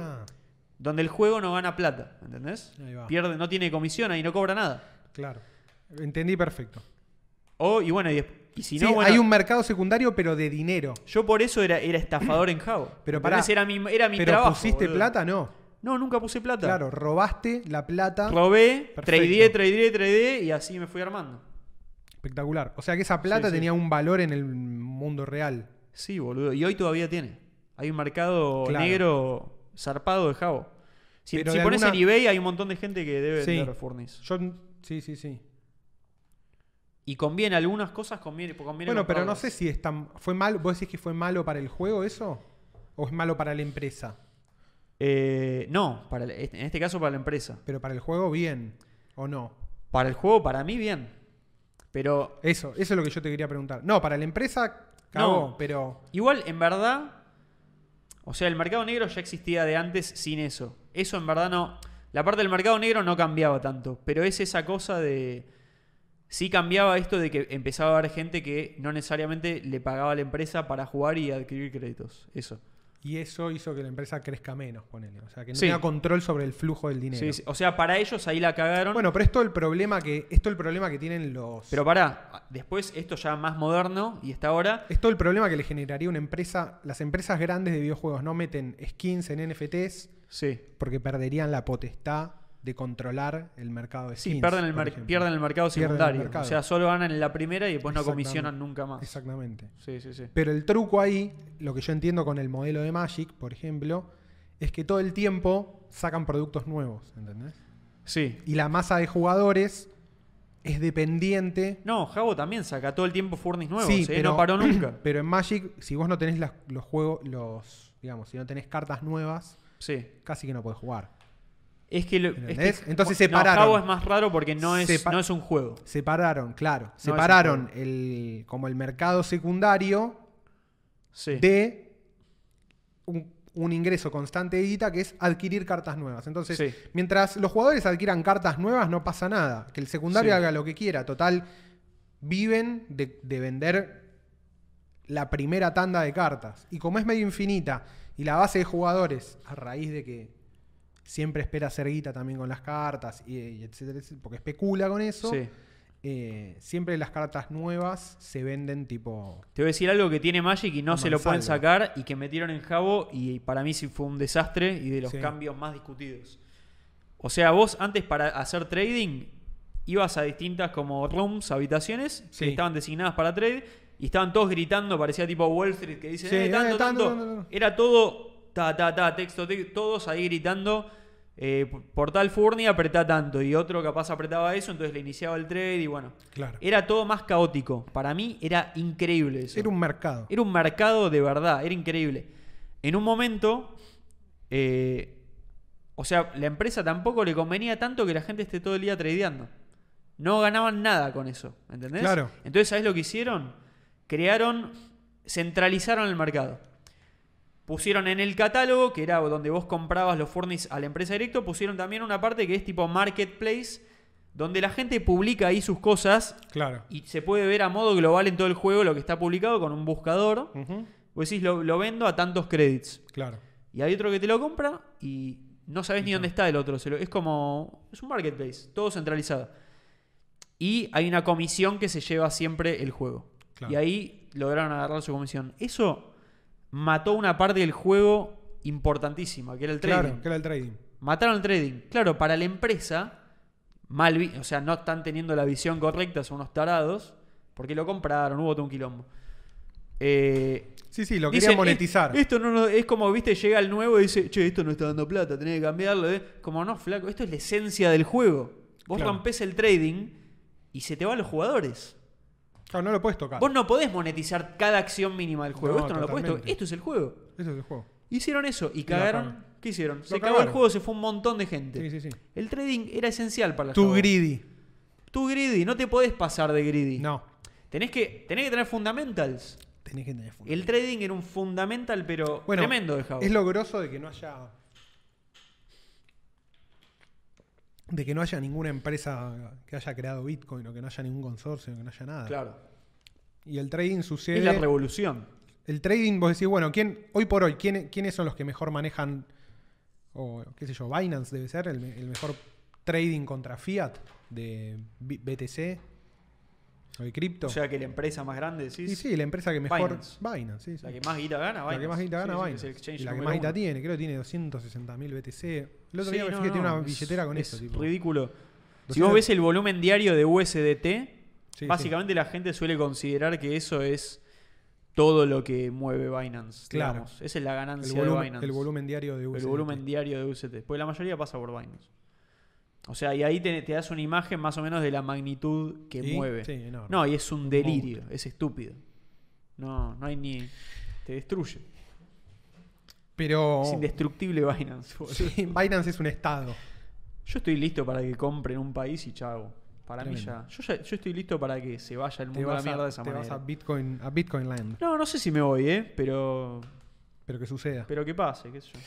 B: Donde el juego no gana plata, ¿entendés?
A: Ahí va.
B: Pierde, no tiene comisión, ahí no cobra nada.
A: Claro. Entendí perfecto.
B: O, y bueno, y, des- y si
A: Sí,
B: no, bueno,
A: hay un mercado secundario, pero de dinero.
B: yo por eso era, era estafador en Javo.
A: Pero
B: ¿entendés?
A: pará.
B: era mi, era mi
A: pero
B: trabajo.
A: pusiste
B: boludo.
A: plata, no.
B: No, nunca puse plata.
A: Claro, robaste la plata.
B: Robé,
A: Perfecto.
B: tradeé, tradeé, tradeé y así me fui armando.
A: Espectacular. O sea que esa plata
B: Sí, sí.
A: tenía un valor en el mundo real.
B: Sí, boludo. Y hoy todavía tiene. Hay un mercado
A: Claro.
B: negro zarpado de Javo. Si,
A: Pero
B: si
A: de
B: pones
A: alguna-
B: en eBay hay un montón de gente que debe
A: Sí.
B: vender Furnis.
A: Yo, sí, sí, sí.
B: Y conviene, algunas cosas conviene. conviene
A: Bueno, pero no
B: comprarlas.
A: sé si es tan. ¿Fue mal? ¿Vos decís que fue malo para el juego eso? ¿O es malo para la empresa?
B: Eh, no, para, la- en este caso para la empresa.
A: Pero para el juego, bien. ¿O no?
B: Para el juego, para mí, bien. Pero
A: Eso, eso es lo que yo te quería preguntar. No, para la empresa, cagó,
B: No.
A: pero.
B: igual, en verdad. O sea, el mercado negro ya existía de antes sin eso. Eso en verdad no. La parte del mercado negro no cambiaba tanto. Pero es esa cosa de. Sí cambiaba esto de que empezaba a haber gente que no necesariamente le pagaba a la empresa para jugar y adquirir créditos. Eso.
A: Y eso hizo que la empresa crezca menos, ponele. O sea, que no
B: Sí.
A: tenga control sobre el flujo del dinero.
B: Sí, sí. O sea, para ellos ahí la cagaron.
A: Bueno, pero esto es el problema que. Esto es el problema que tienen los.
B: pero pará, después esto ya más moderno y hasta ahora.
A: Es todo el problema que le generaría una empresa. Las empresas grandes de videojuegos no meten skins en NFTs
B: Sí.
A: porque perderían la potestad de controlar el mercado de skins.
B: Sí, pierden el,
A: por
B: mer-
A: ejemplo.
B: pierden el mercado
A: Pierden el
B: secundario.
A: mercado.
B: O sea, solo ganan en la primera y después no
A: Exactamente.
B: comisionan nunca más.
A: Exactamente.
B: Sí, sí, sí.
A: Pero el truco ahí, lo que yo entiendo con el modelo de Magic, por ejemplo, es que todo el tiempo sacan productos nuevos, ¿entendés?
B: Sí.
A: Y la masa de jugadores es dependiente
B: No, Javo también saca todo el tiempo Furnis nuevos.
A: Sí,
B: ¿eh?
A: pero-
B: No paró nunca.
A: Pero en Magic, si vos no tenés las- los juegos, los, digamos, si no tenés cartas nuevas,
B: Sí.
A: casi que no podés jugar.
B: Es que, lo- es
A: ¿Entendés?
B: que-
A: Entonces
B: no,
A: separaron.
B: Javo es más raro porque no es,
A: Sepa-
B: no es un juego.
A: Separaron, claro,
B: es un
A: separaron el, como el mercado secundario
B: Sí.
A: de un, un ingreso constante de guita que es adquirir cartas nuevas. Entonces,
B: Sí.
A: mientras los jugadores adquieran cartas nuevas, no pasa nada. Que el secundario
B: Sí.
A: haga lo que quiera. Total, viven de, de vender la primera tanda de cartas. Y como es medio infinita y la base de jugadores, a raíz de que siempre espera hacer guita también con las cartas, y, y etcétera, etcétera, porque especula con eso,
B: Sí.
A: eh, siempre las cartas nuevas se venden tipo...
B: Te voy a decir algo que tiene Magic y no
A: A
B: se lo pueden
A: mansalva.
B: sacar y que metieron en Javo y para mí sí fue un desastre y de los
A: Sí.
B: cambios más discutidos. O sea, vos antes para hacer trading ibas a distintas como rooms, habitaciones
A: Sí.
B: que estaban designadas para trade y estaban todos gritando, parecía tipo Wall Street que dice,
A: Sí,
B: "Eh, tanto,
A: eh, tanto,
B: tanto".
A: tanto, tanto.
B: Era todo ta ta ta texto, te- todos ahí gritando eh, portal Furni apretá tanto y otro capaz apretaba eso, entonces le iniciaba el trade y bueno.
A: Claro.
B: Era todo más caótico. Para mí era increíble eso.
A: Era un mercado.
B: Era un mercado de verdad, era increíble. En un momento, eh, o sea, la empresa tampoco le convenía tanto que la gente esté todo el día tradeando. No ganaban nada con eso, ¿entendés?
A: Claro.
B: Entonces, ¿sabés lo que hicieron? Crearon, centralizaron el mercado. Pusieron en el catálogo, que era donde vos comprabas los furnis a la empresa directo, pusieron también una parte que es tipo marketplace, donde la gente publica ahí sus cosas
A: Claro.
B: y se puede ver a modo global en todo el juego lo que está publicado con un buscador.
A: Ujú,
B: Vos decís, lo, lo vendo a tantos credits.
A: Claro.
B: Y hay otro que te lo compra y no sabes ni dónde está el otro. Se lo- es como. Es un marketplace, todo centralizado. Y hay una comisión que se lleva siempre el juego.
A: Claro.
B: Y ahí lograron agarrar su comisión. Eso mató una parte del juego importantísima, que era el trading.
A: Claro, que era el trading.
B: Mataron el trading. Claro, para la empresa mal, vi- o sea, no están teniendo la visión correcta, son unos tarados, porque lo compraron, hubo todo un quilombo. Eh,
A: Sí, sí, lo quería
B: Dicen,
A: monetizar.
B: "Eh, Esto no, nos- es como, viste, llega el nuevo y dice, che, esto no está dando plata, tenés que cambiarlo. eh". Como no, flaco, esto es la esencia del juego. Vos
A: Claro.
B: rompés el trading y se te van los jugadores.
A: Claro, no lo puedes tocar.
B: Vos no podés monetizar cada acción mínima del juego.
A: No,
B: esto no lo podés tocar.
A: totalmente.
B: Esto es el juego.
A: Eso es el juego.
B: Hicieron eso y cagaron. ¿Qué hicieron? se cagó el
A: cagaron.
B: juego, se fue un montón de gente.
A: Sí, sí, sí.
B: El trading era esencial para la
A: Tu
B: jugada.
A: greedy.
B: Tu greedy, no te podés pasar de greedy.
A: No.
B: Tenés que, tenés que tener fundamentals.
A: Tenés que tener fundamento.
B: El trading era un fundamental, pero
A: Bueno,
B: tremendo de Java.
A: Es lo grosso de que no haya. De que no haya ninguna empresa que haya creado Bitcoin, o que no haya ningún consorcio, que no haya nada.
B: Claro.
A: Y el trading sucede.
B: Es la revolución.
A: El trading, vos decís, bueno, ¿quién, hoy por hoy, ¿quién, ¿quiénes son los que mejor manejan, o qué sé yo, Binance debe ser el, me- el mejor trading contra fiat de B- BTC o de cripto?
B: O sea que la empresa más grande decís,
A: y sí, la empresa que mejor...
B: Binance.
A: Binance, sí, sí.
B: la que más guita gana,
A: La que más guita gana,
B: Binance. Sí, sí, es
A: Binance.
B: el exchange
A: Y la que
B: número
A: más guita
B: uno.
A: tiene, creo que tiene 260.000 BTC. El otro
B: Sí,
A: día me
B: no,
A: fijé que tiene
B: no,
A: una
B: es-
A: billetera con
B: es
A: eso. Tipo.
B: Ridículo. Si
A: 200.
B: vos ves el volumen diario de USDT,
A: Sí,
B: básicamente la gente suele considerar que eso es todo lo que mueve Binance.
A: Claro.
B: Digamos. Esa es la
A: El
B: ganancia de
A: volumen,
B: Binance.
A: el volumen diario de
B: El
A: USDT.
B: volumen diario de UST. Porque la mayoría pasa por Binance. O sea, y ahí te, te das una imagen más o menos de la magnitud que
A: Y-
B: mueve.
A: sí, enorme.
B: no, y es un delirio,
A: monstruo.
B: es estúpido. No, no hay ni. Te destruye.
A: Pero
B: Es indestructible Binance. boludo.
A: Oh. sí, Binance es un estado.
B: Yo estoy listo para que compren un país y chavo. Para mí ya
A: Tremendo.
B: yo, ya- yo estoy listo para que se vaya el
A: Te
B: mundo a la
A: vas
B: mierda de
A: a,
B: esa
A: te vas
B: manera.
A: a Bitcoin, a Bitcoin Land.
B: No, no sé si me voy, ¿eh? Pero.
A: Pero que suceda.
B: Pero que pase, qué sé yo.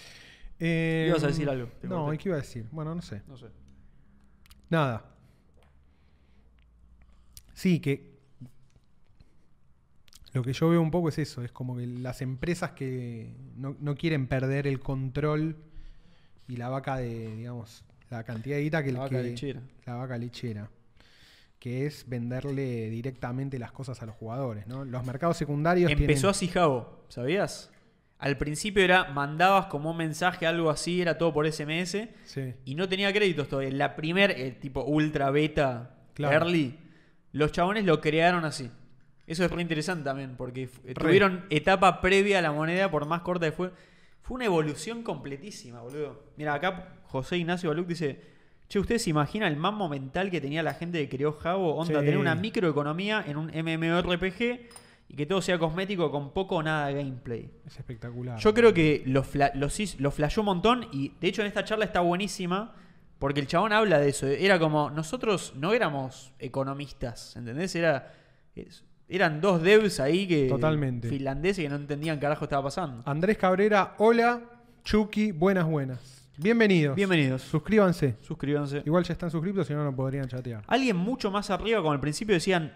A: Eh,
B: Ibas a decir algo, te
A: No,
B: corté.
A: ¿y ¿qué iba a decir? Bueno, no sé.
B: No sé.
A: Nada. Sí, que lo que yo veo un poco es eso, es como que las empresas que no, no quieren perder el control y la vaca de, digamos, la cantidad de guita que
B: La vaca
A: que-
B: lechera.
A: La vaca lechera. Que es venderle directamente las cosas a los jugadores, ¿no? Los mercados secundarios
B: Empezó
A: tienen-
B: así Javo, ¿sabías? Al principio era, mandabas como un mensaje, algo así, era todo por SMS,
A: Sí.
B: y no tenía créditos todavía. La primer, eh, tipo ultra beta,
A: Claro.
B: early, los chabones lo crearon así. Eso es re interesante también, porque f- eh,
A: Re.
B: tuvieron etapa previa a la moneda, por más corta que fue. Fue una evolución completísima, boludo. Mira, acá José Ignacio Baluc dice: Che, ¿ustedes se imaginan el mambo mental que tenía la gente que creó Javo? Onda,
A: Sí.
B: tener una microeconomía en un MMORPG y que todo sea cosmético con poco o nada de gameplay.
A: Es espectacular.
B: Yo creo que lo, fla- lo sis- lo flasheó un montón y de hecho en esta charla está buenísima porque el chabón habla de eso. Era como, nosotros no éramos economistas, ¿entendés? Era, es- eran dos devs ahí que...
A: Totalmente. Ah,
B: Finlandeses que no entendían carajo estaba pasando.
A: Andrés Cabrera, hola. Chucky, buenas, buenas. Bienvenidos.
B: Bienvenidos.
A: Suscríbanse.
B: Suscríbanse.
A: Igual ya están suscritos, si no, no podrían chatear.
B: Alguien mucho más arriba, como al principio decían,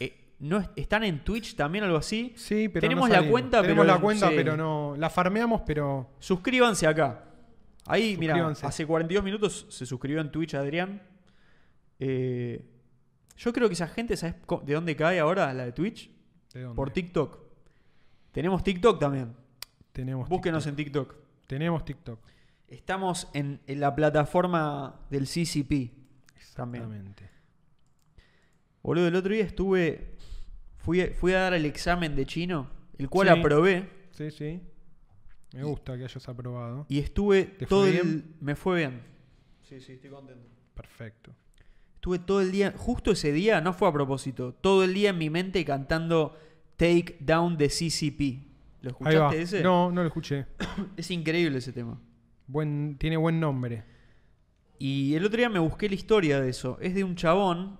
B: eh, no es- ¿están en Twitch también algo así?
A: Sí, pero
B: Tenemos
A: no
B: la
A: salimos.
B: cuenta,
A: Tenemos
B: pero-
A: la cuenta,
B: sí.
A: pero no. La farmeamos, pero.
B: Suscríbanse acá. Ahí, mira,
A: Suscríbanse.
B: hace 42 minutos se suscribió en Twitch Adrián. Eh, yo creo que esa gente, ¿sabes co- de dónde cae ahora la de Twitch?
A: ¿de dónde?
B: Por TikTok. Tenemos TikTok también.
A: Tenemos
B: Búsquenos
A: TikTok.
B: en TikTok.
A: Tenemos TikTok.
B: Estamos en, en la plataforma del CCP. También.
A: Exactamente.
B: Boludo, el otro día estuve. Fui, fui a dar el examen de chino, el cual
A: Sí.
B: aprobé.
A: Sí, sí. Me gusta que hayas aprobado.
B: Y estuve
A: ¿Te fue
B: todo el.
A: bien?
B: Me fue bien. Sí, sí, estoy contento.
A: Perfecto.
B: Estuve todo el día, justo ese día, no fue a propósito, todo el día en mi mente cantando Take Down the CCP. ¿Lo
A: Ahí va.
B: escuchaste ese?
A: No, no lo escuché.
B: Es increíble ese tema.
A: Buen, tiene buen nombre.
B: Y el otro día me busqué la historia de eso. Es de un chabón,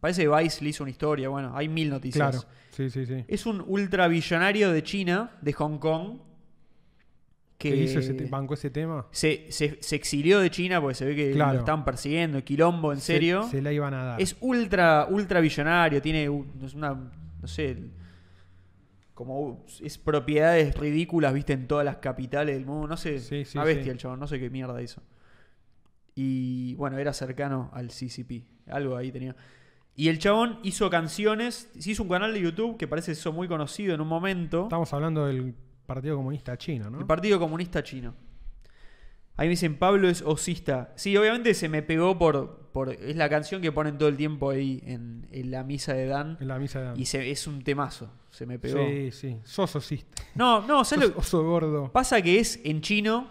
B: parece que Vice le hizo una historia, bueno, hay mil noticias.
A: Claro. Sí, sí, sí.
B: Es un ultravillonario de China, de Hong Kong, que
A: ¿Qué hizo ese te- bancó ese tema?
B: se, se- se exilió de China porque se ve que
A: Claro.
B: lo estaban persiguiendo, quilombo, en
A: Se-
B: serio.
A: Se, la iban a dar.
B: Es ultra, ultra billonario, tiene u- es una, no sé, como u- es propiedades ridículas, viste, en todas las capitales del mundo, no sé,
A: Sí, sí,
B: una bestia
A: sí.
B: el chabón, no sé qué mierda hizo. Y bueno, era cercano al CCP, algo ahí tenía. Y el chabón hizo canciones, se hizo un canal de YouTube que parece eso muy conocido en un momento,
A: Estamos hablando del Partido Comunista Chino, ¿no?
B: el Partido Comunista Chino. Ahí me dicen, Pablo es osista. Sí, obviamente se me pegó por, por... Es la canción que ponen todo el tiempo ahí en, en la misa de Dan.
A: En la misa de Dan.
B: Y se- es un temazo. Se me pegó.
A: Sí, sí. Sos osista.
B: No, no, ¿sabes
A: Sos
B: lo que
A: oso gordo.
B: pasa? Que es en chino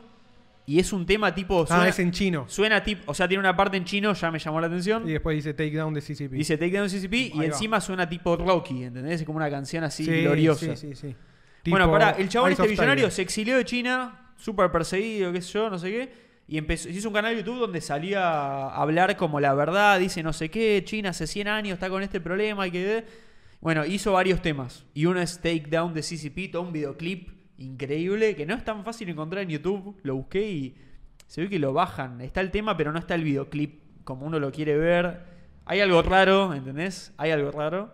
B: y es un tema tipo... Suena,
A: Ah, es en chino.
B: suena tipo... O sea, tiene una parte en chino, ya me llamó la atención.
A: Y después dice Take Down de CCP.
B: Dice Take Down CCP y
A: Ahí va.
B: encima suena tipo Rocky, ¿entendés? Es como una canción así
A: Sí,
B: gloriosa.
A: Sí, sí, sí.
B: bueno,
A: Tipo
B: pará, el chabón
A: Eyes
B: este
A: of Tiger.
B: millonario se exilió de China, súper perseguido, qué sé yo, no sé qué. Y empezó, hizo un canal de YouTube donde salía a hablar como la verdad, dice no sé qué, China hace 100 años está con este problema y que... Bueno, hizo varios temas. Y uno es Take Down de CCP, todo un videoclip increíble que no es tan fácil encontrar en YouTube. Lo busqué y se ve que lo bajan. Está el tema, pero no está el videoclip como uno lo quiere ver. Hay algo raro, ¿entendés? Hay algo raro.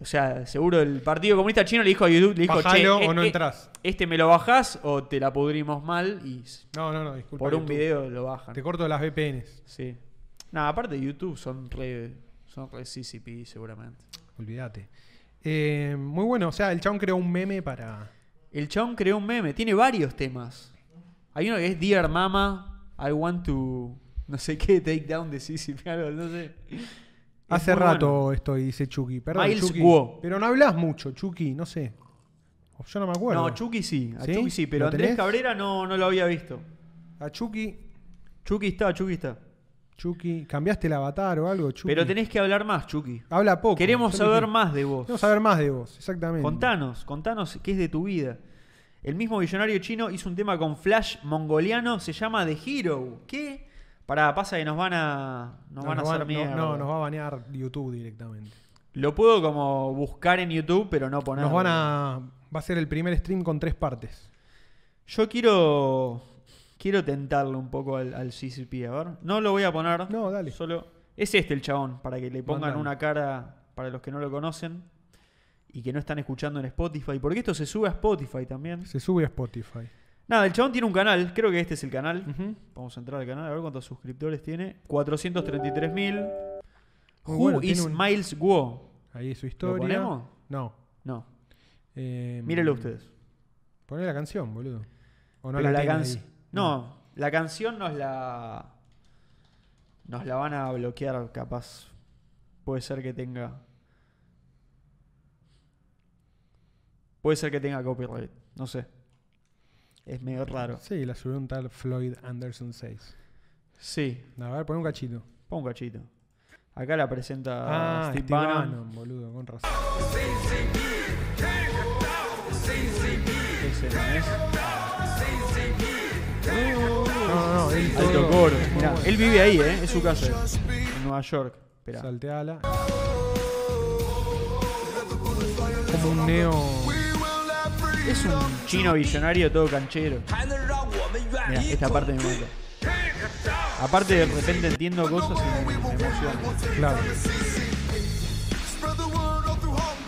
B: O sea, seguro el Partido Comunista Chino le dijo a YouTube, le dijo,
A: Bajalo
B: "Che,
A: o
B: eh,
A: no
B: eh,
A: entras".
B: Este me lo bajás o te la pudrimos mal y s-
A: No, no, no, disculpa.
B: por un
A: YouTube.
B: video lo bajan.
A: Te corto las VPNs.
B: Sí. Nada, aparte de YouTube son re, son re CCP seguramente.
A: Olvídate. Eh, muy bueno, o sea, el chabón creó un meme para.
B: El chabón creó un meme, tiene varios temas. Hay uno que es Dear Mama, I want to no sé qué, take down de CCP, algo, no sé. Es
A: Hace
B: muy
A: rato
B: bueno.
A: estoy, dice Chucky. Perdón,
B: Miles
A: Chucky.
B: Guo.
A: Pero no hablas mucho, Chucky, no sé. O Yo no me acuerdo.
B: No, Chucky sí, a
A: ¿Sí?
B: Chucky sí, pero
A: ¿Lo
B: Andrés
A: tenés?
B: Cabrera no, no lo había visto.
A: A Chucky,
B: Chucky está, Chucky está.
A: Chucky. ¿Cambiaste el avatar o algo, Chucky?
B: Pero tenés que hablar más, Chucky.
A: Habla poco.
B: Queremos
A: Yo
B: saber
A: dije-
B: más de vos.
A: Queremos saber más de vos, exactamente.
B: Contanos, contanos qué es de tu vida. El mismo millonario chino hizo un tema con Flash mongoliano, se llama The Hero. ¿Qué? Para pasa que nos van a nos van a hacer
A: no,
B: mierda.
A: no, nos va a banear YouTube directamente.
B: Lo puedo como buscar en YouTube, pero no ponerlo.
A: Nos van a. Va a ser el primer stream con tres partes.
B: Yo quiero quiero tentarlo un poco al, al CCP, a ver. No lo voy a poner.
A: No, dale.
B: Solo es este el chabón para que le pongan
A: Mandame.
B: una cara para los que no lo conocen y que no están escuchando en Spotify, porque esto se sube a Spotify también.
A: Se sube a Spotify.
B: Nada, el chabón tiene un canal, creo que este es el canal. Vamos a entrar al canal a ver cuántos suscriptores tiene. 433.000.
A: Muy
B: Who
A: bueno, tiene
B: is
A: un-
B: Miles Guo?
A: Ahí es su historia.
B: ¿Lo ponemos?
A: No.
B: No,
A: Eh,
B: mírenlo ustedes.
A: Poné la canción, boludo. O no
B: Pero
A: la,
B: la
A: tiene
B: canc-
A: ahí. Mm.
B: No, la canción nos la. Nos la van a bloquear, capaz. Puede ser que tenga. Puede ser que tenga copyright. No sé. Es medio raro.
A: Sí, la subió un tal Floyd Anderson 6.
B: Sí,
A: A ver, poné un cachito.
B: pon un cachito. Acá la presenta
A: Ah,
B: Steve
A: Steve
B: Bannon.
A: Bannon, boludo, con razón.
B: Ese no es.
A: No, no, no, él
B: Alto
A: todo-
B: coro. Mirá, él vive ahí, ¿eh? Es su casa. En Nueva York. Esperá.
A: Salteala. Como un neo.
B: Es un chino billonario todo canchero. Mira, esta parte me gusta. Aparte de repente entiendo cosas y me, me emociona.
A: Claro.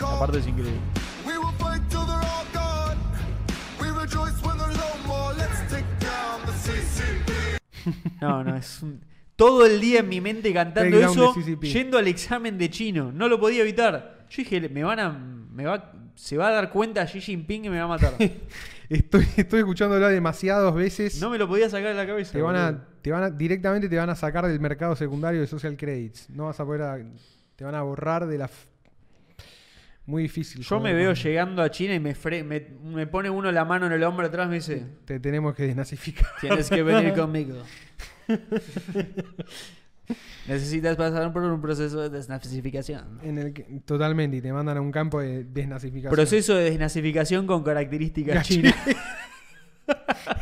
B: La parte es increíble. No, no, es un- Todo el día en mi mente cantando
A: Take down
B: eso,
A: the CCP.
B: yendo al examen de chino. No lo podía evitar. Yo dije, me van a... Me va, se va a dar cuenta Xi Jinping que me va a matar.
A: Estoy, estoy escuchándola demasiadas veces.
B: No me lo podía sacar de la cabeza.
A: te van
B: boludo.
A: a, te van a, directamente te van a sacar del mercado secundario de social credits. No vas a poder, a- te van a borrar de la. f- Muy difícil.
B: Yo me
A: joder,
B: veo
A: Bannon.
B: llegando a China y me, fre- me, me pone uno la mano en el hombro atrás y me dice...
A: Te tenemos que desnazificar.
B: Tienes que venir conmigo. Necesitas pasar por un proceso de desnazificación.
A: En el que- totalmente, y te mandan a un campo de desnazificación.
B: Proceso de desnazificación con características
A: Gachina.
B: chinas.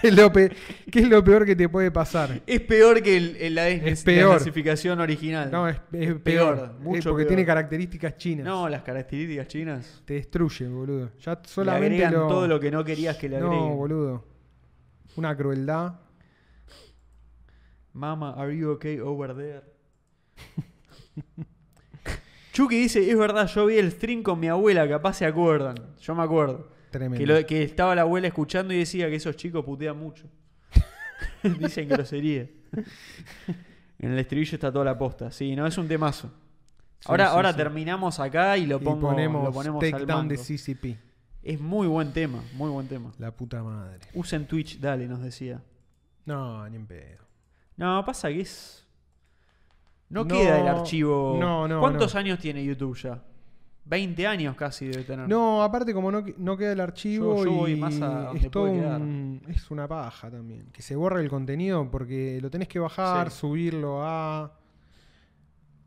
A: Es lo pe- ¿Qué es lo peor que te puede pasar?
B: Es peor que el- el- la des-
A: Es peor.
B: desnazificación original.
A: No, es, es peor.
B: mucho
A: Es porque
B: peor.
A: tiene características chinas.
B: No, las características chinas.
A: Te destruye, boludo. Ya
B: le
A: solamente
B: agregan
A: lo...
B: todo lo que no querías que le
A: No,
B: agreguen.
A: boludo. Una crueldad.
B: Mama, are you okay over there? Chucky dice, es verdad, yo vi el stream con mi abuela, capaz se acuerdan. Yo me acuerdo.
A: Tremendo.
B: Que, lo- que estaba la abuela escuchando y decía que esos chicos putean mucho. Dicen grosería. en el estribillo está toda la posta. Sí, no, es un temazo. Ahora,
A: sí,
B: ahora
A: sí.
B: terminamos acá y lo,
A: Y
B: pongo-
A: ponemos,
B: lo ponemos
A: Take
B: al
A: Down
B: mango.
A: de CCP.
B: Es muy buen tema, muy buen tema.
A: La puta madre.
B: Usen Twitch, dale, nos decía.
A: No, ni en pedo.
B: No, pasa que es. No,
A: No,
B: queda el archivo.
A: no, no,
B: ¿Cuántos
A: no.
B: años tiene YouTube ya? 20 años casi debe tener.
A: No, aparte como no, que- no queda el archivo
B: Yo- yo voy
A: y
B: más a donde
A: es todo
B: puede quedar.
A: un- es una paja también. Que se borre el contenido porque lo tenés que bajar,
B: Sí.
A: subirlo a...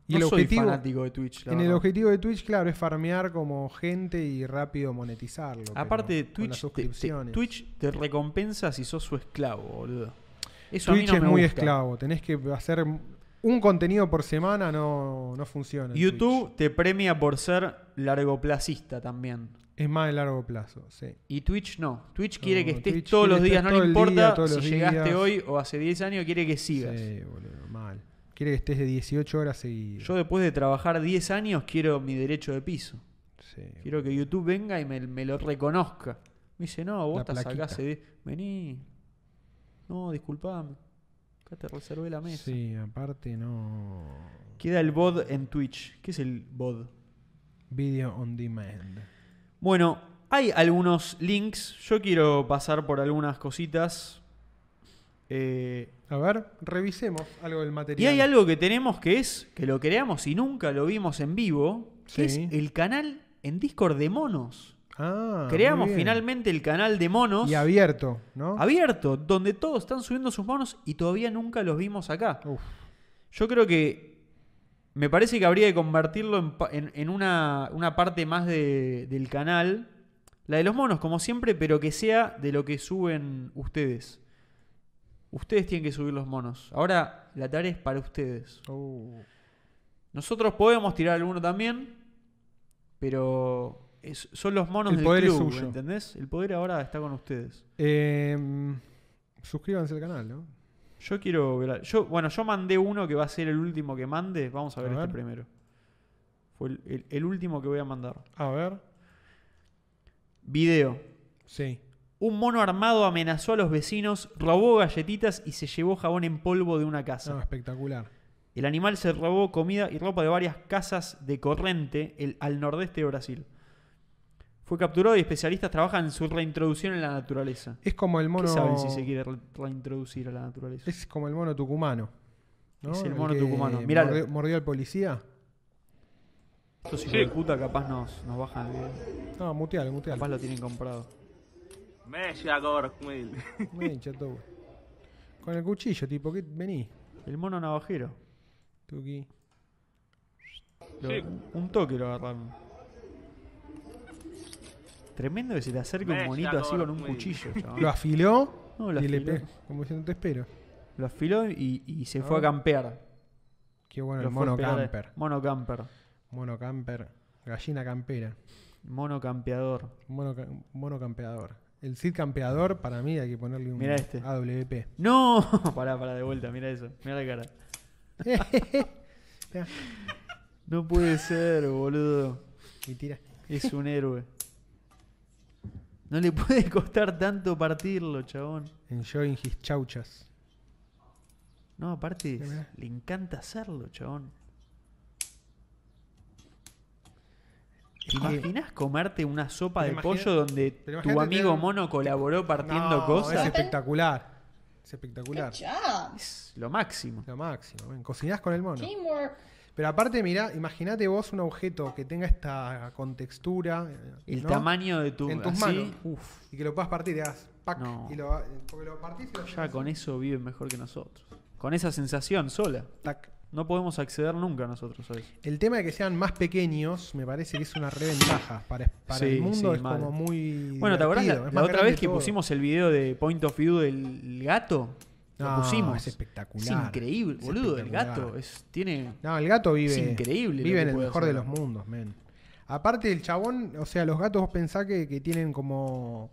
A: Y
B: No
A: el
B: soy
A: objetivo,
B: fanático de Twitch. la
A: en el
B: verdad.
A: objetivo de Twitch, claro, es farmear como gente y rápido monetizarlo. pero
B: Aparte,
A: con las
B: Twitch te, te,
A: suscripciones.
B: Twitch te recompensa si sos su esclavo, boludo. Eso a mí
A: Twitch
B: no
A: es
B: me
A: muy
B: gusta.
A: esclavo. Tenés que hacer un contenido por semana, no, no funciona. en
B: YouTube
A: Twitch.
B: te premia por ser largoplacista también.
A: es más de largo plazo, sí.
B: Y Twitch no. Twitch quiere
A: No,
B: que estés
A: Twitch
B: todos
A: quiere
B: los días,
A: estar
B: no
A: todo
B: le
A: el día,
B: importa
A: todos
B: si
A: los
B: llegaste
A: días.
B: hoy o hace 10 años, quiere que sigas.
A: Sí, boludo, mal. Quiere que estés de 18 horas seguidas.
B: Yo después de trabajar 10 años quiero mi derecho de piso.
A: Sí, boludo.
B: Quiero que YouTube venga y me, me lo reconozca. Me dice, no, vos
A: La
B: estás acá
A: plaquita.
B: hace 10. Vení. No, disculpame. Acá te reservé la mesa.
A: Sí, aparte no.
B: Queda el bot en Twitch. ¿Qué es el bot?
A: Video on demand.
B: Bueno, hay algunos links. Yo quiero pasar por algunas cositas. Eh,
A: A ver, revisemos algo del
B: y
A: material.
B: hay algo que tenemos que es, que lo creamos y nunca lo vimos en vivo, que
A: Sí.
B: es el canal en Discord de monos.
A: Ah,
B: Creamos
A: muy bien.
B: finalmente el canal de monos
A: Y abierto, ¿no?
B: abierto, donde todos están subiendo sus monos y todavía nunca los vimos acá.
A: Uf,
B: Yo creo que me parece que habría que convertirlo en, pa- en- en una, una parte más de- del canal. La de los monos, como siempre, pero que sea de lo que suben ustedes. Ustedes tienen que subir los monos. Ahora la tarea es para ustedes.
A: uh,
B: Nosotros podemos tirar alguno también, pero es- son los monos
A: El
B: del
A: poder es
B: club,
A: suyo.
B: ¿entendés? El poder ahora está con ustedes.
A: em, suscríbanse al canal, ¿no?
B: Yo quiero ver. a- Yo, bueno, yo mandé uno que va a ser el último que mande. Vamos
A: A
B: a ver este
A: ver.
B: primero. Fue el, el- el último que voy a mandar.
A: A ver.
B: Video.
A: Sí.
B: Un mono armado amenazó a los vecinos, robó galletitas y se llevó jabón en polvo de una casa.
A: No, espectacular.
B: El animal se robó comida y ropa de varias casas de corriente el- al nordeste de Brasil. Fue capturado y especialistas trabajan en su reintroducción en la naturaleza.
A: Es como el mono.
B: ¿Qué saben si se quiere re- reintroducir a la naturaleza?
A: Es como el mono tucumano. ¿no?
B: Es el mono
A: que
B: tucumano. Míralo.
A: Mordió, mordió al policía.
B: Estos hijos de puta capaz nos, nos bajan el video.
A: No, mutealo,
B: Capaz
A: mutealo.
B: lo tienen comprado.
C: Mexe agora com ele.
A: Ven, chato, güey. Con el cuchillo, tipo, ¿qué? vení.
B: El mono navajero.
A: Tuki.
B: Lo- Un toque lo agarraron. Tremendo que se te acerque un
C: Mecha,
B: monito así con un
C: Gorfuil.
B: cuchillo, chabón.
A: Lo afiló
B: Ah. No, lo
A: y le
B: afiló.
A: pegó, como diciendo, te espero.
B: Lo afiló y, y se fue
A: Ah.
B: a campear.
A: Qué bueno,
B: Lo
A: el
B: fue a
A: mono
B: esperar a-
A: camper.
B: Mono camper.
A: Mono camper. Gallina campera.
B: Mono campeador.
A: Mono, ca- mono campeador. El Cid campeador, para mí, hay que ponerle un
B: Mirá este.
A: AWP.
B: ¡No! Pará, pará, de vuelta, mira eso. Mira la cara. No puede ser, boludo.
A: y tira.
B: Es un héroe. No le puede costar tanto partirlo, chabón.
A: Enjoying his chauchas.
B: No, aparte, es-
A: Mirá.
B: le encanta hacerlo, chabón. ¿Te
A: que-
B: imaginas comerte una sopa
A: Pero
B: de
A: imagina-
B: pollo donde
A: pero
B: tu
A: imagínate
B: amigo
A: tener-
B: mono colaboró partiendo
A: No, Es
B: cosas?
A: espectacular. Es espectacular.
D: job.
B: Es lo máximo.
A: Lo máximo. ven, cocinás con el mono.
D: Teamwork.
A: Pero aparte, mirá, imagínate vos un objeto que tenga esta contextura. eh,
B: El
A: ¿no?
B: tamaño de tu
A: En tus
B: así,
A: manos.
B: uf,
A: Y que lo puedas partir, le das pac.
B: No.
A: Y lo, eh, porque lo partís y lo
B: ya con eso viven mejor que nosotros. Con esa sensación sola.
A: tac.
B: No podemos acceder nunca nosotros a eso.
A: El tema de que sean más pequeños me parece que es una reventaja. Para, para
B: Sí,
A: el mundo
B: sí,
A: es
B: mal.
A: como muy.
B: Bueno, ¿te acordás la,
A: divertido, es
B: la
A: más
B: otra
A: grande
B: vez que
A: todo.
B: pusimos el video de Point of View del gato? Lo
A: No,
B: pusimos.
A: es espectacular.
B: Es increíble,
A: Es
B: boludo. El
A: espectacular.
B: gato es, tiene.
A: No, el gato vive.
B: Es increíble lo
A: Vive
B: que
A: en el
B: puede
A: mejor de
B: hacer.
A: los mundos, men. Aparte, el chabón, o sea, los gatos vos pensás que, que tienen como.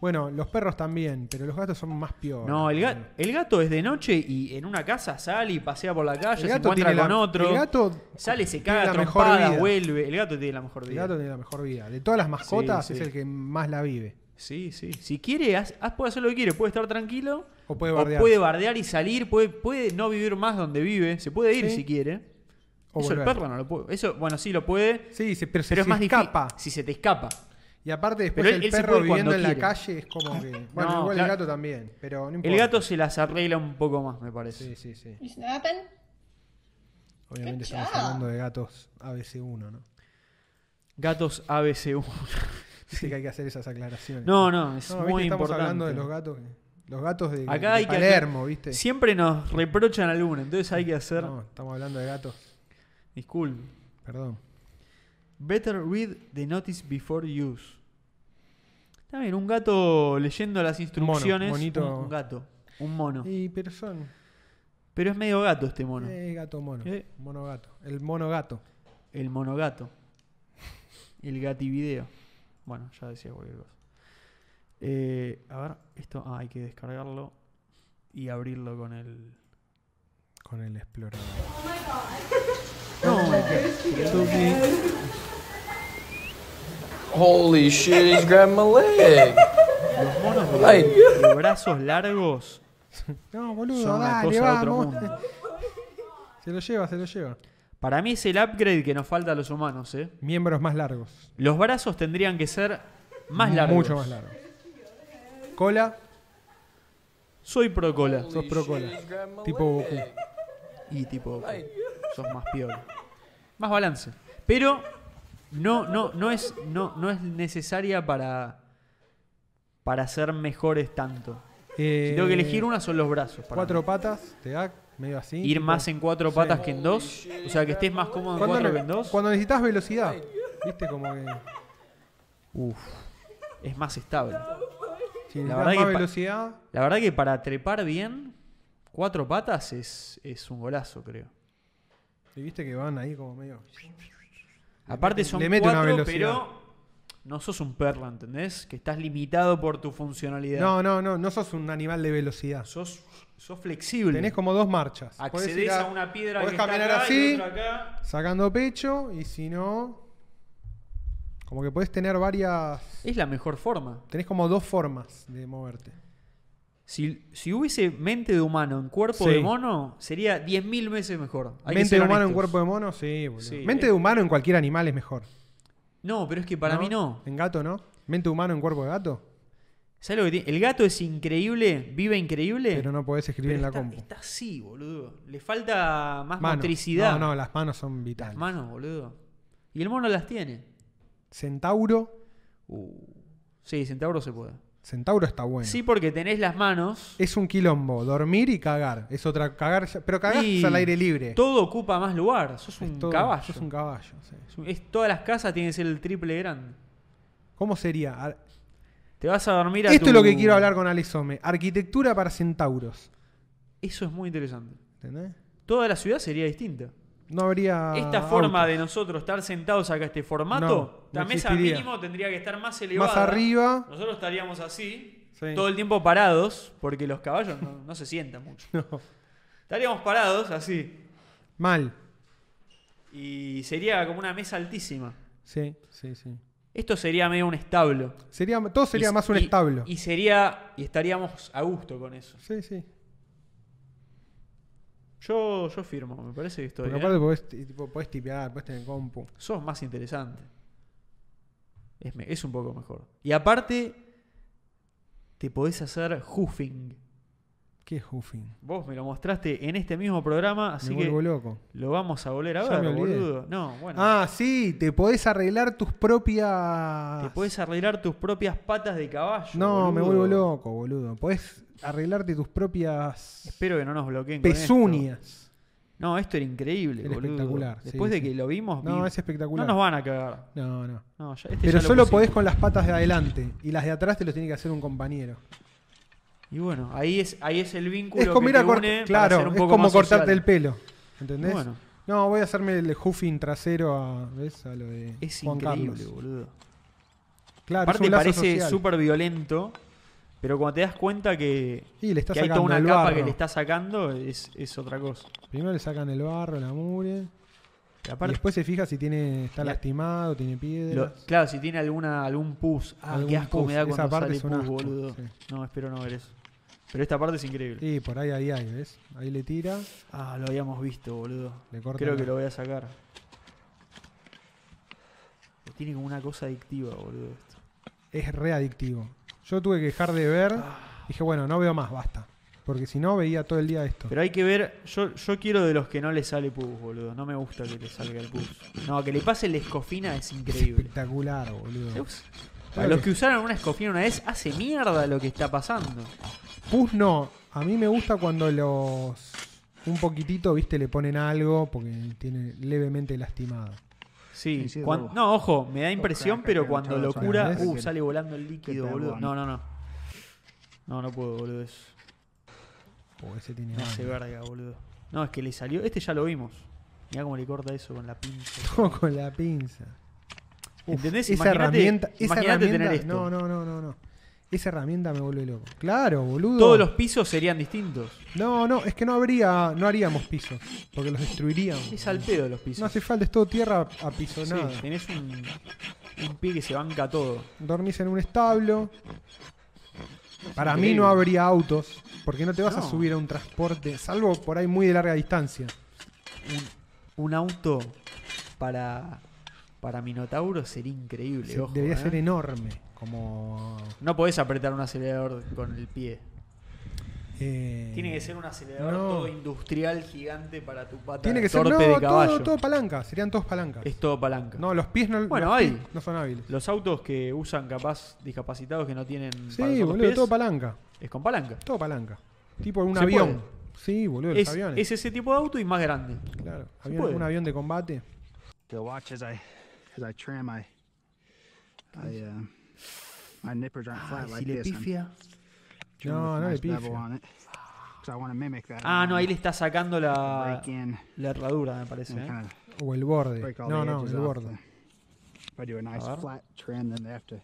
A: Bueno, los perros también, pero los gatos son más peor.
B: No, el, ga- el gato es de noche y en una casa sale y pasea por la calle,
A: El
B: se
A: gato
B: encuentra
A: tiene
B: con
A: la-
B: otro.
A: el gato
B: sale, se
A: tiene
B: caga,
A: la mejor
B: trompada,
A: vida.
B: vuelve. El gato tiene la mejor
A: El
B: vida.
A: gato tiene la mejor vida. De todas las mascotas
B: Sí,
A: es
B: sí.
A: el que más la vive.
B: Sí, sí. Si quiere, haz- haz- puede hacer lo que quiere. Puede estar tranquilo.
A: O puede bardear.
B: puede bardear y salir. Puede, puede no vivir más donde vive. Se puede ir
A: Sí.
B: si quiere.
A: O
B: eso el
A: volver.
B: perro no lo puede. Eso, bueno, sí lo puede.
A: Sí, se- pero, se-
B: Pero es
A: se
B: más
A: escapa.
B: difícil. Si se te escapa.
A: Y aparte después
B: Pero él-
A: el
B: él se
A: perro
B: puede
A: viviendo
B: cuando
A: en la
B: quiere.
A: calle es como que... Bueno,
B: No,
A: igual
B: claro.
A: el gato también, pero no importa.
B: El gato se las arregla un poco más, me parece.
A: Sí, sí, sí.
D: Does it happen?
A: Obviamente
D: Good
A: estamos
D: job.
A: hablando de gatos ABC1, ¿no?
B: Gatos ABC1.
A: Sí que hay que hacer esas aclaraciones.
B: No, no, es
A: No, ¿viste?
B: muy
A: Estamos
B: importante.
A: hablando de los gatos. que- Los gatos de,
B: Acá
A: de
B: hay que
A: Palermo, ¿viste?
B: Siempre nos reprochan alguno, entonces hay que hacer.
A: Este. No, estamos hablando de gatos.
B: Disculpe.
A: Perdón.
B: Better read the notice before use. Está bien, un gato leyendo las instrucciones.
A: monito.
B: Un, un gato. Un mono.
A: Y pero son...
B: Pero es medio gato este mono.
A: eh, gato mono.
B: Eh.
A: Mono gato. El mono gato.
B: El monogato. El gativideo. Bueno, ya decía cualquier cosa. Eh, a ver, esto ah, hay que descargarlo y abrirlo con el.
A: Con el explorador.
B: No, Tuki.
E: Holy shit, he's grabbing my leg.
B: los monos de,
E: Ay.
B: de brazos largos
A: No, boludo,
B: son una
A: dale,
B: cosa de otro
A: vamos.
B: mundo.
A: Se lo lleva, se lo lleva.
B: Para mí es el upgrade que nos falta a los humanos, ¿eh?
A: Miembros más largos.
B: Los brazos tendrían que ser más largos.
A: Mucho más largos. Cola,
B: Soy pro cola.
A: sos pro cola.
E: He's grabbing my
A: Tipo Goku.
B: Y tipo, sos más piola. Más balance. Pero no, no, no, es, no, no es necesaria para, para ser mejores tanto.
A: Eh,
B: Si tengo que elegir una son los brazos. para
A: Cuatro
B: mí.
A: patas, te da medio así.
B: Ir
A: tipo-
B: más en cuatro patas que en dos. O sea, que estés más cómodo en
A: cuando,
B: cuatro
A: ne-
B: que en dos.
A: cuando necesitas velocidad. Viste como que.
B: Uf, es más estable.
A: Si
B: La
A: necesitas
B: verdad
A: más
B: que pa-
A: velocidad.
B: La verdad que para trepar bien, cuatro patas es, es un golazo, creo.
A: Y viste que van ahí como medio.
B: Aparte
A: mete-
B: son
A: le mete una
B: cuatro,
A: velocidad.
B: pero no sos un perro, ¿entendés? Que estás limitado por tu funcionalidad.
A: No, no, no, no sos un animal de velocidad.
B: Sos, sos flexible.
A: Tenés como dos marchas. Podés ir
B: Accedes a, una piedra
A: podés
B: que está
A: caminar
B: acá
A: así,
B: y otra acá.
A: sacando pecho, y si no. Como que podés tener varias.
B: Es la mejor forma.
A: Tenés como dos formas de moverte.
B: Si, si hubiese mente de humano en cuerpo
A: Sí.
B: de mono, sería 10.000 veces mejor. Hay que
A: Mente
B: ser
A: de humano en
B: honestos.
A: cuerpo de mono, sí, boludo.
B: Sí,
A: Mente
B: eh.
A: de humano en cualquier animal es mejor.
B: No, pero es que para mí no.
A: En gato, ¿no? Mente humano en cuerpo de gato.
B: ¿Sabes lo que tiene? El gato es increíble, vive increíble.
A: Pero no podés escribir
B: pero
A: en la
B: está,
A: compu.
B: está así, boludo. Le falta más
A: Mano.
B: motricidad.
A: No, no, las manos son vitales.
B: Las manos, boludo. Y el mono las tiene.
A: Centauro.
B: Uh. Sí, centauro se puede.
A: Centauro está bueno.
B: Sí, porque tenés las manos.
A: Es un quilombo. Dormir y cagar. Es otra. Cagar. ya- Pero cagás
B: y
A: al aire libre.
B: Todo ocupa más lugar. Sos un
A: Es todo.
B: caballo.
A: Sos un caballo. sí.
B: Es un- es- todas las casas tienen que ser el triple grande.
A: ¿Cómo sería? Ar-
B: Te vas a dormir a
A: Esto
B: tu-
A: es lo que quiero hablar con Alex Ome. Arquitectura para centauros.
B: Eso es muy interesante.
A: ¿Entendés?
B: Toda la ciudad sería distinta.
A: No habría.
B: Esta forma de nosotros estar sentados acá, este
A: Ah,
B: formato,
A: No,
B: la
A: no
B: mesa
A: existiría.
B: mínimo tendría que estar más elevada.
A: Más arriba.
B: Nosotros estaríamos así,
A: Sí.
B: todo el tiempo parados, porque los caballos no, no se sientan mucho.
A: No.
B: Estaríamos parados así.
A: Mal.
B: Y sería como una mesa altísima.
A: Sí, sí, sí.
B: Esto sería medio un establo.
A: Sería, todo sería
B: Y-
A: más un
B: y-
A: establo.
B: Y sería. Y estaríamos a gusto con eso.
A: sí, sí.
B: Yo, yo firmo, me parece que estoy.
A: Porque
B: ¿eh?
A: aparte podés, ti- tipo, podés tipear, podés tener compu.
B: Sos más interesante. Es, me- es un poco mejor. Y aparte, te podés hacer hoofing.
A: Qué hoofing.
B: Vos me lo mostraste en este mismo programa, así
A: Me
B: que
A: vuelvo loco.
B: lo vamos a volver a
A: Ya
B: ver,
A: me olvidé.
B: boludo. No, bueno.
A: Ah, sí, te podés arreglar tus propias.
B: te podés arreglar tus propias patas de caballo.
A: No, me
B: boludo.
A: vuelvo loco, boludo. Podés arreglarte tus propias
B: Espero que no nos bloqueen. con esto.
A: pezuñas.
B: No, esto era increíble,
A: Era
B: boludo.
A: espectacular, sí,
B: Después de
A: sí.
B: que lo vimos,
A: No,
B: vi-
A: es espectacular.
B: No nos van a cagar.
A: No, no.
B: No, ya- este
A: Pero
B: ya lo
A: solo
B: pusimos.
A: podés con las patas de adelante. Y las de atrás te los tiene que hacer un compañero.
B: Y bueno, ahí es, ahí es el vínculo
A: es como
B: que
A: ir a
B: te
A: cort-
B: une para
A: Claro,
B: ser un
A: es
B: poco
A: como
B: más
A: cortarte
B: social.
A: el pelo. ¿Entendés?
B: Bueno.
A: No, voy a hacerme el hoofing trasero a, ¿ves? a lo de
B: Es
A: Juan
B: increíble,
A: Carlos.
B: boludo.
A: Claro, es
B: Aparte
A: un lazo
B: parece
A: social.
B: súper violento, pero cuando te das cuenta que,
A: Y le está
B: que hay toda
A: sacando
B: una
A: el
B: capa
A: barro.
B: que le está sacando, es, es otra cosa.
A: Primero le sacan el barro, la mugre.
B: Y
A: Y
B: aparte,
A: después se fija si tiene está
B: La-
A: lastimado, tiene
B: lo-
A: piedras.
B: claro, si tiene alguna, algún pus, ah,
A: Algún
B: qué asco
A: pus,
B: me da
A: esa
B: cuando
A: parte
B: sale
A: es un
B: pus,
A: asco,
B: boludo.
A: sí.
B: No, espero no ver eso. Pero esta parte es increíble.
A: Y por ahí, ahí, ahí, ¿ves? Ahí le tira.
B: Ah, lo habíamos visto, boludo.
A: Le corta
B: Creo
A: la-
B: que lo voy a sacar. Tiene como una cosa adictiva, boludo. Esto.
A: es re adictivo. Yo tuve que dejar de ver.
B: Ah.
A: Dije, bueno, no veo más, basta. Porque si no, veía todo el día esto.
B: Pero hay que ver, yo, yo quiero de los que no le sale pus, boludo. No me gusta que le salga el pus. No, que le pase la escofina es increíble.
A: Espectacular, boludo.
B: Ups. Para los que usaron una escofina una vez, hace mierda lo que está pasando.
A: Pus no. A mí me gusta cuando los. Un poquitito, viste, le ponen algo porque tiene levemente lastimado.
B: Sí,
D: Sí, sí, es
B: cuan-
D: verdad.
B: no, ojo, me da impresión,
D: crack,
B: pero
D: crack,
B: cuando
D: crack,
B: lo
D: crack,
B: cura,
A: crack,
B: uh,
D: crack.
B: sale volando el líquido,
D: Está
B: boludo.
D: bueno.
B: No, no, no. No, no puedo, boludo. Es,
A: Porque ese tiene
B: me hace
A: hambre.
B: verga, boludo. No, es que le salió. Este ya lo vimos. Mirá cómo le corta eso con la pinza.
A: Todo con la pinza. Uf,
B: ¿Entendés?
A: Esa
B: Imaginate-
A: herramienta. Esa
B: imaginate
A: herramienta
B: tener esto.
A: No, no, no, no, no. Esa herramienta me vuelve loco. Claro, boludo.
B: Todos los pisos serían distintos.
A: No, no, es que no habría, no haríamos pisos, porque los destruiríamos.
B: Es al pedo los pisos.
A: No hace falta, es todo tierra
B: Sí,
A: apisonada.
B: tenés un, un pie que se banca todo.
A: Dormís en un establo. Para mí
B: increíble.
A: no habría autos, porque no te vas a
B: No.
A: subir a un transporte, salvo por ahí muy de larga distancia.
B: Un, un auto para, para Minotauro sería increíble.
A: Se-
B: ojo,
A: debería
B: ¿eh?
A: ser enorme, como...
B: No podés apretar un acelerador con el pie.
A: eh,
B: Tiene que ser un acelerador
A: no.
B: todo industrial gigante para tu pata
A: Tiene
B: de
A: que ser,
B: torpe
A: no,
B: de caballo.
A: todo, todo palanca, serían todos palancas.
B: Es todo palanca.
A: No, los pies no,
B: Bueno,
A: los
B: hay.
A: pies no son hábiles.
B: Los autos que usan capaz discapacitados que no tienen para usar
A: Sí,
B: los
A: boludo,
B: pies,
A: todo palanca,
B: es con palanca.
A: todo palanca. Tipo un
B: Se
A: avión. Sí, boludo, los
B: Es,
A: aviones.
B: es ese tipo de auto y más grande.
A: Claro,
B: Se
A: avión-
B: puede.
A: un avión de combate.
D: They'll watch as I as I trim. I I uh, my nippers aren't flat
B: Ay,
D: like
B: Ah, si le
D: this. I'm
B: pifia.
D: trimming
A: No,
D: with
A: no
D: a
A: le
D: nice bevel
A: pifia.
D: on it, 'cause I want to mimic that.
B: Ah, no, ahí ah, le está sacando la,
D: break in
B: la herradura, me parece.
D: and
B: ¿eh?
D: kind of
A: O el borde.
D: break all
A: No,
D: the
A: no,
D: edges
A: el
D: off.
A: borde.
D: If I do a nice
B: ver.
D: flat trim, then they have to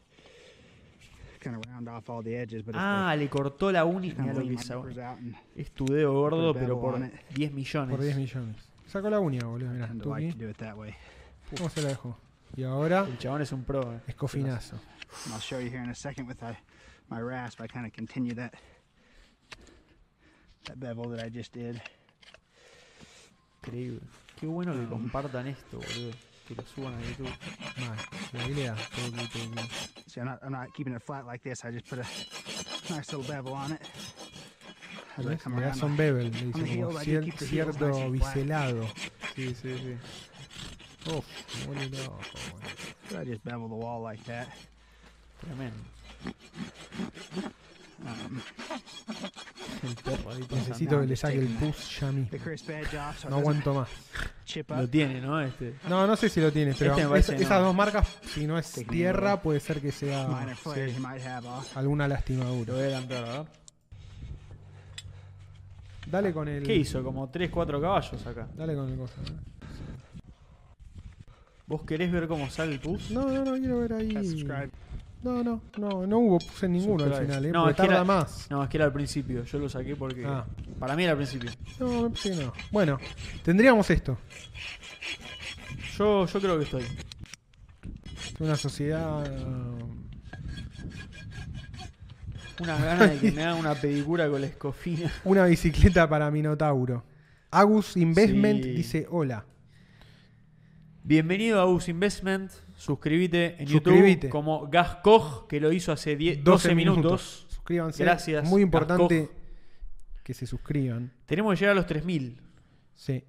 D: kind of round off all the edges. But
B: Ah, le cortó la
D: if
B: única.
D: they
B: Mirá
D: kind
B: lo
D: of
B: que
D: leave my
B: hizo.
D: nippers out and
B: Es tu dedo gordo, pero por
D: Put a bevel on
B: 10 millones.
A: Por 10 millones. Sacó la uña, boludo.
B: Ah,
A: Mirá,
D: tend to like to
A: Tuki.
D: do it that way.
A: ¿Cómo se la dejó? Y ahora,
B: El chabón es un pro. ¿eh?
A: escofinazo.
D: And I'll show you here in a second with I, my rasp. I kind of continue that that bevel that I just did.
B: Increíble. Qué bueno
A: Ah.
B: que compartan esto, boludo. Que lo suban a YouTube.
A: Mal. Y ahí le da. Tuki, tuki.
D: See, I'm not, I'm not keeping it flat like this. I just put a nice little bevel on it. As I
A: ¿Ves?
D: come
A: Le das un
D: around,
A: bevel, le
D: I'm
A: dice
D: healed,
A: como
D: I
A: cier-
D: can keep the heels nice
A: cierto
D: and
A: biselado. Sí, sí, sí. Uf, me vuelve loco, boludo.
D: I, I just bevel the wall like that.
B: Tremendo.
A: Ah.
B: El perro ahí pasando.
A: Necesito que le saque el pus ya
D: The
A: mismo.
D: crisp edge off so
A: No
D: it doesn't
A: aguanto más.
D: chip
B: Lo
D: up.
B: tiene, ¿no? Este.
A: No, no sé si lo tiene, pero
B: Este me
A: es-
B: parece no.
A: esas dos marcas, si no es
D: Técnico,
A: tierra,
D: ¿verdad?
A: puede ser que sea
D: Minor flares you might have off.
A: alguna
B: Lo
A: lastimadura.
B: voy a adelantar, ¿verdad?
A: Dale con el.
B: ¿Qué hizo? Como 3, 4 caballos acá.
A: Dale con el cosa. ¿eh?
B: ¿Vos querés ver cómo sale el pus?
A: No, no, no, quiero ver
D: Hit
A: ahí.
D: subscribe.
A: No, no, no, no hubo puse en ninguno al
B: Subscribe.
A: final, ¿eh?
B: No,
A: porque
B: es que
A: tarda
B: era-
A: más.
B: No, es que era al principio. Yo lo saqué porque.
A: Ah.
B: Para mí era al principio.
A: No, me parece que no. Bueno, tendríamos esto.
B: Yo, yo creo que estoy.
A: Una sociedad. um,
B: Unas ganas de que me hagan una pedicura con la escofina.
A: Una bicicleta para Minotauro. Agus Investment
B: Sí.
A: dice: Hola.
B: Bienvenido a US Investment. Suscríbete en
A: Suscribite.
B: YouTube como Gas Koch, que lo hizo hace 10, 12 minutos.
A: Suscríbanse.
B: Gracias,
A: Muy importante
B: Gascoj.
A: que se suscriban.
B: Tenemos que llegar a los 3000.
A: Sí.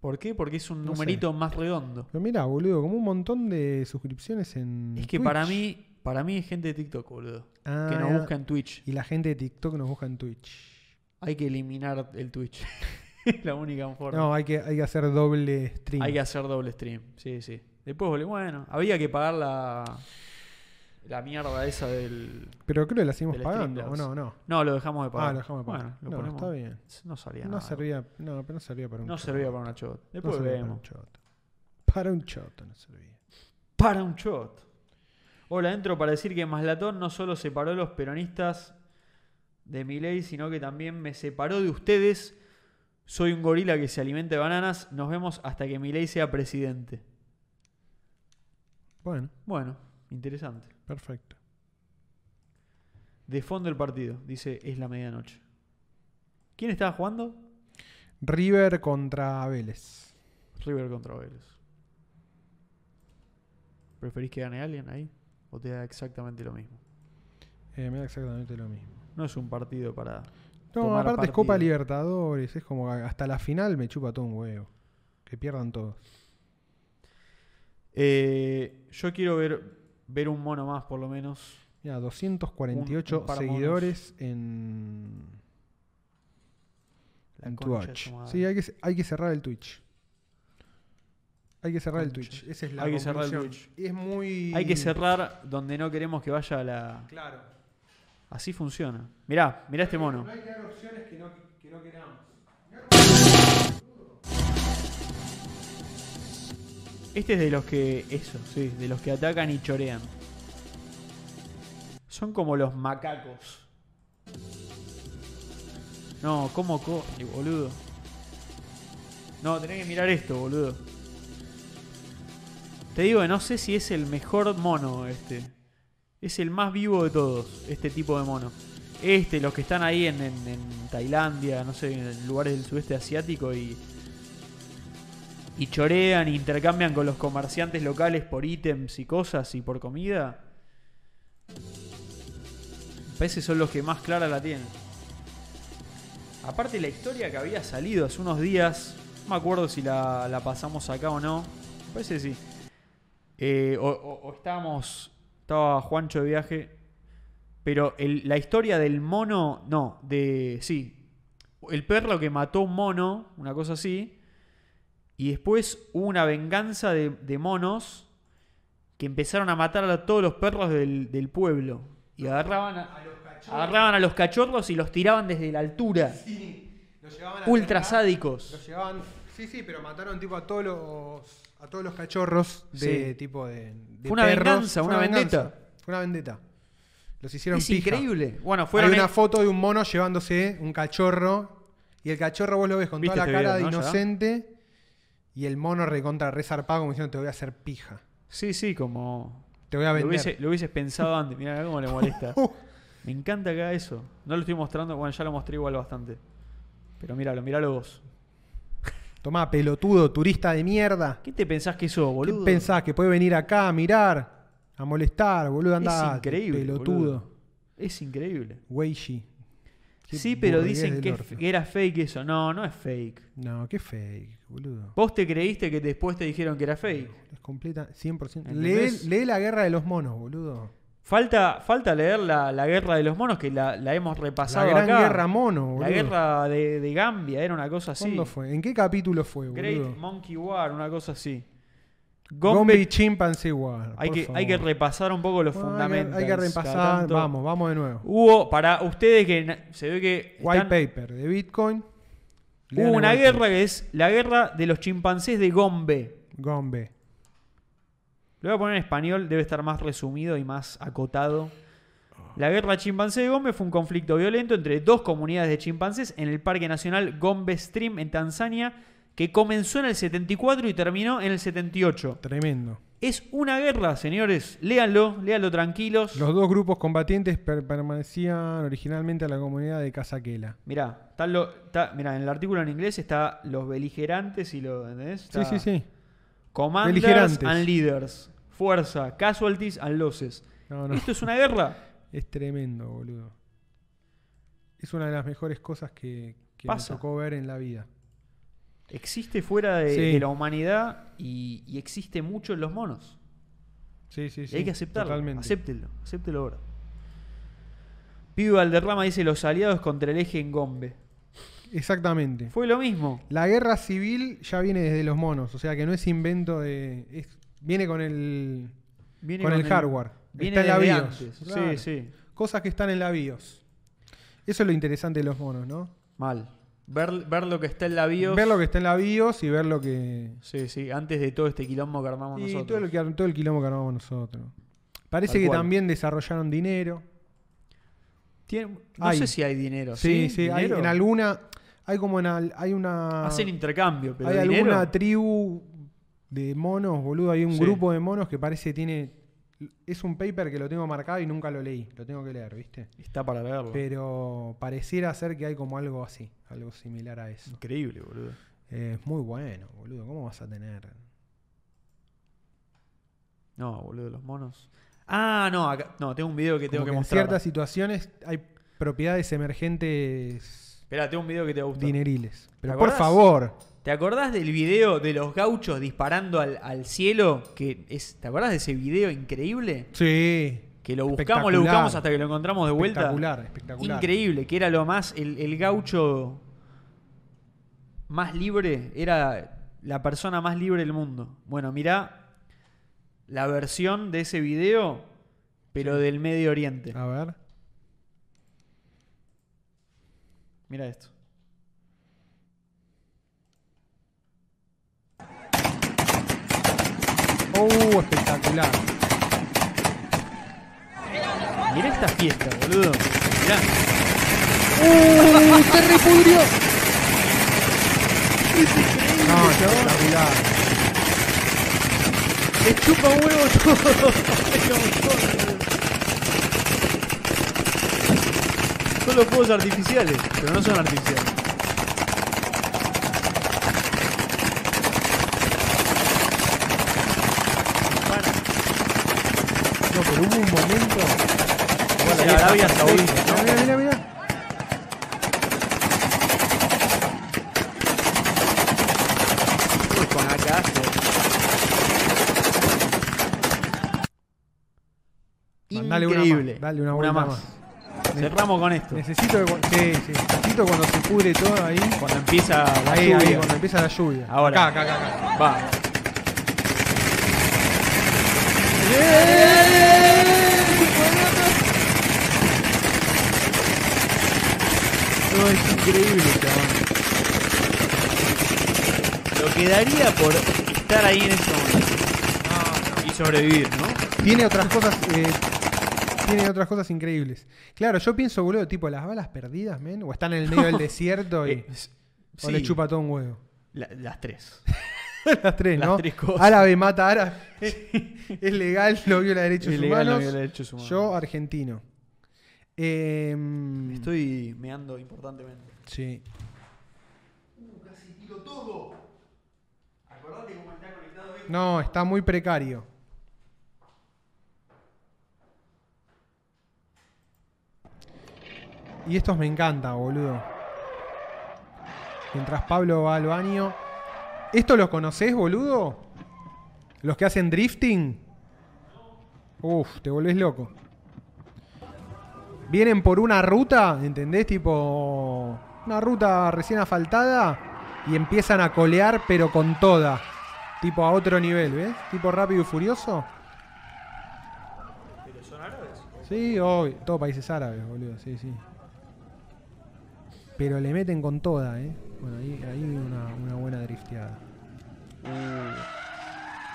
B: ¿Por qué? Porque es un
A: No
B: numerito más redondo.
A: Pero mira, boludo, como un montón de suscripciones en.
B: Es que
A: Twitch.
B: para mí, para mí es gente de TikTok, boludo.
A: Ah,
B: que nos busca en Twitch.
A: Y la gente de TikTok nos busca en Twitch.
B: Hay que eliminar el Twitch. Es la única forma.
A: No, hay que, hay que hacer doble stream.
B: Hay que hacer doble stream. Sí, sí. Después, boludo, bueno, había que pagar la la mierda esa del
A: Pero creo que la seguimos
B: del
A: pagando, ¿o
B: Streamlabs.
A: no? No.
B: No, lo dejamos de pagar.
A: Ah, lo dejamos de pagar.
B: Bueno, lo
A: No,
B: ponemos.
A: está bien.
B: No salía
A: No
B: nada.
A: servía, no, pero no servía para un
B: No
A: choto.
B: servía para una shot. Después
A: servía
B: vemos.
A: Para un choto. Para un choto no servía.
B: Para un shot. Hola, entro para decir que Maslatón no solo separó a los peronistas de mi ley, sino que también me separó de ustedes. Soy un gorila que se alimenta de bananas. Nos vemos hasta que mi ley sea presidente.
A: Bueno,
B: Bueno, interesante.
A: perfecto.
B: De fondo el partido, dice, es la medianoche. ¿Quién estaba jugando?
A: River contra Vélez.
B: River contra Vélez. ¿Preferís que gane alguien ahí? O te da exactamente lo mismo.
A: Eh, me da exactamente lo mismo.
B: No es un partido para.
A: No,
B: tomar
A: aparte es Copa
B: partido.
A: Libertadores, es como que hasta la final me chupa todo un huevo. Que pierdan todos.
B: Eh, yo quiero ver, ver un mono más, por lo menos.
A: Mira, 248
B: Un- un par de
A: seguidores en,
B: La
A: en
B: concha de
A: Twitch.
B: su madre.
A: Sí, hay que, hay que cerrar el Twitch. Hay que cerrar el
B: Concha.
A: Twitch. Esa es la
B: Hay que cerrar el
A: conclusión. Es muy.
B: Hay que cerrar donde no queremos que vaya la.
A: Claro.
B: Así funciona. Mirá, mirá este mono.
A: hay que dar opciones que no, que no queramos.
B: Este es de los que. Eso, sí, de los que atacan y chorean. Son como los macacos. No, ¿cómo corre, boludo? No, tenés que mirar esto, boludo. Te digo que no sé si es el mejor mono este. Es el más vivo de todos, este tipo de mono. Este, los que están ahí en, en- en Tailandia, no sé, en lugares del sudeste asiático y y chorean, intercambian con los comerciantes locales por ítems y cosas y por comida. Me Parece que son los que más clara la tienen. Aparte la historia que había salido hace unos días, no me acuerdo si la, la pasamos acá o no. Me Parece que sí. Eh, o, o- o estábamos, estaba Juancho de viaje. Pero el- la historia del mono, no, de, sí. El perro que mató un mono, una cosa así. Y después hubo una venganza de, de monos que empezaron a matar a todos los perros del, del pueblo. Y agarraban a, agarraban a los cachorros y los tiraban desde la altura. Ultra
A: Los
B: sádicos.
A: llevaban. Sí, sí, pero mataron tipo a todos los. A todos los cachorros de
B: Sí.
A: tipo de. de
B: Fue una
A: perros.
B: venganza, una
A: venganza.
B: vendetta.
A: Fue una vendetta. Los hicieron
B: Es
A: pija.
B: increíble. Bueno,
A: Hay
B: fueron e-
A: una
B: en-
A: foto de un mono llevándose un cachorro. Y el cachorro vos lo ves con
B: Viste
A: toda la
B: este
A: cara
B: video,
A: de
B: ¿no? Ya.
A: inocente. Y el mono recontra resarpado como diciendo te voy a hacer pija.
B: Sí, sí, como.
A: Te voy a
B: Lo,
A: vender.
B: hubiese- lo hubieses pensado antes. Mira cómo le molesta.
A: Uh,
B: Me encanta que haga eso. No lo estoy mostrando. Bueno, ya lo mostré igual bastante. Pero míralo, míralo vos.
A: tomá, pelotudo, turista de mierda.
B: ¿Qué te pensás que sos,
A: ¿Qué
B: boludo?
A: pensás? Que puede venir acá a mirar, a molestar, boludo, anda.
B: es increíble.
A: Pelotudo.
B: boludo. Es increíble.
A: Weishi. Qué
B: Sí, pero
A: burgués
B: dicen
A: del
B: que,
A: orto.
B: que era fake eso. No, no es fake.
A: No, qué fake, boludo.
B: Vos te creíste que después te dijeron que era fake.
A: Es completa, 100%. Lee,
B: ¿Entendés?
A: lee la guerra de los monos, boludo.
B: Falta, falta leer la, la guerra de los monos que la, la hemos repasado
A: la gran
B: acá.
A: guerra mono, boludo.
B: la guerra de, de Gambia era una cosa así.
A: ¿Cuándo fue? ¿En qué capítulo fue,
B: Great
A: boludo?
B: Monkey War, una cosa así.
A: Gombe y
B: Gombe,
A: Chimpanzee War.
B: hay
A: por
B: que,
A: favor.
B: hay que repasar un poco los
A: Ah, hay que-
B: fundamentos.
A: Hay que
B: Cada
A: repasar.
B: tanto-
A: Vamos, vamos de nuevo.
B: Hubo, para ustedes que na- se ve que están-
A: White paper de Bitcoin. Lean
B: hubo
A: el
B: una
A: white
B: guerra que es la guerra de los chimpancés de Gombe.
A: paper. Gombe.
B: Lo voy a poner en español, debe estar más resumido y más acotado. La guerra chimpancé de Gombe fue un conflicto violento entre dos comunidades de chimpancés en el Parque Nacional Gombe Stream en Tanzania, que comenzó en el 74 y terminó en el 78.
A: Tremendo.
B: Es una guerra, señores. Léanlo, léanlo tranquilos.
A: Los dos grupos combatientes per- permanecían originalmente a la comunidad de Casaquela.
B: Mirá, está lo- está- mirá, en el artículo en inglés está los beligerantes y lo. ¿entendés?
A: Sí,
B: Está-
A: sí, sí.
B: Commanders
A: Beligerantes.
B: and leaders. Fuerza, casualties and losses.
A: No, no.
B: Esto es una guerra.
A: Es tremendo, boludo. Es una de las mejores cosas que, que me
B: Pasa.
A: tocó ver en la vida.
B: Existe fuera de,
A: Sí.
B: de la humanidad y, y existe mucho en los monos.
A: Sí, sí,
B: Y
A: sí.
B: hay que aceptarlo.
A: Totalmente.
B: Acéptelo, acéptelo ahora. Pibe Valderrama dice los aliados contra el eje en Gombe.
A: Exactamente.
B: Fue lo mismo.
A: La guerra civil ya viene desde los monos, o sea que no es invento de. es- viene con el.
B: Viene
A: Con el hardware.
B: Viene
A: Está en
B: desde
A: la BIOS.
B: antes.
A: Claro.
B: Sí, sí.
A: Cosas que están en la BIOS. Eso es lo interesante de los monos, ¿no?
B: Mal. Ver, ver lo que está en la BIOS.
A: Ver lo que está en la BIOS y ver lo que.
B: Sí, sí. Antes de todo este quilombo que armamos
A: Y
B: nosotros.
A: todo, lo que, todo el quilombo que armamos nosotros. Parece
B: Tal
A: que
B: cual.
A: también desarrollaron dinero.
B: Tiene- no
A: Hay.
B: sé si hay dinero.
A: Sí, sí, hay,
B: ¿Dinero?
A: en alguna. Hay como en. al- Hay una.
B: Hacen intercambio, pero
A: hay
B: dinero.
A: alguna tribu de monos, boludo. Hay un
B: Sí.
A: grupo de monos que parece que tiene. Es un paper que lo tengo marcado y nunca lo leí. Lo tengo que leer, ¿viste?
B: Está para verlo.
A: Pero pareciera ser que hay como algo así. Algo similar a eso.
B: Increíble, boludo.
A: Eh, Es muy bueno, boludo. ¿Cómo vas a tener?
B: No, boludo, los monos. Ah, no, acá- no, tengo un video que tengo
A: Como
B: que,
A: que en
B: mostrar.
A: ciertas situaciones hay propiedades emergentes
B: Espera, tengo un video que te va a gustar.
A: dineriles. Pero
B: ¿Te
A: por
B: acordás?
A: favor,
B: ¿Te acordás del video de los gauchos disparando al, al cielo? Que es, ¿Te acordás de ese video increíble?
A: sí.
B: Que lo buscamos, lo
A: Espectacular.
B: buscamos hasta que lo encontramos de vuelta.
A: Espectacular, espectacular.
B: Increíble, que era lo más. El, el gaucho más libre era la persona más libre del mundo. Bueno, mirá la versión de ese video, pero del Medio Oriente.
A: A ver.
B: Mira esto.
A: Oh, espectacular.
B: Mirá esta fiesta, boludo. Mirá. ¡Uh!
A: No, espectacular.
B: Le chupa un huevo todo. Son los fuegos artificiales, pero no son artificiales.
A: No, pero hubo un momento.
B: Bueno, la Arabia Saudita, ¿no?
A: Mira, mira, mira.
B: Uy, con AK.
A: Mandale una
B: Increíble.
A: más, dale una vuelta
B: Cerramos con esto.
A: Necesito que cu- sí, sí. Necesito cuando se pudre todo ahí.
B: Cuando empieza la
A: Ahí,
B: lluvia.
A: ahí, cuando empieza la lluvia.
B: Ahora.
A: Acá, acá, acá, acá.
B: Va. No, es increíble, chaval. Lo que daría por estar ahí en ese momento. Y sobrevivir, ¿no?
A: Tiene otras cosas. eh, tiene otras cosas increíbles. Claro, yo pienso, boludo, tipo, las balas perdidas, men. O están en el medio del desierto y.
B: Eh, s-
A: O
B: sí,
A: le chupa todo un huevo.
B: la- las tres.
A: Las tres,
B: Las
A: ¿no?
B: tres cosas.
A: Árabe mata árabe. es legal, no viola derechos
B: Es legal,
A: humanos.
B: no viola derechos humanos.
A: Yo, argentino. Em,
B: Estoy meando importantemente.
A: Sí. No, está muy precario. Y estos me encantan, boludo. Mientras Pablo va al baño. ¿Esto los conocés, boludo? ¿Los que hacen drifting? Uf, te volvés loco. Vienen por una ruta, ¿entendés? Tipo. Una ruta recién asfaltada. Y empiezan a colear, pero con toda. Tipo a otro nivel, ¿ves? Tipo rápido y furioso. ¿Pero son árabes? Sí, obvio. Todo países árabes, boludo, sí, sí. Pero le meten con toda, ¿eh? Bueno, ahí, ahí una, una buena drifteada. Uh.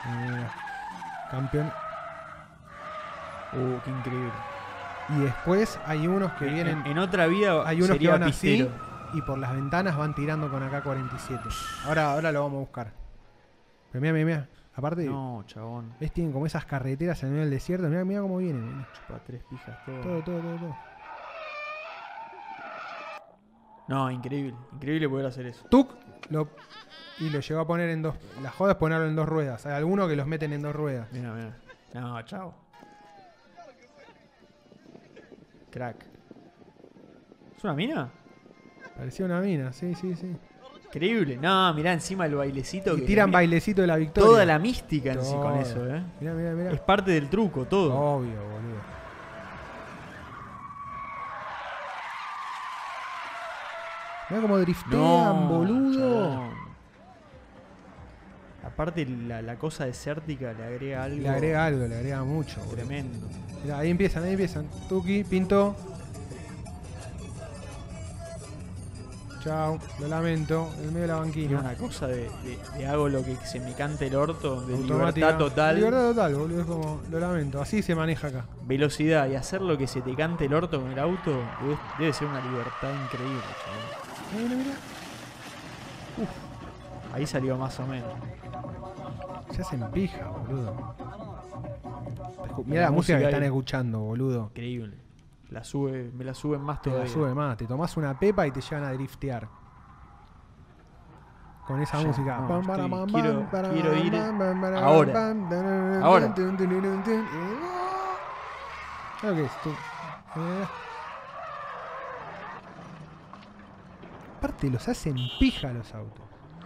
A: Eh, campeón.
B: Uh, qué increíble.
A: Y después hay unos que
B: En,
A: vienen.
B: en otra vida
A: Hay unos que
B: sería
A: van así
B: pistero.
A: y por las ventanas van tirando con AK-47. Ahora, ahora lo vamos a buscar. Pero mira, mira, Aparte,
B: No, chabón.
A: ¿ves? Tienen como esas carreteras en medio del desierto. Mira, mira cómo vienen. mirá.
B: Chupa tres pijas todo.
A: Todo, todo, todo, todo.
B: No, increíble. Increíble poder hacer eso.
A: Tuk lo, y lo llegó a poner en dos. La joda es ponerlo en dos ruedas. Hay algunos que los meten en dos ruedas.
B: Mira, mira. No, chao. Crack. ¿Es una mina?
A: Parecía una mina, sí, sí, sí.
B: Increíble. No, mirá encima el bailecito.
A: Y
B: que-
A: tiran
B: mirá,
A: bailecito de la victoria.
B: Toda la mística en sí
A: Todo.
B: con eso, eh.
A: Mirá, mirá, mirá.
B: Es parte del truco, todo.
A: Obvio, boludo. Mirá cómo driftean, boludo.
B: chabón. Aparte, la, la cosa desértica le agrega algo.
A: Le agrega algo, le agrega mucho, boludo.
B: Tremendo.
A: Mirá, ahí empiezan, ahí empiezan. Tuki, Pinto. Chao, lo lamento. En el medio de la
B: Tiene
A: banquina.
B: una cosa de, de- de hago lo que se me cante el orto, de
A: Automática.
B: libertad total,
A: Libertad total, boludo. Es como, lo lamento. Así se maneja acá.
B: velocidad y hacer lo que se te cante el orto con el auto, debe, debe ser una libertad increíble. chabón.
A: Mirá, mirá, mirá.
B: Ahí salió más o menos.
A: Se hacen pija, boludo. Mira la, música que
B: ahí.
A: están escuchando, boludo.
B: Increíble. La sube, me la suben más
A: Te
B: todavía.
A: la sube más. Te tomás una pepa y te llevan a driftear. Con esa
B: Ya,
A: música.
B: no,
A: Pam,
B: estoy-
A: pam, pam,
B: quiero-
A: pam,
B: quiero ir
A: pam, pam, pam,
B: ahora.
A: pam, tan, tan,
B: Ahora.
A: tan, tan, tan, tan, tan. Claro que es tú. Eh. Aparte los hacen pija los autos.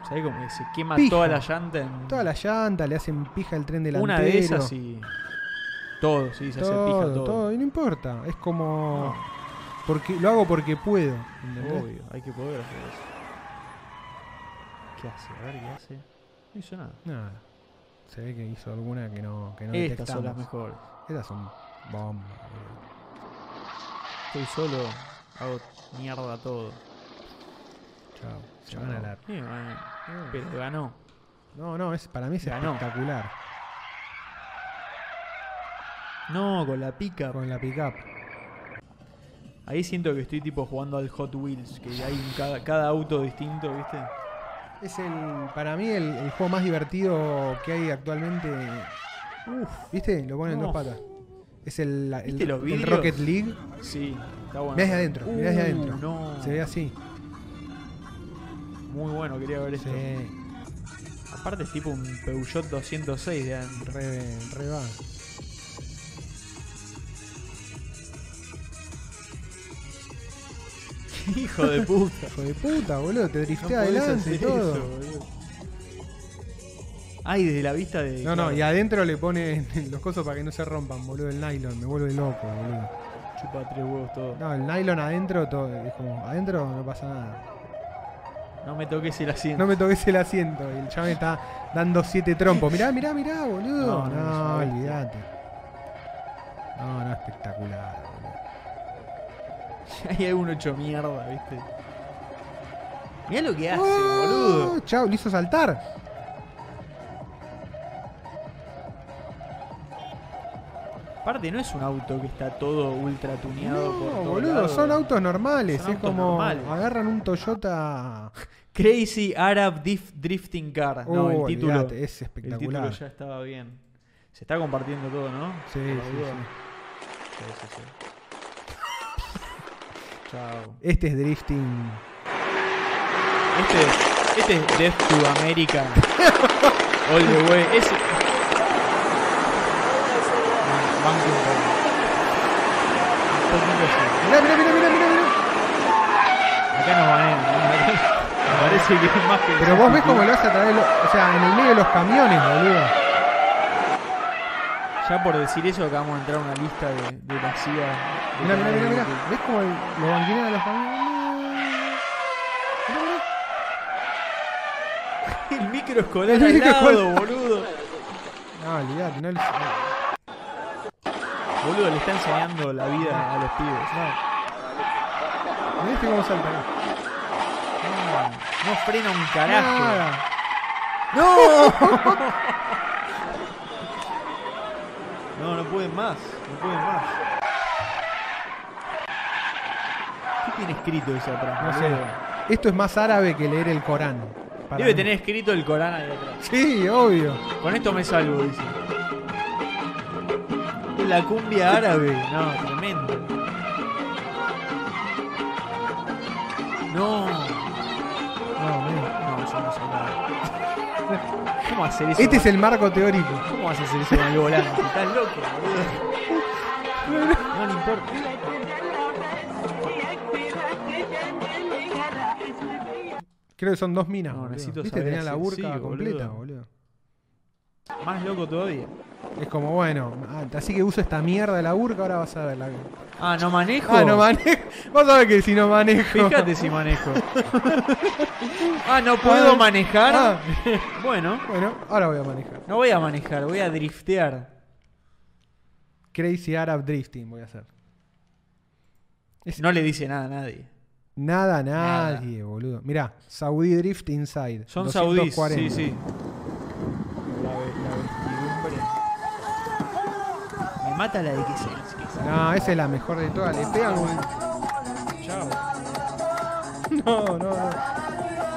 B: ¿Sabés cómo que se quema
A: Pija.
B: toda la llanta? En...
A: Toda la llanta, le hacen pija el tren delantero.
B: Una de esas y. Todo, sí, se
A: todo,
B: hace pija todo.
A: todo, y no importa. Es como... Porque, lo hago porque puedo. ¿entendés?
B: Obvio, hay que poder hacer eso. ¿Qué hace? A ver qué hace. No hizo nada.
A: Nada. Se ve que hizo alguna que no, que no
B: Estas son las
A: detectamos.
B: mejores.
A: Estas son bombas. boludo.
B: Estoy solo, hago mierda todo.
A: Chao. Se van a la...
B: Sí, bueno, Pero ganó.
A: No, no, es, para mí es
B: Ganó.
A: espectacular.
B: No, con la pica.
A: Con la pickup.
B: Ahí siento que estoy tipo jugando al Hot Wheels, que hay un cada, cada auto distinto, ¿viste?
A: Es el, para mí el, el juego más divertido que hay actualmente. Uf, ¿viste? Lo ponen en
B: No.
A: dos patas. Es el, la- el,
B: ¿Viste los
A: el
B: vidrios?
A: Rocket League.
B: Sí, está bueno.
A: Mirá desde adentro, mirá desde
B: Uh,
A: adentro.
B: no.
A: Se ve así.
B: Muy bueno, quería ver esto.
A: Sí,
B: Aparte es tipo un Peugeot 206 de adentro.
A: re, re va.
B: Hijo de puta.
A: Hijo de puta, boludo, te
B: No
A: drifté
B: podés
A: adelante
B: hacer
A: y todo.
B: eso, boludo. Ay, desde la vista de.
A: no, no,
B: claro,
A: y adentro le ponen los cosos para que no se rompan, boludo, el nylon. Me vuelve loco, boludo.
B: Chupa tres huevos todo. No,
A: No, el nylon adentro, todo. Es como, adentro no pasa nada.
B: me toques el asiento.
A: No me toques el asiento. Y el chabón está dando siete trompos. Mirá, mirá, mirá, boludo. No,
B: No, no, es una
A: olvídate. No, no, espectacular, boludo.
B: Hay alguno hecho mierda, ¿viste? Mirá lo que hace,
A: ¡Oh!
B: boludo.
A: Chau, lo hizo saltar.
B: Aparte, no es un auto que está todo ultra tuneado. por
A: No,
B: todo
A: boludo,
B: lado.
A: son autos normales.
B: Son
A: es
B: autos
A: como
B: normales.
A: agarran un Toyota.
B: Crazy Arab Dif- Drifting Car. No, el
A: Oh,
B: título.
A: olvidate, es
B: el título
A: espectacular.
B: ya estaba bien. Se está compartiendo todo, ¿no?
A: Sí,
B: Por la
A: sí,
B: duda.
A: sí.
B: Sí, sí, sí. Chao.
A: Este es drifting.
B: Este, este es Death to America. All the way. Es... Banco un poco. Un poquito sí.
A: Mirá, mirá, mirá, mirá, mirá, mirá.
B: Acá nos van Me parece que es más que.
A: Pero vos ves cómo lo hace a través. de los- o sea, en el medio de los camiones, boludo.
B: Ya por decir eso, acabamos de entrar a una lista de, de la CIA. de
A: Mirá, mirá,
B: canales
A: mirá, mirá.
B: de-
A: ¿Ves cómo el- lo banquinean a los camiones? Mirá, mirá.
B: El micro escolar
A: El
B: al
A: micro
B: lado,
A: escolar.
B: boludo.
A: No, olvidate, no les-
B: Boludo, le está enseñando la vida a los pibes. No,
A: Mirá este cómo salta. mirá.
B: no, no frena un carajo.
A: Nada.
B: No, no pueden más. No pueden más. ¿Qué tiene escrito eso atrás?
A: Ah, No
B: boludo?
A: sé. Esto es más árabe que leer el Corán. para
B: Debe
A: mí.
B: tener escrito el Corán ahí atrás.
A: Sí, obvio.
B: Con esto me salvo, dice. La cumbia árabe. No, tremendo. No.
A: No, mirá.
B: No, yo no sé nada. ¿Cómo hacer eso?
A: Este es el marco teórico.
B: ¿Cómo vas a hacer eso con el volante? Estás loco, boludo. No le importa.
A: Creo que son dos minas.
B: No,
A: boludo.
B: necesito
A: ¿Viste?
B: saber
A: Tenía la
B: así,
A: burka
B: sí,
A: completa,
B: boludo.
A: boludo.
B: Más loco todavía.
A: Es como, bueno, ah, así que uso esta mierda de la burka, ahora vas a ver la.
B: Ah, no manejo.
A: Ah, no manejo. Vos sabés que si no manejo.
B: Fíjate si manejo. ah, no puedo
A: Ah,
B: manejar.
A: ah.
B: Bueno,
A: Bueno, ahora voy a manejar.
B: no voy a manejar, voy a driftear.
A: Crazy Arab Drifting voy a hacer.
B: No le dice nada a nadie.
A: Nada,
B: Nada.
A: nadie, boludo. Mirá, Saudi Drift Inside.
B: Son saudíes.
A: 240.
B: Sí, sí. La ve- la vestidumbre. Me mata la de que se- que se-
A: No, esa es la mejor de todas. Le pegan como el-
B: Chao.
A: No, no, no.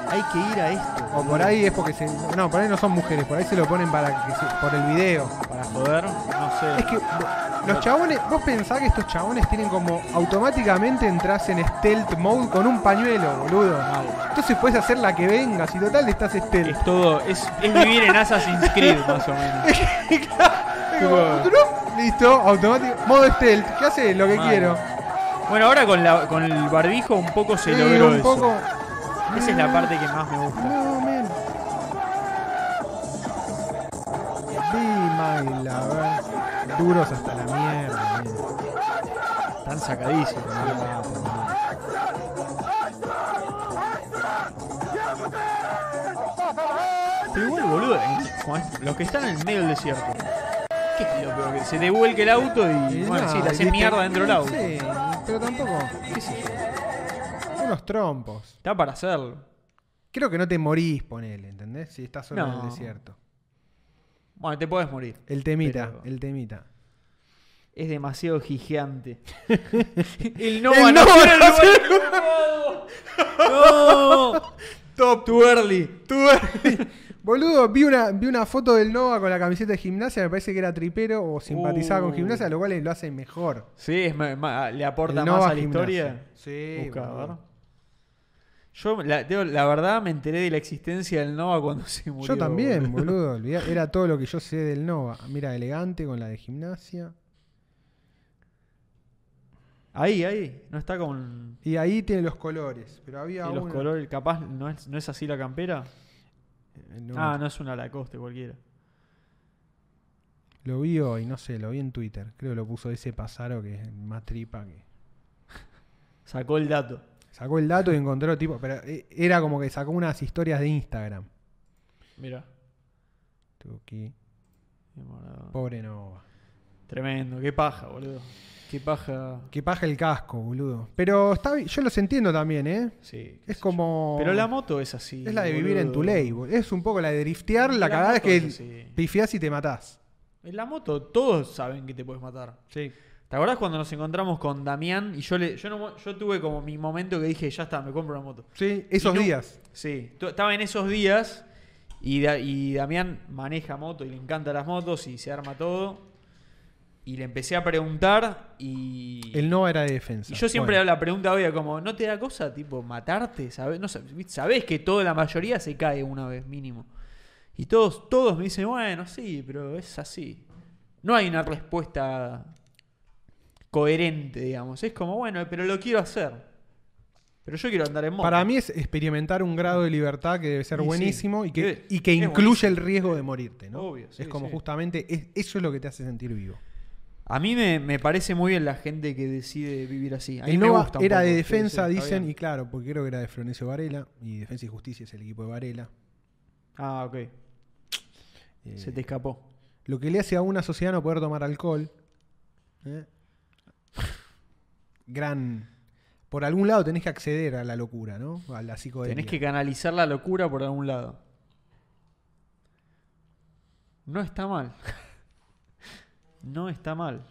B: Hay que ir a esto.
A: O por ahí es porque se. No, por ahí no son mujeres, por ahí se lo ponen para que se... por el video.
B: Para joder, no sé.
A: Es que los chabones, vos pensás que estos chabones tienen como automáticamente entras en stealth mode con un pañuelo, boludo.
B: Mal.
A: Entonces puedes hacer la que vengas y total estás stealth.
B: Es todo, es, es vivir en Assassin's Creed más o menos.
A: es Tipo, Listo, automático. Modo stealth, ¿qué hace? Lo que
B: Mal.
A: quiero.
B: Bueno, ahora con, la- con el barbijo un poco se
A: Eh,
B: logró
A: un
B: eso.
A: poco.
B: Esa es la parte que más me gusta.
A: No, men. Be my lover. Duros hasta la mierda. men.
B: Están sacadísimos.
A: Ah, por favor.
B: Pero igual, boludo, en- Juan, los que están en el medio del desierto. ¿Qué quilombo que se devuelque el auto y.
A: Y
B: Bueno,
A: nada,
B: sí, te haces
A: Eh, ¿viste?
B: mierda dentro del auto.
A: Sí, pero tampoco. ¿Qué sé yo? Unos trompos.
B: Está para hacerlo.
A: Creo que no te morís, ponele, ¿entendés? Si estás solo en
B: No.
A: el desierto.
B: Bueno, te podés morir.
A: El temita,
B: Pero-
A: el temita.
B: Es demasiado gigante. el no
A: El
B: no
A: Nova
B: fue
A: no
B: el
A: fue
B: lugar- ¡No! Top, too early.
A: Boludo, vi una, vi una foto del Nova con la camiseta de gimnasia, me parece que era tripero o simpatizaba con
B: Uh.
A: gimnasia, lo cual lo hace mejor.
B: Sí, es ma- ma- le aporta
A: El
B: más
A: Nova
B: a la
A: Gimnasia.
B: historia.
A: Sí,
B: Busca, a
A: boludo.
B: ver. Yo, la, teo- la verdad, me enteré de la existencia del Nova cuando se murió.
A: yo también, boludo. olvidá- Era todo lo que yo sé del Nova. Mira, elegante con la de gimnasia.
B: Ahí, ahí. No está con
A: Y ahí tiene los colores. Pero había
B: los
A: una-
B: colores. Capaz, ¿no es, ¿no es así la campera?
A: No,
B: Ah, no es una Lacoste cualquiera.
A: Lo vi hoy, no sé, lo vi en Twitter. Creo que lo puso ese pasaro que es más tripa que.
B: Sacó el dato.
A: Sacó el dato y encontró tipo. Pero eh, era como que sacó unas historias de Instagram.
B: Mira.
A: Tuki. Pobre Nova.
B: Tremendo. Qué paja, boludo. Qué paja.
A: Que paja el casco, boludo. Pero está, bi- yo los entiendo también, ¿eh?
B: Sí. qué
A: Es
B: sé
A: como.
B: yo. Pero la moto es así.
A: Es la de vivir en tu
B: boludo.
A: ley, bol- Es un poco la de driftear la,
B: La
A: cagada es
B: moto
A: que
B: es así.
A: pifiás y te matás.
B: En la moto todos saben que te puedes matar.
A: Sí.
B: ¿Te acordás cuando nos encontramos con Damián y yo le yo, no, yo tuve como mi momento que dije, ya está, me compro una moto?
A: Sí, esos
B: Y no-
A: días.
B: Sí, tu- estaba en esos días y, Da- y Damián maneja moto y le encantan las motos y se arma todo. Y le empecé a preguntar y...
A: El Nova era de defensa.
B: y yo siempre
A: Bueno.
B: hago la pregunta obvia como, ¿no te da cosa tipo matarte? ¿Sabes? No, sab- sabés que toda la mayoría se cae una vez mínimo. Y todos, todos me dicen, bueno, sí, pero es así. No hay una respuesta coherente, digamos. Es como, bueno, pero lo quiero hacer. Pero yo quiero andar en moto.
A: Para mí es experimentar un grado de libertad que debe ser
B: Y sí.
A: buenísimo y que,
B: Eh,
A: y que
B: es
A: incluye
B: buenísimo.
A: el riesgo de morirte, ¿no?
B: Obvio, sí,
A: es como
B: sí.
A: justamente es- eso es lo que te hace sentir vivo.
B: A mí me, me parece muy bien la gente que decide vivir así. A mí
A: El
B: me
A: Nova
B: gusta un
A: era
B: poco,
A: de
B: sí,
A: defensa,
B: sí, está
A: dicen,
B: bien.
A: y claro, porque creo que era de Florencio Varela, y Defensa y Justicia es el equipo de Varela.
B: Ah, ok.
A: Eh,
B: Se te escapó.
A: Lo que le hace a una sociedad no poder tomar alcohol. ¿eh? Gran. Por algún lado tenés que acceder a la locura, ¿no? A la psicodelia.
B: Tenés que canalizar la locura por algún lado. No está mal. No está mal.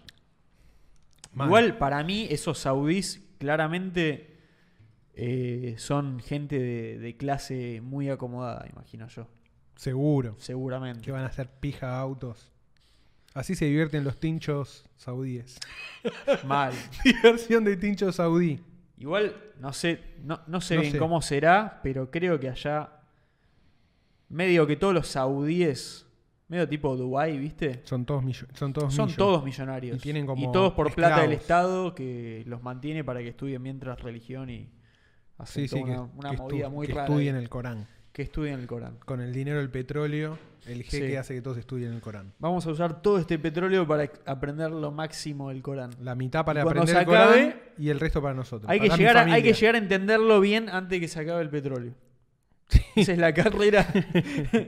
A: Mal.
B: Igual, para mí, esos saudís claramente eh, son gente de, de clase muy acomodada, imagino yo.
A: Seguro. Que
B: Seguramente.
A: van a hacer pija a autos. Así se divierten los tinchos saudíes.
B: Mal.
A: Diversión de tincho saudí.
B: Igual, no sé, no, no sé
A: No
B: bien
A: sé.
B: cómo será, pero creo que allá, medio que todos los saudíes, medio tipo Dubai, ¿viste?
A: Son todos millones. Son todos.
B: Son
A: millo.
B: todos millonarios.
A: Y tienen como
B: todos por plata del
A: esclavos.
B: Estado que los mantiene para que estudien mientras religión y hacen
A: Sí, sí,
B: toda
A: que,
B: una, una
A: que
B: movida
A: estu-
B: muy
A: que
B: rara.
A: estudien
B: ahí.
A: el Corán.
B: Que estudien el Corán.
A: Con el dinero del petróleo, el jeque
B: Sí.
A: hace que todos estudien el Corán.
B: Vamos a usar todo este petróleo para ex- aprender lo máximo del Corán.
A: La mitad para
B: Y cuando
A: aprender el
B: se acabe,
A: Corán y el resto para nosotros.
B: Hay que,
A: Para mi
B: llegar a, hay
A: familia.
B: que llegar a entenderlo bien antes de que se acabe el petróleo. Esa es la carrera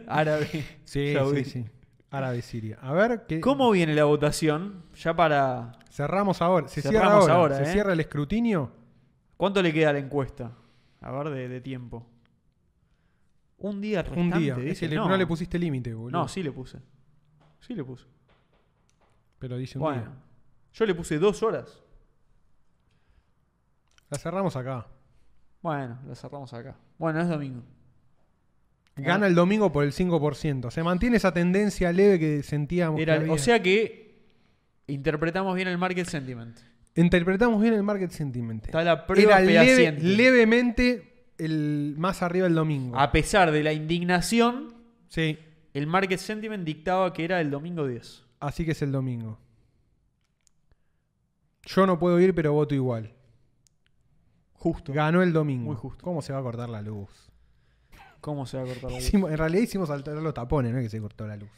B: árabe.
A: Sí,
B: saudí.
A: sí, sí. Árabe Siria. A ver, ¿qué-
B: ¿Cómo viene la votación? Ya para.
A: cerramos ahora? Se cierra
B: Cerramos
A: ahora.
B: ahora,
A: ¿Se
B: ¿eh?
A: cierra el escrutinio?
B: ¿Cuánto le queda a la encuesta? A ver, de, de tiempo. Un día
A: Un
B: restante.
A: día. Es
B: Pues dice.
A: que le- no. le pusiste límite, boludo.
B: No, sí le puse. Sí le puse.
A: Pero dice un
B: bueno.
A: día.
B: Yo le puse dos horas.
A: La cerramos acá.
B: Bueno, la cerramos acá. Bueno, es domingo.
A: Gana el domingo por el 5%. Se mantiene esa tendencia leve que sentíamos.
B: Era-
A: que había.
B: o sea que interpretamos bien el market sentiment.
A: Interpretamos bien el market sentiment.
B: Está la prueba
A: Era leve-
B: fehaciente.
A: levemente el más arriba el domingo.
B: A pesar de la indignación,
A: Sí.
B: el market sentiment dictaba que era el domingo 10.
A: Así que es el domingo. Yo no puedo ir, pero voto igual.
B: Justo.
A: Ganó el domingo.
B: Muy justo.
A: ¿Cómo se va a cortar la luz?
B: ¿Cómo se va a cortar la luz?
A: Hicimos- en realidad hicimos saltar los tapones, ¿no? es Que se cortó la luz.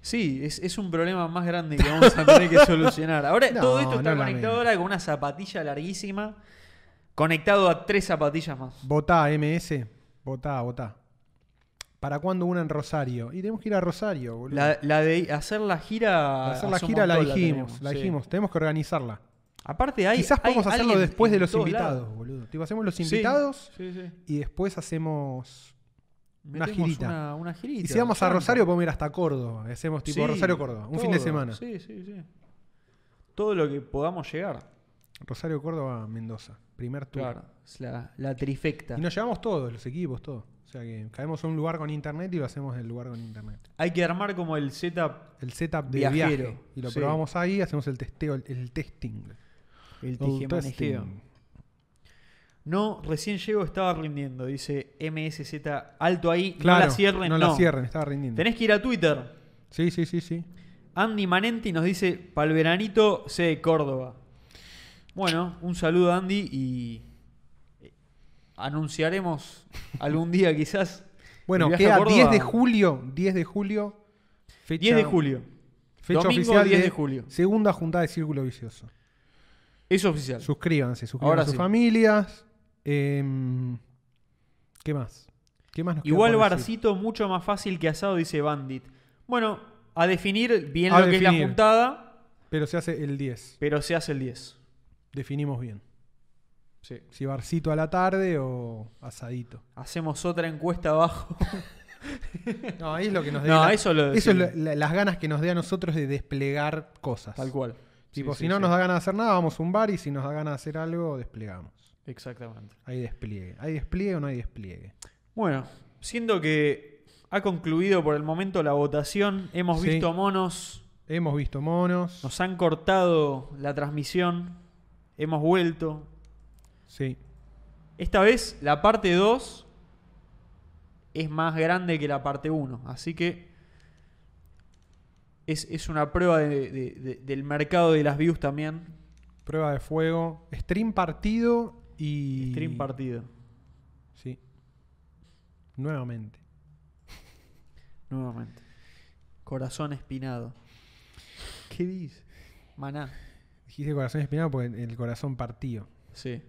B: Sí, es, es un problema más grande que vamos a tener que solucionar. Ahora
A: No,
B: todo esto está
A: no lo
B: conectado
A: lamento.
B: ahora con una zapatilla larguísima, conectado a tres zapatillas más.
A: Votá, MS. Votá, votá. ¿Para cuándo una en Rosario? Y tenemos que ir a Rosario, boludo.
B: La, la de hacer la gira.
A: Hacer la
B: hace un
A: gira la
B: montón
A: dijimos, la,
B: tenemos, sí.
A: dijimos. Tenemos que organizarla.
B: Aparte hay.
A: Quizás
B: hay
A: podemos hacerlo
B: alguien
A: después de
B: en
A: los
B: todos
A: invitados,
B: lados.
A: boludo. Tipo, hacemos los
B: Sí,
A: invitados
B: Sí, sí.
A: y después hacemos. Una
B: Metemos
A: girita.
B: Una, una girita,
A: Y si vamos a
B: tranca.
A: Rosario, podemos ir hasta Córdoba. Hacemos tipo
B: Sí,
A: Rosario-Córdoba, un fin de
B: todo.
A: semana.
B: Sí, sí, sí. Todo lo que podamos llegar.
A: Rosario-Córdoba-Mendoza, primer tour.
B: Claro. Es la, la trifecta.
A: Y nos llevamos todos, los equipos, todo. O sea que caemos a un lugar con internet y lo hacemos en el lugar con internet.
B: Hay que armar como el setup.
A: El setup de
B: Viajero,
A: viaje. Y lo
B: sí.
A: probamos ahí, hacemos el testeo, el, el testing.
B: El
A: El
B: tijemanejeo. No, recién llego, estaba rindiendo. Dice MSZ, alto ahí,
A: Claro,
B: no la cierren.
A: No la cierren, estaba rindiendo.
B: Tenés que ir a Twitter.
A: Sí, sí, sí, sí.
B: Andy Manenti nos dice, pa'l veranito sé de Córdoba. Bueno, un saludo Andy y eh, anunciaremos algún día quizás. el
A: Bueno,
B: viaje a
A: queda
B: Córdoba.
A: 10 de julio, 10 de julio. Fecha,
B: 10 de julio.
A: Fecha
B: Domingo,
A: oficial
B: 10 de julio.
A: Segunda juntada de Círculo Vicioso.
B: Es oficial.
A: Suscríbanse, suscríbanse
B: Ahora
A: a sus
B: sí.
A: familias. Em, ¿Qué más? ¿Qué más nos queda
B: Igual
A: por decir?
B: barcito mucho más fácil que asado, dice Bandit. Bueno, a definir bien
A: A
B: lo que es la
A: definir.
B: juntada,
A: Pero se hace el 10.
B: pero se hace el 10.
A: Definimos bien.
B: Sí.
A: Si barcito a la tarde o asadito.
B: Hacemos otra encuesta abajo.
A: No, ahí es lo que nos dé
B: No,
A: la-
B: eso lo
A: Eso es
B: decimos.
A: la- la- las ganas que nos dé a nosotros de desplegar cosas.
B: Tal cual.
A: Tipo,
B: Sí,
A: si
B: sí,
A: no
B: sí.
A: nos da ganas de hacer nada, vamos a un bar y si nos da ganas de hacer algo, desplegamos.
B: Exactamente.
A: Hay despliegue. ¿Hay despliegue o no hay despliegue?
B: Bueno, siendo que ha concluido por el momento la votación, hemos
A: Sí.
B: visto monos,
A: Hemos visto monos.
B: nos han cortado la transmisión, hemos vuelto.
A: Sí.
B: Esta vez la parte 2 es más grande que la parte 1, así que es, es una prueba de- de- de- del mercado de las views también.
A: Prueba de fuego. Stream partido y.
B: Stream partido,
A: Sí. Nuevamente.
B: nuevamente. Corazón espinado. ¿Qué dice? Maná.
A: Dijiste corazón espinado porque el corazón partido.
B: Sí,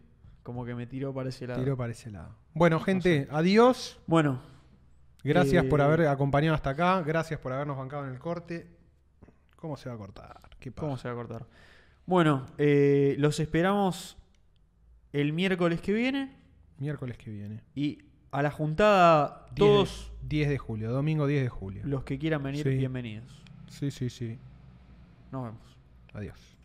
B: como que me tiró para ese lado.
A: Tiro para ese lado. Bueno, gente, adiós.
B: Bueno,
A: Gracias por
B: Eh.
A: haber acompañado hasta acá. Gracias por habernos bancado en el corte. ¿Cómo se va a cortar? ¿Qué
B: ¿cómo
A: pasa?
B: se va a cortar? Bueno, eh, los esperamos el miércoles que viene
A: Miércoles que viene.
B: y a la juntada
A: 10 de-
B: todos
A: 10 de julio. Domingo 10 de julio.
B: los que quieran venir,
A: Sí.
B: bienvenidos.
A: Sí, sí, sí.
B: Nos vemos.
A: Adiós.